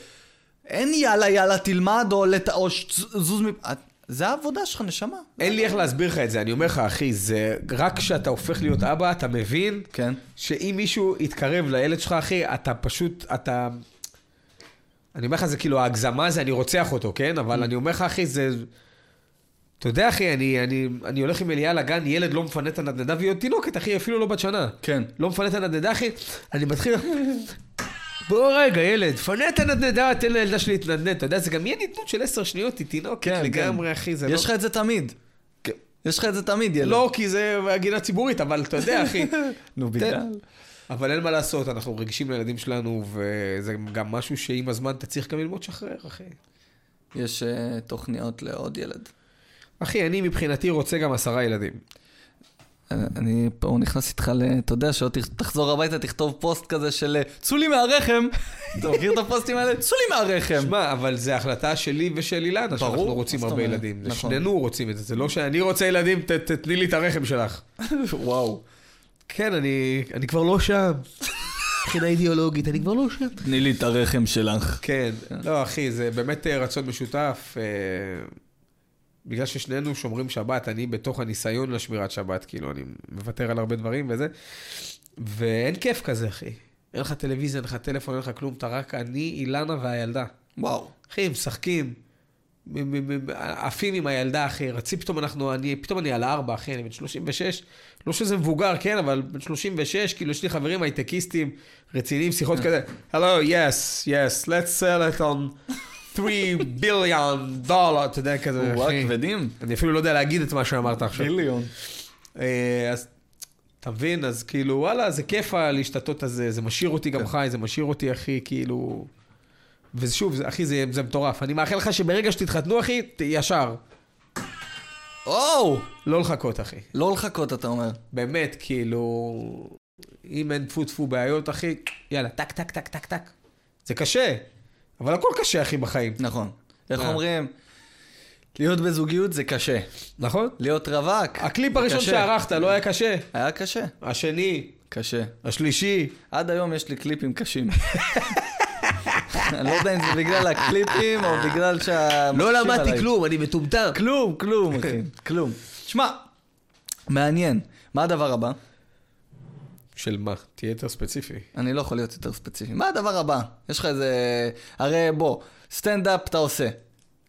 [SPEAKER 2] אין יאללה יאללה תלמד, או, לת... או ש... זוז מ... את- זה העבודה שלך, נשמה.
[SPEAKER 1] אין לי איך להסביר לך את זה, אני אומר לך, אחי, זה רק כשאתה הופך להיות אבא, אתה מבין
[SPEAKER 2] כן.
[SPEAKER 1] שאם מישהו יתקרב לילד שלך, אחי, אתה פשוט, אתה... אני אומר לך, זה כאילו, ההגזמה זה, אני רוצח אותו, כן? אבל אני אומר לך, אחי, זה... אתה יודע, אחי, אני, אני, אני הולך עם אליה לגן, ילד לא מפנה את הנדנדה, והיא עוד תינוקת, אחי, אפילו לא בת שנה.
[SPEAKER 2] כן.
[SPEAKER 1] לא מפנה את הנדנדה, אחי, אני מתחיל... בוא רגע, ילד, פנה את הנדנדה, תן לילדה שלי להתנדנד. אתה יודע, זה גם יהיה ניתנות של עשר שניות, היא תינוקת לגמרי, אחי, זה לא...
[SPEAKER 2] כן, יש לך את זה תמיד.
[SPEAKER 1] כן.
[SPEAKER 2] יש לך את זה תמיד, ילד.
[SPEAKER 1] לא, כי זה הגינה ציבורית, אבל אתה יודע, אחי.
[SPEAKER 2] [laughs] נו,
[SPEAKER 1] תן-
[SPEAKER 2] בגלל.
[SPEAKER 1] אבל אין מה לעשות, אנחנו רגישים לילדים שלנו, וזה גם משהו שעם הזמן אתה צריך גם ללמוד לשחרר, אחי.
[SPEAKER 2] יש אה, תוכניות לעוד ילד.
[SPEAKER 1] אחי, אני מבחינתי רוצה גם עשרה ילדים.
[SPEAKER 2] אה, אני פה הוא נכנס איתך ל... אתה יודע, שעוד תכ- תחזור הביתה, תכתוב פוסט כזה של אה, צאו לי
[SPEAKER 1] [laughs]
[SPEAKER 2] מהרחם. אתה מכיר את הפוסטים האלה? צאו לי מהרחם.
[SPEAKER 1] שמע, אבל זו החלטה שלי ושל אילנה, שאנחנו
[SPEAKER 2] כן. ברור,
[SPEAKER 1] רוצים
[SPEAKER 2] מה זאת
[SPEAKER 1] הרבה
[SPEAKER 2] אומרת?
[SPEAKER 1] ילדים. זה
[SPEAKER 2] נכון.
[SPEAKER 1] שנינו רוצים את זה, זה לא שאני רוצה ילדים, ת- ת- תני לי את הרחם שלך.
[SPEAKER 2] וואו.
[SPEAKER 1] כן, אני אני כבר לא שם. מבחינה אידיאולוגית, אני כבר לא שם.
[SPEAKER 2] תני לי את הרחם שלך.
[SPEAKER 1] כן, לא, אחי, זה באמת אה, רצון משותף. אה, בגלל ששנינו שומרים שבת, אני בתוך הניסיון לשמירת שבת, כאילו, אני מוותר על הרבה דברים וזה. ואין כיף כזה, אחי. אין לך טלוויזיה, אין לך טלפון, אין לך כלום, אתה רק אני, אילנה והילדה.
[SPEAKER 2] וואו.
[SPEAKER 1] אחי, משחקים, מ- מ- מ- עפים עם הילדה, אחי, רצים, פתאום אנחנו, אני, פתאום אני על ארבע, אחי, אני בן 36, לא שזה מבוגר, כן, אבל בן 36, כאילו, יש לי חברים הייטקיסטים רציניים, שיחות כזה, הלו, יס, יס, let's sell it on 3 ביליון דולר, אתה יודע, כזה,
[SPEAKER 2] וואו,
[SPEAKER 1] אחי.
[SPEAKER 2] כבדים.
[SPEAKER 1] אני אפילו לא יודע להגיד את מה שאמרת עכשיו.
[SPEAKER 2] ביליון.
[SPEAKER 1] אה, אז אתה מבין, אז כאילו, וואלה, זה כיף להשתתות הזה, זה משאיר אותי
[SPEAKER 2] כן.
[SPEAKER 1] גם חי, זה משאיר אותי, אחי, כאילו... ושוב, זה- אחי, זה, זה מטורף. אני מאחל לך שברגע שתתחתנו, אחי, ת- ישר.
[SPEAKER 2] או!
[SPEAKER 1] לא לחכות, אחי.
[SPEAKER 2] לא לחכות, אתה אומר.
[SPEAKER 1] באמת, כאילו... אם אין טפו טפו בעיות, אחי, יאללה, טק, טק, טק, טק, טק. זה קשה, אבל הכל קשה, אחי, בחיים.
[SPEAKER 2] נכון. איך
[SPEAKER 1] אה.
[SPEAKER 2] אומרים? להיות בזוגיות זה קשה.
[SPEAKER 1] נכון?
[SPEAKER 2] להיות רווק.
[SPEAKER 1] הקליפ
[SPEAKER 2] זה
[SPEAKER 1] הראשון
[SPEAKER 2] קשה.
[SPEAKER 1] שערכת לא היה קשה.
[SPEAKER 2] היה קשה.
[SPEAKER 1] השני,
[SPEAKER 2] קשה.
[SPEAKER 1] השלישי.
[SPEAKER 2] עד היום יש לי קליפים קשים. אני לא יודע אם זה בגלל הקליפים או בגלל שה...
[SPEAKER 1] לא כלום, אני מטומטם.
[SPEAKER 2] כלום, כלום, אחי. כלום. שמע, מעניין. מה הדבר הבא?
[SPEAKER 1] של מה? תהיה יותר ספציפי.
[SPEAKER 2] אני לא יכול להיות יותר ספציפי. מה הדבר הבא? יש לך איזה... הרי בוא, סטנדאפ אתה עושה.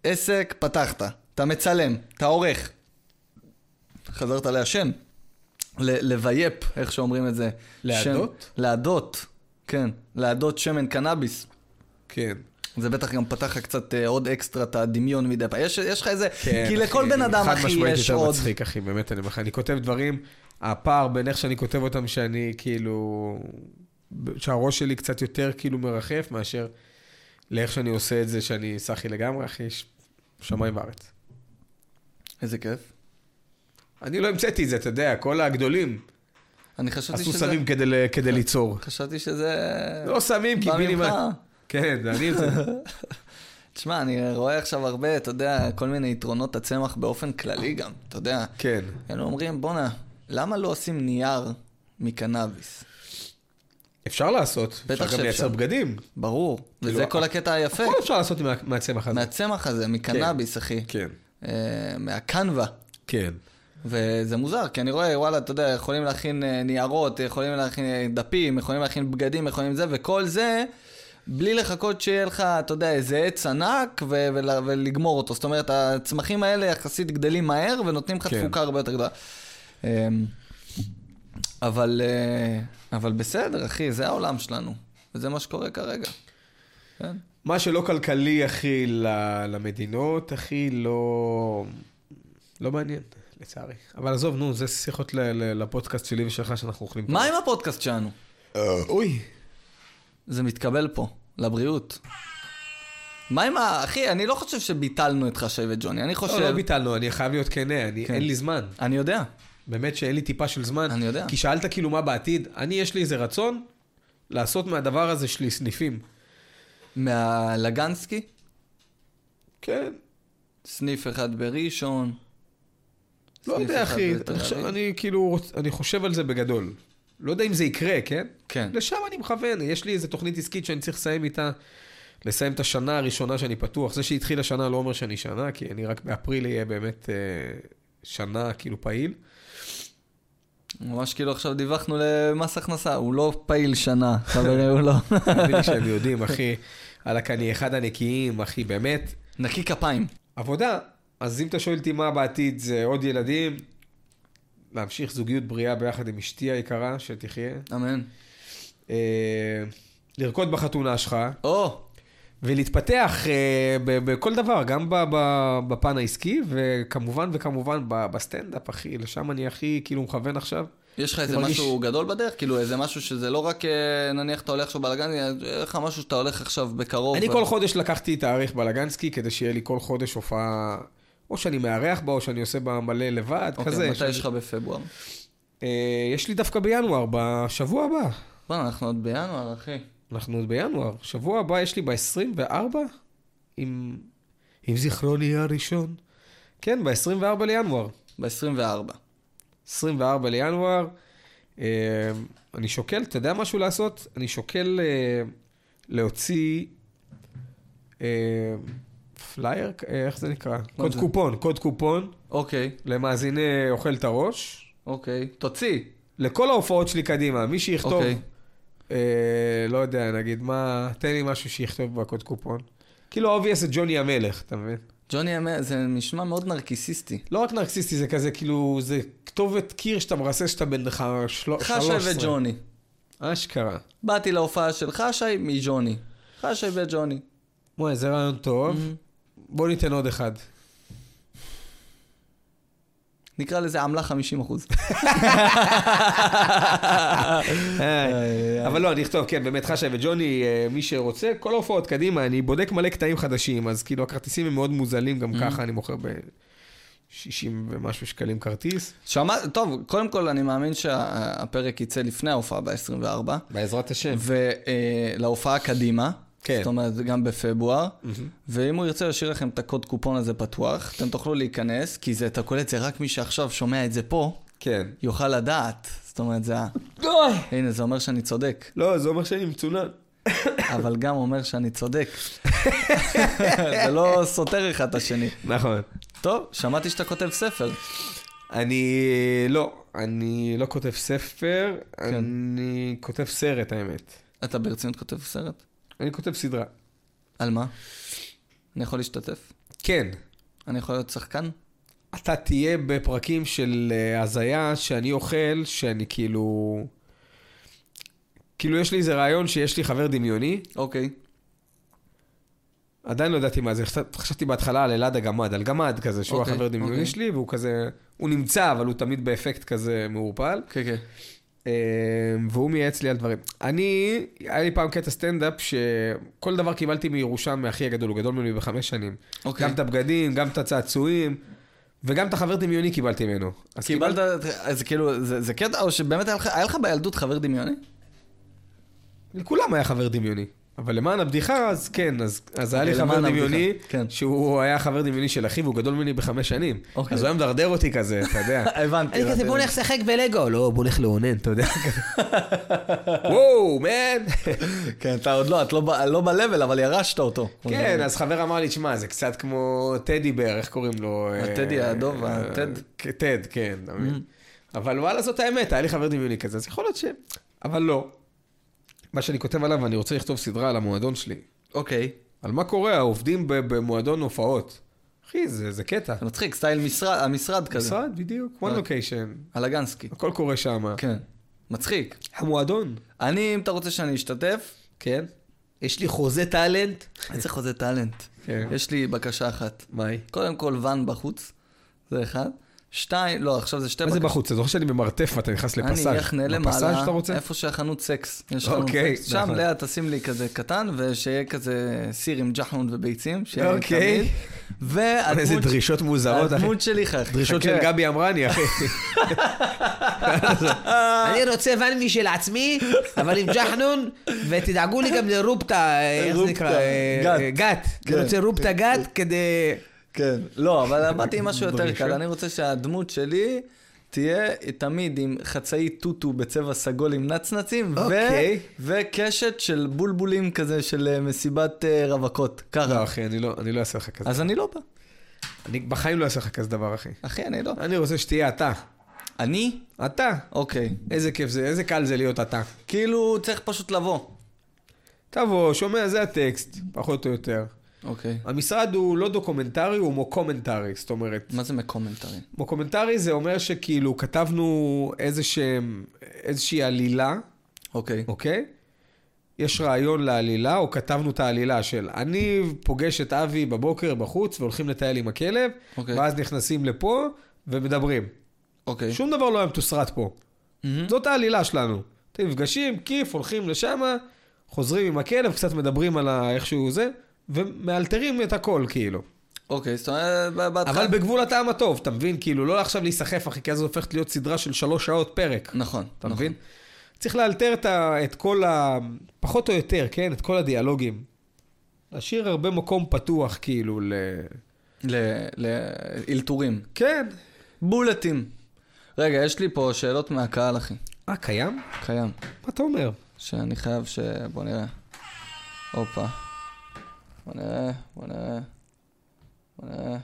[SPEAKER 2] עסק, פתחת. אתה מצלם. אתה עורך. חזרת לעשן. ל- לבייפ, איך שאומרים את זה.
[SPEAKER 1] להדות?
[SPEAKER 2] שם- להדות, כן. להדות שמן קנאביס.
[SPEAKER 1] כן.
[SPEAKER 2] זה בטח גם פתח לך קצת אה, עוד אקסטרה את הדמיון מדי פעם. יש, יש לך איזה...
[SPEAKER 1] כן,
[SPEAKER 2] כן,
[SPEAKER 1] אחי,
[SPEAKER 2] כי לכל בן אדם,
[SPEAKER 1] חד
[SPEAKER 2] אחי,
[SPEAKER 1] משמעית
[SPEAKER 2] יש
[SPEAKER 1] יותר
[SPEAKER 2] עוד...
[SPEAKER 1] מצחיק, אחי, באמת, אני אומר לך, אני כותב דברים, הפער בין איך שאני כותב אותם, שאני כאילו... שהראש שלי קצת יותר כאילו מרחף, מאשר לאיך שאני עושה את זה, שאני סחי לגמרי, אחי, ש- שמיים וארץ.
[SPEAKER 2] איזה כיף.
[SPEAKER 1] אני לא המצאתי את זה, אתה יודע, כל הגדולים
[SPEAKER 2] אני חשבתי
[SPEAKER 1] עשו
[SPEAKER 2] שזה...
[SPEAKER 1] סמים כדי ל-
[SPEAKER 2] [laughs]
[SPEAKER 1] כדי ליצור.
[SPEAKER 2] חשבתי שזה...
[SPEAKER 1] לא סמים, כי
[SPEAKER 2] בא ממך.
[SPEAKER 1] מינימה... כן, זה אני המצאתי.
[SPEAKER 2] [laughs] תשמע, אני רואה עכשיו הרבה, אתה יודע, כל מיני יתרונות הצמח באופן כללי גם, אתה יודע.
[SPEAKER 1] כן.
[SPEAKER 2] היינו אומרים, בואנה, למה לא עושים נייר מקנאביס?
[SPEAKER 1] אפשר לעשות,
[SPEAKER 2] בטח
[SPEAKER 1] אפשר גם לייצר
[SPEAKER 2] שאפשר.
[SPEAKER 1] בגדים.
[SPEAKER 2] ברור, וזה
[SPEAKER 1] כאילו,
[SPEAKER 2] כל הקטע היפה.
[SPEAKER 1] הכל אפשר לעשות מה- מהצמח הזה.
[SPEAKER 2] מהצמח הזה, מקנאביס, אחי.
[SPEAKER 1] כן.
[SPEAKER 2] אה, מהקנווה.
[SPEAKER 1] כן.
[SPEAKER 2] וזה מוזר, כי אני רואה, וואלה, אתה יודע, יכולים להכין אה, ניירות, יכולים להכין אה, דפים, יכולים להכין בגדים, יכולים זה, וכל זה בלי לחכות שיהיה לך, אתה יודע, איזה עץ ענק ו- ול- ולגמור אותו. זאת אומרת, הצמחים האלה יחסית גדלים מהר ונותנים לך
[SPEAKER 1] כן.
[SPEAKER 2] תפוקה הרבה יותר גדולה. אמ, אבל, אה, אבל בסדר, אחי, זה העולם שלנו. וזה מה שקורה כרגע. כן.
[SPEAKER 1] מה שלא כלכלי, אחי, ל- למדינות, אחי, לא... לא מעניין, לצערי. אבל עזוב, נו, זה שיחות ל- ל- לפודקאסט שלי ושלך שאנחנו אוכלים.
[SPEAKER 2] מה עם לא, הפודקאסט שלנו?
[SPEAKER 1] אוי.
[SPEAKER 2] זה מתקבל פה, לבריאות. מה עם ה... אחי, אני לא חושב שביטלנו את חשבת ג'וני, אני חושב...
[SPEAKER 1] לא, לא ביטלנו, אני חייב להיות כנה, אני-
[SPEAKER 2] כן.
[SPEAKER 1] אין לי זמן.
[SPEAKER 2] אני יודע.
[SPEAKER 1] באמת שאין לי טיפה של זמן.
[SPEAKER 2] אני יודע.
[SPEAKER 1] כי שאלת כאילו מה בעתיד, אני יש לי איזה רצון לעשות מהדבר הזה שלי סניפים.
[SPEAKER 2] מהלגנסקי,
[SPEAKER 1] כן.
[SPEAKER 2] סניף אחד בראשון.
[SPEAKER 1] לא
[SPEAKER 2] סניף
[SPEAKER 1] יודע,
[SPEAKER 2] אחד
[SPEAKER 1] אחי,
[SPEAKER 2] בתל
[SPEAKER 1] עכשיו
[SPEAKER 2] אביב.
[SPEAKER 1] אני כאילו, רוצ- אני חושב על זה בגדול. לא יודע אם זה יקרה, כן?
[SPEAKER 2] כן.
[SPEAKER 1] לשם אני מכוון, יש לי איזו תוכנית עסקית שאני צריך לסיים איתה, לסיים את השנה הראשונה שאני פתוח. זה שהתחיל השנה לא אומר שאני שנה, כי אני רק באפריל אהיה באמת אה, שנה כאילו פעיל.
[SPEAKER 2] ממש כאילו עכשיו דיווחנו למס הכנסה, הוא לא פעיל שנה, חברים, הוא לא.
[SPEAKER 1] [laughs] תאמין לי שהם יודעים, אחי, וואלכ, אני אחד הנקיים, אחי, באמת.
[SPEAKER 2] נקי כפיים.
[SPEAKER 1] עבודה, אז אם אתה שואל אותי מה בעתיד זה עוד ילדים, להמשיך זוגיות בריאה ביחד עם אשתי היקרה, שתחיה.
[SPEAKER 2] אמן.
[SPEAKER 1] אה, לרקוד בחתונה שלך,
[SPEAKER 2] או,
[SPEAKER 1] ולהתפתח אה, ב- בכל דבר, גם ב- ב- בפן העסקי, וכמובן וכמובן ב- בסטנדאפ, אחי, לשם אני הכי כאילו מכוון עכשיו.
[SPEAKER 2] יש לך איזה
[SPEAKER 1] מרגיש-
[SPEAKER 2] משהו גדול בדרך? כאילו איזה משהו שזה לא רק אה, נניח אתה הולך עכשיו בלגנסקי, יש לך משהו שאתה הולך עכשיו בקרוב.
[SPEAKER 1] אני כל חודש לקחתי תאריך בלגנסקי, כדי שיהיה לי כל חודש הופעה, או שאני מארח בה, או שאני עושה בה מלא לבד, כזה.
[SPEAKER 2] אוקיי, מתי
[SPEAKER 1] שאני-
[SPEAKER 2] יש לך בפברואר?
[SPEAKER 1] אה, יש לי דווקא בינואר, בשבוע הבא.
[SPEAKER 2] בוא'נה, אנחנו עוד בינואר, אחי.
[SPEAKER 1] אנחנו עוד בינואר. שבוע הבא יש לי ב-24, עם, עם זיכרוני הראשון. כן, ב-24 לינואר.
[SPEAKER 2] ב-24.
[SPEAKER 1] 24 לינואר. אה, אני שוקל, אתה יודע משהו לעשות? אני שוקל אה, להוציא אה, פלייר, אה, איך זה נקרא? קוד
[SPEAKER 2] זה?
[SPEAKER 1] קופון, קוד קופון
[SPEAKER 2] אוקיי,
[SPEAKER 1] למאזיני אוכל את הראש.
[SPEAKER 2] אוקיי. תוציא.
[SPEAKER 1] לכל ההופעות שלי קדימה, מי שיכתוב,
[SPEAKER 2] אוקיי.
[SPEAKER 1] אה, לא יודע, נגיד, מה, תן לי משהו שיכתוב בקוד קופון. כאילו, אובייס את ג'וני המלך, אתה מבין?
[SPEAKER 2] ג'וני, אמר- זה נשמע מאוד נרקיסיסטי.
[SPEAKER 1] לא רק נרקסיסטי, זה כזה, כאילו, זה כתובת קיר שאתה מרסס שאתה בן לך של... שלוש
[SPEAKER 2] חשי
[SPEAKER 1] עשרה.
[SPEAKER 2] וג'וני.
[SPEAKER 1] אשכרה.
[SPEAKER 2] באתי להופעה של חשי מג'וני. חשי וג'וני.
[SPEAKER 1] וואי, זה רעיון טוב. בוא ניתן עוד אחד.
[SPEAKER 2] נקרא לזה עמלה
[SPEAKER 1] [laughs]
[SPEAKER 2] 50 אחוז.
[SPEAKER 1] אבל לא, אני אכתוב, כן, באמת, חשי וג'וני, אה, מי שרוצה, כל ההופעות קדימה, אני בודק מלא קטעים חדשים, אז כאילו, הכרטיסים הם מאוד מוזלים, גם ככה אני מוכר ב-60 ומשהו שקלים כרטיס.
[SPEAKER 2] שמע, טוב, קודם כל אני מאמין שהפרק יצא לפני ההופעה ב-24,
[SPEAKER 1] בעזרת השם.
[SPEAKER 2] ולהופעה אה, קדימה.
[SPEAKER 1] כן.
[SPEAKER 2] זאת אומרת, גם בפברואר. ואם הוא ירצה להשאיר לכם את הקוד קופון הזה פתוח, אתם תוכלו להיכנס, כי זה, אתה קולט, זה רק מי שעכשיו שומע את זה פה,
[SPEAKER 1] כן.
[SPEAKER 2] יוכל לדעת. זאת אומרת, זה ה... הנה, זה אומר שאני צודק.
[SPEAKER 1] לא, זה אומר שאני מצונן.
[SPEAKER 2] אבל גם אומר שאני צודק. זה לא סותר אחד את השני.
[SPEAKER 1] נכון.
[SPEAKER 2] טוב, שמעתי שאתה כותב ספר.
[SPEAKER 1] אני לא, אני לא כותב ספר, אני כותב סרט, האמת.
[SPEAKER 2] אתה ברצינות כותב סרט?
[SPEAKER 1] אני כותב סדרה.
[SPEAKER 2] על מה? אני יכול להשתתף?
[SPEAKER 1] כן.
[SPEAKER 2] אני יכול להיות שחקן?
[SPEAKER 1] אתה תהיה בפרקים של אה, הזיה שאני אוכל, שאני כאילו... כאילו, יש לי איזה רעיון שיש לי חבר דמיוני,
[SPEAKER 2] אוקיי.
[SPEAKER 1] עדיין לא ידעתי מה זה, חשבת- חשבתי בהתחלה על אלעד הגמד, על גמד כזה, שהוא
[SPEAKER 2] אוקיי,
[SPEAKER 1] החבר דמיוני
[SPEAKER 2] אוקיי.
[SPEAKER 1] שלי, והוא כזה... הוא נמצא, אבל הוא תמיד באפקט כזה מעורפל.
[SPEAKER 2] כן, כן.
[SPEAKER 1] אמ, והוא מייעץ לי על דברים. אני, היה לי פעם קטע סטנדאפ שכל דבר קיבלתי מירושה מאחי הגדול, הוא גדול ממני בחמש שנים.
[SPEAKER 2] אוקיי.
[SPEAKER 1] גם את הבגדים, גם את הצעצועים, וגם את החבר דמיוני קיבלתי ממנו. אז
[SPEAKER 2] קיבלת, אז כאילו, זה זה קטע, או שבאמת היה לך- היה לך בילדות חבר דמיוני?
[SPEAKER 1] לכולם היה חבר דמיוני. אבל למען הבדיחה, אז כן, אז, אז היה לי
[SPEAKER 2] אוקיי,
[SPEAKER 1] חבר
[SPEAKER 2] למען
[SPEAKER 1] דמיוני,
[SPEAKER 2] הבדיחה, כן.
[SPEAKER 1] שהוא היה חבר דמיוני של אחי, והוא גדול ממני בחמש שנים.
[SPEAKER 2] אוקיי.
[SPEAKER 1] אז הוא היה מדרדר אותי כזה, אתה יודע.
[SPEAKER 2] [laughs] הבנתי.
[SPEAKER 1] אני כזה, בוא נלך לשחק בלגו. לא, בוא נלך לאונן, אתה יודע. [laughs] וואו,
[SPEAKER 2] [laughs]
[SPEAKER 1] מן.
[SPEAKER 2] כן, אתה עוד לא, את לא ב- לא ב-level, אבל ירשת אותו.
[SPEAKER 1] כן, אז חבר אמר לי, תשמע, זה קצת כמו טדי בר, איך קוראים לו?
[SPEAKER 2] הטדי
[SPEAKER 1] אה,
[SPEAKER 2] האדום,
[SPEAKER 1] אה,
[SPEAKER 2] הטד. Mm.
[SPEAKER 1] כ- טד, כן, אתה מבין? אבל וואלה, זאת האמת, היה לי חבר דמיוני כזה, אז יכול להיות ש... אבל לא. מה שאני כותב עליו, אני רוצה לכתוב סדרה על המועדון שלי.
[SPEAKER 2] אוקיי.
[SPEAKER 1] על מה קורה, העובדים ב- במועדון הופעות. אחי, זה, זה קטע.
[SPEAKER 2] זה מצחיק, סטייל משרד, המשרד כזה.
[SPEAKER 1] משרד, בדיוק,
[SPEAKER 4] אה.
[SPEAKER 1] one location,
[SPEAKER 2] הלגנסקי.
[SPEAKER 1] הכל קורה שם.
[SPEAKER 2] כן. מצחיק.
[SPEAKER 1] המועדון.
[SPEAKER 2] אני, אם אתה רוצה שאני אשתתף,
[SPEAKER 1] כן. יש לי חוזה טאלנט.
[SPEAKER 2] אני צריך חוזה טאלנט.
[SPEAKER 1] כן.
[SPEAKER 2] יש לי בקשה אחת.
[SPEAKER 1] מה היא?
[SPEAKER 2] קודם כל, ואן בחוץ, זה אחד. שתיים, לא, עכשיו זה שתי
[SPEAKER 1] מה זה בחוץ? אתה זוכר שאני במרתף ואתה נכנס לפסאז'.
[SPEAKER 2] אני אכנה
[SPEAKER 1] בפסאז'
[SPEAKER 2] למעלה,
[SPEAKER 1] אתה רוצה?
[SPEAKER 2] איפה שהחנות סקס. יש חנות
[SPEAKER 1] אוקיי,
[SPEAKER 2] סקס. שם
[SPEAKER 1] נכון.
[SPEAKER 2] לאה תשים לי כזה קטן, ושיהיה כזה סיר עם ג'חנון וביצים. שיהיה
[SPEAKER 1] אוקיי.
[SPEAKER 2] תמיד.
[SPEAKER 1] [laughs]
[SPEAKER 2] והדמות...
[SPEAKER 1] איזה דרישות מוזרות, אחי.
[SPEAKER 2] הדמות שלי, חכה.
[SPEAKER 1] דרישות של גבי אמרני, אחי.
[SPEAKER 4] [laughs] אני רוצה ואן משל עצמי, אבל עם ג'חנון, ותדאגו לי גם לרופטה, איך זה נקרא?
[SPEAKER 2] רובטה,
[SPEAKER 4] אה,
[SPEAKER 2] גת.
[SPEAKER 4] גת. אני רוצה רופטה גת כדי...
[SPEAKER 2] כן. לא, אבל באתי עם משהו יותר
[SPEAKER 1] דרישות.
[SPEAKER 2] קל. אני רוצה שהדמות שלי תהיה תמיד עם חצאי טוטו בצבע סגול עם נצנצים, ו-
[SPEAKER 1] אוקיי.
[SPEAKER 2] וקשת של בולבולים כזה של אה, מסיבת אה, רווקות.
[SPEAKER 1] לא,
[SPEAKER 2] ככה.
[SPEAKER 1] אחי, אני לא- אני לא אעשה לך כזה.
[SPEAKER 2] אז אני לא בא.
[SPEAKER 1] אני בחיים לא אעשה לך כזה דבר, אחי.
[SPEAKER 2] אחי, אני לא.
[SPEAKER 1] אני רוצה שתהיה אתה.
[SPEAKER 2] אני?
[SPEAKER 1] אתה.
[SPEAKER 2] אוקיי.
[SPEAKER 1] איזה כיף זה, איזה קל זה להיות אתה.
[SPEAKER 2] כאילו, צריך פשוט לבוא.
[SPEAKER 1] תבוא, שומע, זה הטקסט, פחות או יותר.
[SPEAKER 2] אוקיי.
[SPEAKER 1] המשרד הוא לא דוקומנטרי, הוא מוקומנטרי, זאת אומרת.
[SPEAKER 2] מה זה מקומנטרי?
[SPEAKER 1] מוקומנטרי זה אומר שכאילו כתבנו איזה שהם, איזושהי עלילה,
[SPEAKER 2] אוקיי.
[SPEAKER 1] אוקיי? יש רעיון לעלילה, או כתבנו את העלילה של אני פוגש את אבי בבוקר בחוץ והולכים לטייל עם הכלב,
[SPEAKER 2] אוקיי.
[SPEAKER 1] ואז נכנסים לפה ומדברים.
[SPEAKER 4] כן.
[SPEAKER 2] אוקיי.
[SPEAKER 1] שום דבר לא היה מתוסרט פה. זאת העלילה שלנו. אתם נפגשים, כיף, הולכים לשמה, חוזרים עם הכלב, קצת מדברים על ה- איך שהוא זה, ומאלתרים את הכל, כאילו.
[SPEAKER 2] אוקיי, זאת אומרת, ב- בהתחלה...
[SPEAKER 1] אבל בגבול הטעם הטוב, אתה מבין? כאילו, לא עכשיו להיסחף, אחי, כי אז הופכת להיות סדרה של שלוש שעות פרק.
[SPEAKER 2] נכון,
[SPEAKER 1] אתה
[SPEAKER 2] נכון.
[SPEAKER 1] מבין? צריך לאלתר את, ה, את כל ה... פחות או יותר, כן? את כל הדיאלוגים. להשאיר הרבה מקום פתוח, כאילו, ל...
[SPEAKER 2] ל- לאלתורים.
[SPEAKER 1] כן.
[SPEAKER 2] בולטים. רגע, יש לי פה שאלות מהקהל, אחי.
[SPEAKER 1] אה, קיים?
[SPEAKER 2] קיים.
[SPEAKER 1] מה אתה אומר?
[SPEAKER 2] שאני חייב ש... בוא נראה. הופה. בוא נראה, בוא נראה. בוא נראה.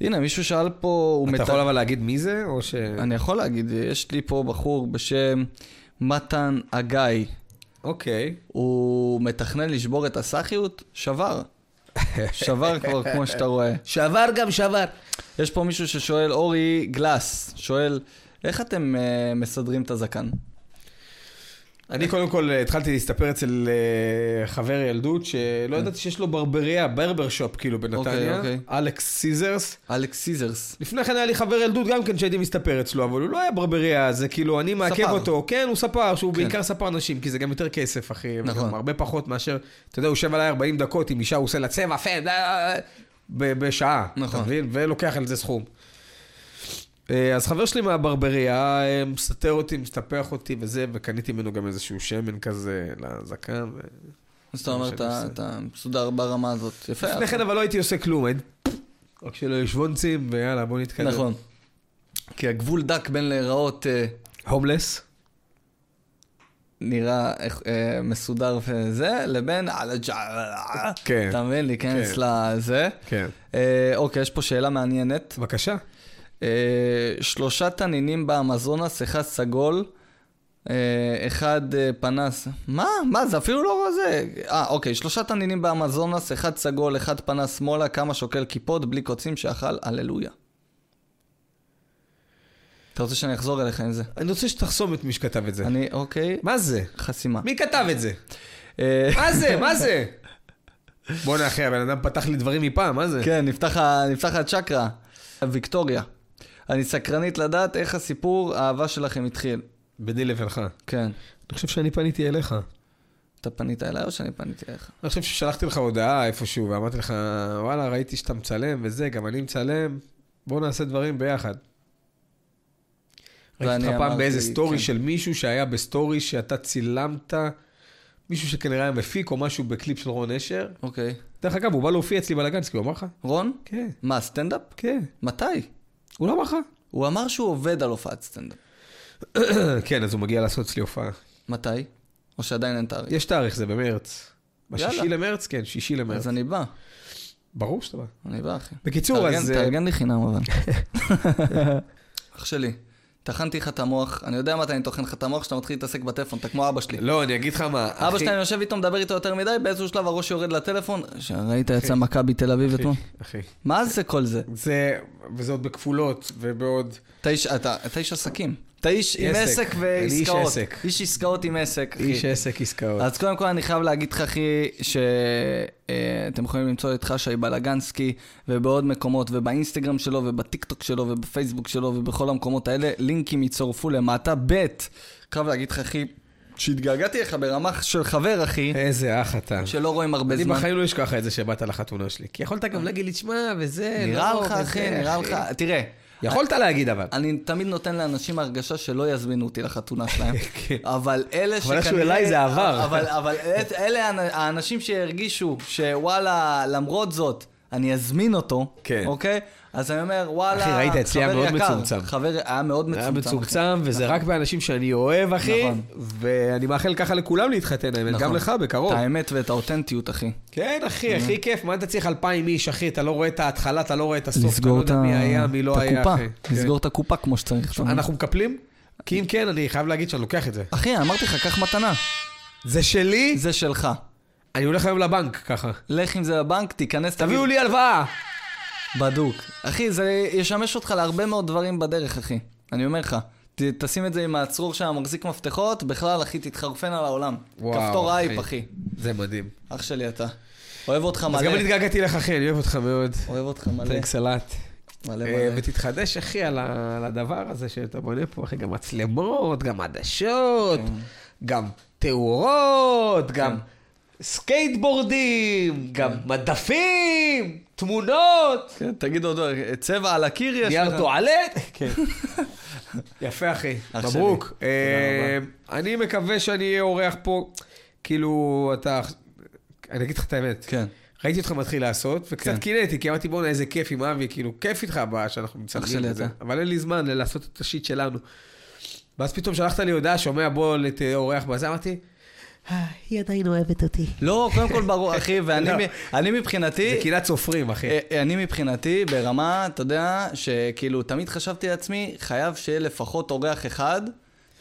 [SPEAKER 2] הנה, מישהו שאל פה... הוא
[SPEAKER 1] אתה
[SPEAKER 2] מת-
[SPEAKER 1] יכול אבל להגיד מי זה, או ש...
[SPEAKER 2] אני יכול להגיד, יש לי פה בחור בשם מתן אגאי.
[SPEAKER 1] אוקיי.
[SPEAKER 2] הוא מתכנן לשבור את הסאחיות? שבר. שבר כבר, כמו שאתה רואה.
[SPEAKER 4] שבר גם שבר.
[SPEAKER 2] יש פה מישהו ששואל, אורי גלאס, שואל, איך אתם אה, מסדרים את הזקן?
[SPEAKER 1] אני קודם כל אה, התחלתי להסתפר אצל אה, חבר ילדות, שלא ידעתי שיש לו ברבריה, ברבר שופ, כאילו, בנתניה.
[SPEAKER 2] כן. אוקיי.
[SPEAKER 1] אלכס סיזרס.
[SPEAKER 2] אלכס סיזרס.
[SPEAKER 1] לפני כן היה לי חבר ילדות גם כן שהייתי מסתפר אצלו, אבל הוא לא היה ברבריה, זה כאילו, אני מעכב
[SPEAKER 2] ספר.
[SPEAKER 1] אותו. כן, הוא ספר, שהוא בעיקר ספר נשים, כי זה גם יותר כסף, אחי. וגם
[SPEAKER 2] נכון.
[SPEAKER 1] הרבה פחות מאשר, אתה יודע, הוא יושב עליי 40 דקות עם אישה, הוא עושה לה צבע, פה, ב- ב- בשעה.
[SPEAKER 2] נכון.
[SPEAKER 1] אתה מבין? ולוקח על זה סכום. אה, אז חבר שלי מהברבריה אה, מסתר אותי, מסתפח אותי וזה, וקניתי ממנו גם איזשהו שמן כזה לזקן. ו...
[SPEAKER 2] זאת אומרת, אתה- אתה מסודר ברמה הזאת. יפה.
[SPEAKER 1] לפני כן אבל לא הייתי עושה כלום, הייתי... רק שלא יש וונצים, ויאללה, בוא נתקדם.
[SPEAKER 2] נכון. כי הגבול דק בין להיראות אה,
[SPEAKER 1] הומלס.
[SPEAKER 2] נראה איך, אה, מסודר וזה, לבין על הג'עלה.
[SPEAKER 1] כן.
[SPEAKER 2] אתה מבין? להיכנס לזה.
[SPEAKER 1] כן.
[SPEAKER 2] אה, אוקיי, יש פה שאלה מעניינת.
[SPEAKER 1] בבקשה.
[SPEAKER 2] אה, שלושה תנינים באמזונס, אחד סגול, אה, אחד אה, פנס. מה? מה? זה אפילו לא זה. אה, אוקיי, שלושה תנינים באמזונס, אחד סגול, אחד פנס שמאלה, כמה שוקל קיפוד, בלי קוצים, שאכל הללויה. אתה רוצה שאני אחזור אליך עם זה?
[SPEAKER 1] אני רוצה שתחסום את מי שכתב את זה.
[SPEAKER 2] אני, אוקיי,
[SPEAKER 1] מה זה?
[SPEAKER 2] חסימה.
[SPEAKER 1] מי כתב את זה?
[SPEAKER 2] אה,
[SPEAKER 1] מה זה? מה זה? בואנה אחי, הבן אדם פתח לי דברים מפעם, מה זה?
[SPEAKER 2] כן, נפתח ה- נפתח הצ'קרה. ויקטוריה, אני סקרנית לדעת איך הסיפור, האהבה שלכם התחיל.
[SPEAKER 1] ביני לבינך.
[SPEAKER 2] כן.
[SPEAKER 1] אני חושב שאני פניתי אליך.
[SPEAKER 2] אתה פנית אליי או שאני פניתי אליך?
[SPEAKER 1] אני חושב ששלחתי לך הודעה איפשהו, ואמרתי לך, וואלה, ראיתי שאתה מצלם וזה, גם אני מצלם, בוא נעשה דברים ביחד. ראיתי
[SPEAKER 2] ואני
[SPEAKER 1] אותך פעם
[SPEAKER 2] אמרתי,
[SPEAKER 1] באיזה סטורי
[SPEAKER 2] כן.
[SPEAKER 1] של מישהו שהיה בסטורי שאתה צילמת, מישהו שכנראה היה מפיק או משהו בקליפ של רון אשר.
[SPEAKER 2] אוקיי.
[SPEAKER 1] דרך אגב, הוא בא להופיע אצלי בלגנסקי, הוא אמר לך?
[SPEAKER 2] רון?
[SPEAKER 1] כן,
[SPEAKER 2] מה, סטנדאפ?
[SPEAKER 1] כן.
[SPEAKER 2] מתי?
[SPEAKER 1] הוא לא אמר לך?
[SPEAKER 2] הוא אמר שהוא עובד על הופעת סטנדאפ.
[SPEAKER 1] כן, אז הוא מגיע לעשות אצלי הופעה.
[SPEAKER 2] מתי? או שעדיין אין תאריך.
[SPEAKER 1] יש תאריך, זה במרץ. בשישי
[SPEAKER 2] יאללה.
[SPEAKER 1] למרץ? כן, שישי למרץ.
[SPEAKER 2] אז אני בא.
[SPEAKER 1] ברור שאתה בא.
[SPEAKER 2] אני בא, אחי.
[SPEAKER 1] בקיצור, [laughs]
[SPEAKER 2] תארגן-
[SPEAKER 1] אז... אה,
[SPEAKER 2] תארגן לי חינם אבל. אח שלי, טחנתי לך את המוח, אני יודע מתי אני טוחן לך את המוח כשאתה מתחיל להתעסק בטלפון, אתה כמו אבא שלי.
[SPEAKER 1] לא, אני אגיד לך מה,
[SPEAKER 2] אבא
[SPEAKER 1] אחי-
[SPEAKER 2] שלי, אני יושב איתו, מדבר איתו יותר מדי, באיזשהו שלב הראש יורד לטלפון. ראית, יצא מכבי תל אביב אתמול?
[SPEAKER 1] אחי,
[SPEAKER 2] מה זה כל זה?
[SPEAKER 1] זה, וזה עוד בכפולות, ובעוד...
[SPEAKER 2] אתה איש- אתה אתה איש עסקים. אתה איש עם
[SPEAKER 1] עסק.
[SPEAKER 2] עסק
[SPEAKER 1] אני איש
[SPEAKER 2] ועסקאות.
[SPEAKER 1] עסק.
[SPEAKER 2] איש עסקאות עם עסק, אחי.
[SPEAKER 1] איש עסק עסקאות.
[SPEAKER 2] אז קודם כל אני חייב להגיד לך, אחי, שאתם יכולים למצוא את חשי בלגנסקי ובעוד מקומות, ובאינסטגרם שלו, ובטיקטוק שלו, ובפייסבוק שלו, ובכל המקומות האלה, לינקים יצורפו למטה. ב', חייב להגיד לך, אחי, שהתגעגעתי לך ברמה של חבר, אחי,
[SPEAKER 1] איזה אח אתה.
[SPEAKER 2] שלא רואים הרבה
[SPEAKER 1] כן. אני
[SPEAKER 2] זמן.
[SPEAKER 1] בחיים לא אשכח את זה שבאת לחתונה שלי. כי יכולת גם להגיד לי, תשמע, וזה...
[SPEAKER 2] אה. נראה
[SPEAKER 1] לא,
[SPEAKER 2] לך,
[SPEAKER 1] וזה,
[SPEAKER 2] אחי, נראה לך, תראה.
[SPEAKER 1] יכולת להגיד אבל.
[SPEAKER 2] אני תמיד נותן לאנשים הרגשה שלא יזמינו אותי
[SPEAKER 1] [laughs]
[SPEAKER 2] לחתונה שלהם, אבל אלה
[SPEAKER 1] כן. אבל
[SPEAKER 2] שכנראה...
[SPEAKER 1] איכשהו אליי זה עבר.
[SPEAKER 2] אבל, אבל את- אלה האנ- האנשים שהרגישו שוואלה, למרות זאת, אני אזמין אותו,
[SPEAKER 1] כן.
[SPEAKER 2] אוקיי? אז אני אומר, וואלה,
[SPEAKER 1] אחי, ראית, אצלי היה
[SPEAKER 2] חבר
[SPEAKER 1] מאוד
[SPEAKER 2] יקר."
[SPEAKER 1] מצומצם.
[SPEAKER 2] חבר היה מאוד מצומצם.
[SPEAKER 1] היה
[SPEAKER 2] אחי.
[SPEAKER 1] מצומצם, וזה רק באנשים שאני אוהב, אחי.
[SPEAKER 2] נכון.
[SPEAKER 1] ואני מאחל ככה לכולם להתחתן, האמת, גם
[SPEAKER 2] נכון.
[SPEAKER 1] לך, בקרוב.
[SPEAKER 2] את האמת ואת האותנטיות, אחי.
[SPEAKER 1] כן,
[SPEAKER 2] אה.
[SPEAKER 1] אחי, הכי כיף. מה אתה צריך 2,000 איש, אחי? אתה לא רואה את ההתחלה, אתה לא רואה את הסוף, אתה לא
[SPEAKER 2] לסגור את
[SPEAKER 1] יודע מי היה,
[SPEAKER 2] ה-
[SPEAKER 1] מי
[SPEAKER 2] את
[SPEAKER 1] לא היה,
[SPEAKER 2] הקופה,
[SPEAKER 1] אחי. כן.
[SPEAKER 2] לסגור את הקופה כמו שצריך. אתה מבין?
[SPEAKER 1] אנחנו מקפלים? כי אם כן, אני חייב להגיד שאני לוקח את זה.
[SPEAKER 2] אחי, אמרתי לך, קח מתנה.
[SPEAKER 1] זה שלי?
[SPEAKER 2] זה שלך.
[SPEAKER 1] אני הולך היום לבנק, ככה.
[SPEAKER 2] לך עם זה לבנק, תיכנס, תגיד,
[SPEAKER 1] תביאו לי הלוואה!
[SPEAKER 2] בדוק. אחי, זה ישמש אותך להרבה מאוד דברים בדרך, אחי. אני אומר לך. ת- תשים את זה עם הצרור של המחזיק מפתחות, בכלל, אחי, תתחרפן על העולם.
[SPEAKER 1] וואו,
[SPEAKER 2] כפתור אייפ,
[SPEAKER 1] אחי.
[SPEAKER 2] אחי.
[SPEAKER 1] זה מדהים.
[SPEAKER 2] אח שלי אתה. אוהב אותך מלא.
[SPEAKER 1] אז גם אני התגעגעתי לך, אחי, אני אוהב אותך מאוד.
[SPEAKER 2] אוהב אותך מלא.
[SPEAKER 1] תנקס אלאט.
[SPEAKER 2] מלא
[SPEAKER 1] אה,
[SPEAKER 2] מלא.
[SPEAKER 1] ותתחדש, אחי, על ה- על הדבר הזה שאתה בונה פה, אחי, גם מצלמות, גם עדשות,
[SPEAKER 2] כן.
[SPEAKER 1] גם תאורות, גם סקייטבורדים, גם מדפים, תמונות,
[SPEAKER 2] כן, תגיד עוד אה, צבע על הקיר יש
[SPEAKER 1] נייר [laughs] טואלט. כן. יפה, אחי.
[SPEAKER 2] אח
[SPEAKER 1] מברוק.
[SPEAKER 2] שלי.
[SPEAKER 1] אה, אני מקווה שאני אהיה אורח פה, כאילו, אתה... אני אגיד לך את האמת.
[SPEAKER 2] כן.
[SPEAKER 1] ראיתי אותך מתחיל לעשות, וקצת
[SPEAKER 2] כן.
[SPEAKER 1] קינאתי, כי אמרתי, בואנה, איזה כיף עם אבי, כאילו, כיף איתך הבעיה שאנחנו מצלמים
[SPEAKER 2] שלי
[SPEAKER 1] את זה.
[SPEAKER 2] אתה.
[SPEAKER 1] אבל אין לי זמן לעשות את השיט שלנו. ואז פתאום שלחת לי הודעה, שומע, בוא, תהיה אורח בזה, אמרתי,
[SPEAKER 3] היא עדיין אוהבת אותי.
[SPEAKER 2] לא, קודם כל ברור, אחי, ואני
[SPEAKER 1] [laughs] לא.
[SPEAKER 2] מ- אני מבחינתי...
[SPEAKER 1] זה קהילת סופרים, אחי.
[SPEAKER 2] אה, אני מבחינתי, ברמה, אתה יודע, שכאילו, תמיד חשבתי לעצמי, חייב שיהיה לפחות אורח אחד,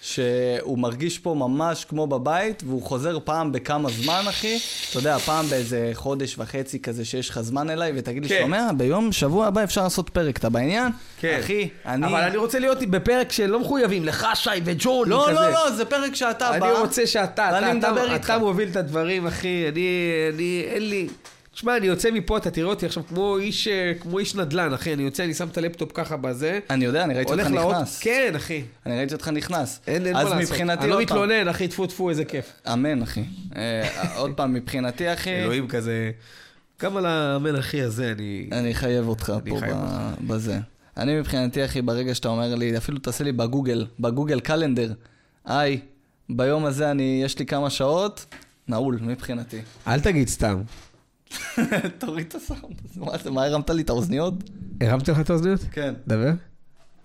[SPEAKER 2] שהוא מרגיש פה ממש כמו בבית, והוא חוזר פעם בכמה זמן, אחי. אתה יודע, פעם באיזה חודש וחצי כזה שיש לך זמן אליי, ותגיד לי,
[SPEAKER 1] כן.
[SPEAKER 2] שומע, ביום, שבוע הבא אפשר לעשות פרק, אתה בעניין?
[SPEAKER 1] כן.
[SPEAKER 2] אחי, אני...
[SPEAKER 1] אבל אני רוצה להיות בפרק שלא מחויבים לך, שי וג'ון,
[SPEAKER 2] לא,
[SPEAKER 1] כזה.
[SPEAKER 2] לא, לא, זה פרק שאתה בא.
[SPEAKER 1] אני רוצה שאתה,
[SPEAKER 2] ואני
[SPEAKER 1] אתה,
[SPEAKER 2] מדבר
[SPEAKER 1] אתה,
[SPEAKER 2] איתך.
[SPEAKER 1] אתה מוביל את הדברים, אחי, אני, אני, אין לי... תשמע, אני יוצא מפה, אתה תראה אותי עכשיו כמו איש, אה, כמו איש נדל"ן, אחי, אני יוצא, אני שם את הלפטופ ככה בזה.
[SPEAKER 2] אני יודע, אני ראיתי אותך
[SPEAKER 1] הולך לאות-
[SPEAKER 2] נכנס.
[SPEAKER 1] כן, אחי.
[SPEAKER 2] אני ראיתי אותך נכנס.
[SPEAKER 1] אין, אין מה
[SPEAKER 2] אז
[SPEAKER 1] לעשות.
[SPEAKER 2] מבחינתי,
[SPEAKER 1] אני לא
[SPEAKER 2] עוד פעם-
[SPEAKER 1] מתלונן, אחי, טפו טפו, איזה כיף.
[SPEAKER 2] אמן, אחי. אה, עוד פעם, מבחינתי, אחי...
[SPEAKER 1] אלוהים כזה... גם על האמן אחי הזה, אני...
[SPEAKER 2] אני אחייב אותך
[SPEAKER 1] אני
[SPEAKER 2] פה
[SPEAKER 1] אחייב
[SPEAKER 2] ב- בזה. אני מבחינתי, אחי, ברגע שאתה אומר לי, אפילו תעשה לי בגוגל, בגוגל קלנדר, היי, ביום הזה אני, יש לי כמה שעות, נעול
[SPEAKER 1] [laughs]
[SPEAKER 2] מבחינתי.
[SPEAKER 1] אל תגיד סתם.
[SPEAKER 2] תוריד את הסאונד. מה זה, מה הרמת לי את האוזניות?
[SPEAKER 1] הרמת לך את האוזניות?
[SPEAKER 2] כן.
[SPEAKER 1] דבר.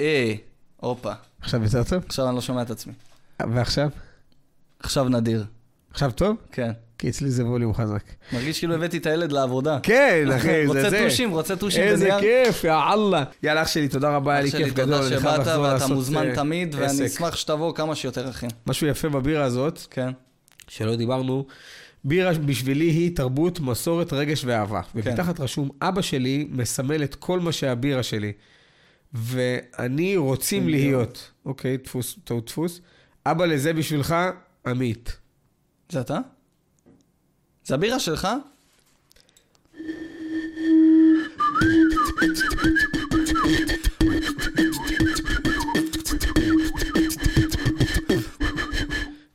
[SPEAKER 2] אה, הופה,
[SPEAKER 1] עכשיו יותר טוב?
[SPEAKER 2] עכשיו אני לא שומע את עצמי.
[SPEAKER 1] ועכשיו?
[SPEAKER 2] עכשיו נדיר,
[SPEAKER 1] עכשיו טוב?
[SPEAKER 2] כן.
[SPEAKER 1] כי אצלי זה ווליום חזק.
[SPEAKER 2] מרגיש כאילו הבאתי את הילד לעבודה.
[SPEAKER 1] כן, אחי, זה זה.
[SPEAKER 2] רוצה טושים, רוצה טושים
[SPEAKER 1] איזה
[SPEAKER 2] בנייר.
[SPEAKER 1] כיף, יא אללה. יאללה, אח שלי, תודה רבה, היה לי
[SPEAKER 2] אח שלי,
[SPEAKER 1] כיף גדול.
[SPEAKER 2] תודה
[SPEAKER 1] אני חייב
[SPEAKER 2] שבאת
[SPEAKER 1] לחזור
[SPEAKER 2] ואתה
[SPEAKER 1] לעשות,
[SPEAKER 2] מוזמן
[SPEAKER 1] אה,
[SPEAKER 2] תמיד, ואני
[SPEAKER 1] עסק.
[SPEAKER 2] אשמח שתבוא כמה שיותר, אחי.
[SPEAKER 1] משהו יפה בבירה הזאת,
[SPEAKER 2] כן.
[SPEAKER 1] שלא דיברנו, בירה בשבילי היא תרבות, מסורת, רגש ואהבה. ומתחת רשום, אבא שלי מסמל את כל מה שהבירה שלי. ואני רוצים להיות. אוקיי, דפוס, טעות דפוס. אבא לזה בשבילך, עמית.
[SPEAKER 2] זה אתה? זה הבירה שלך?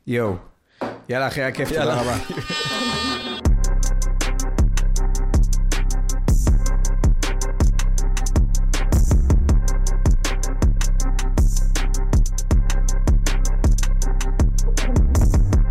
[SPEAKER 1] יואו. יאללה, אחי, היה כיף, תודה
[SPEAKER 2] יאללה.
[SPEAKER 1] רבה.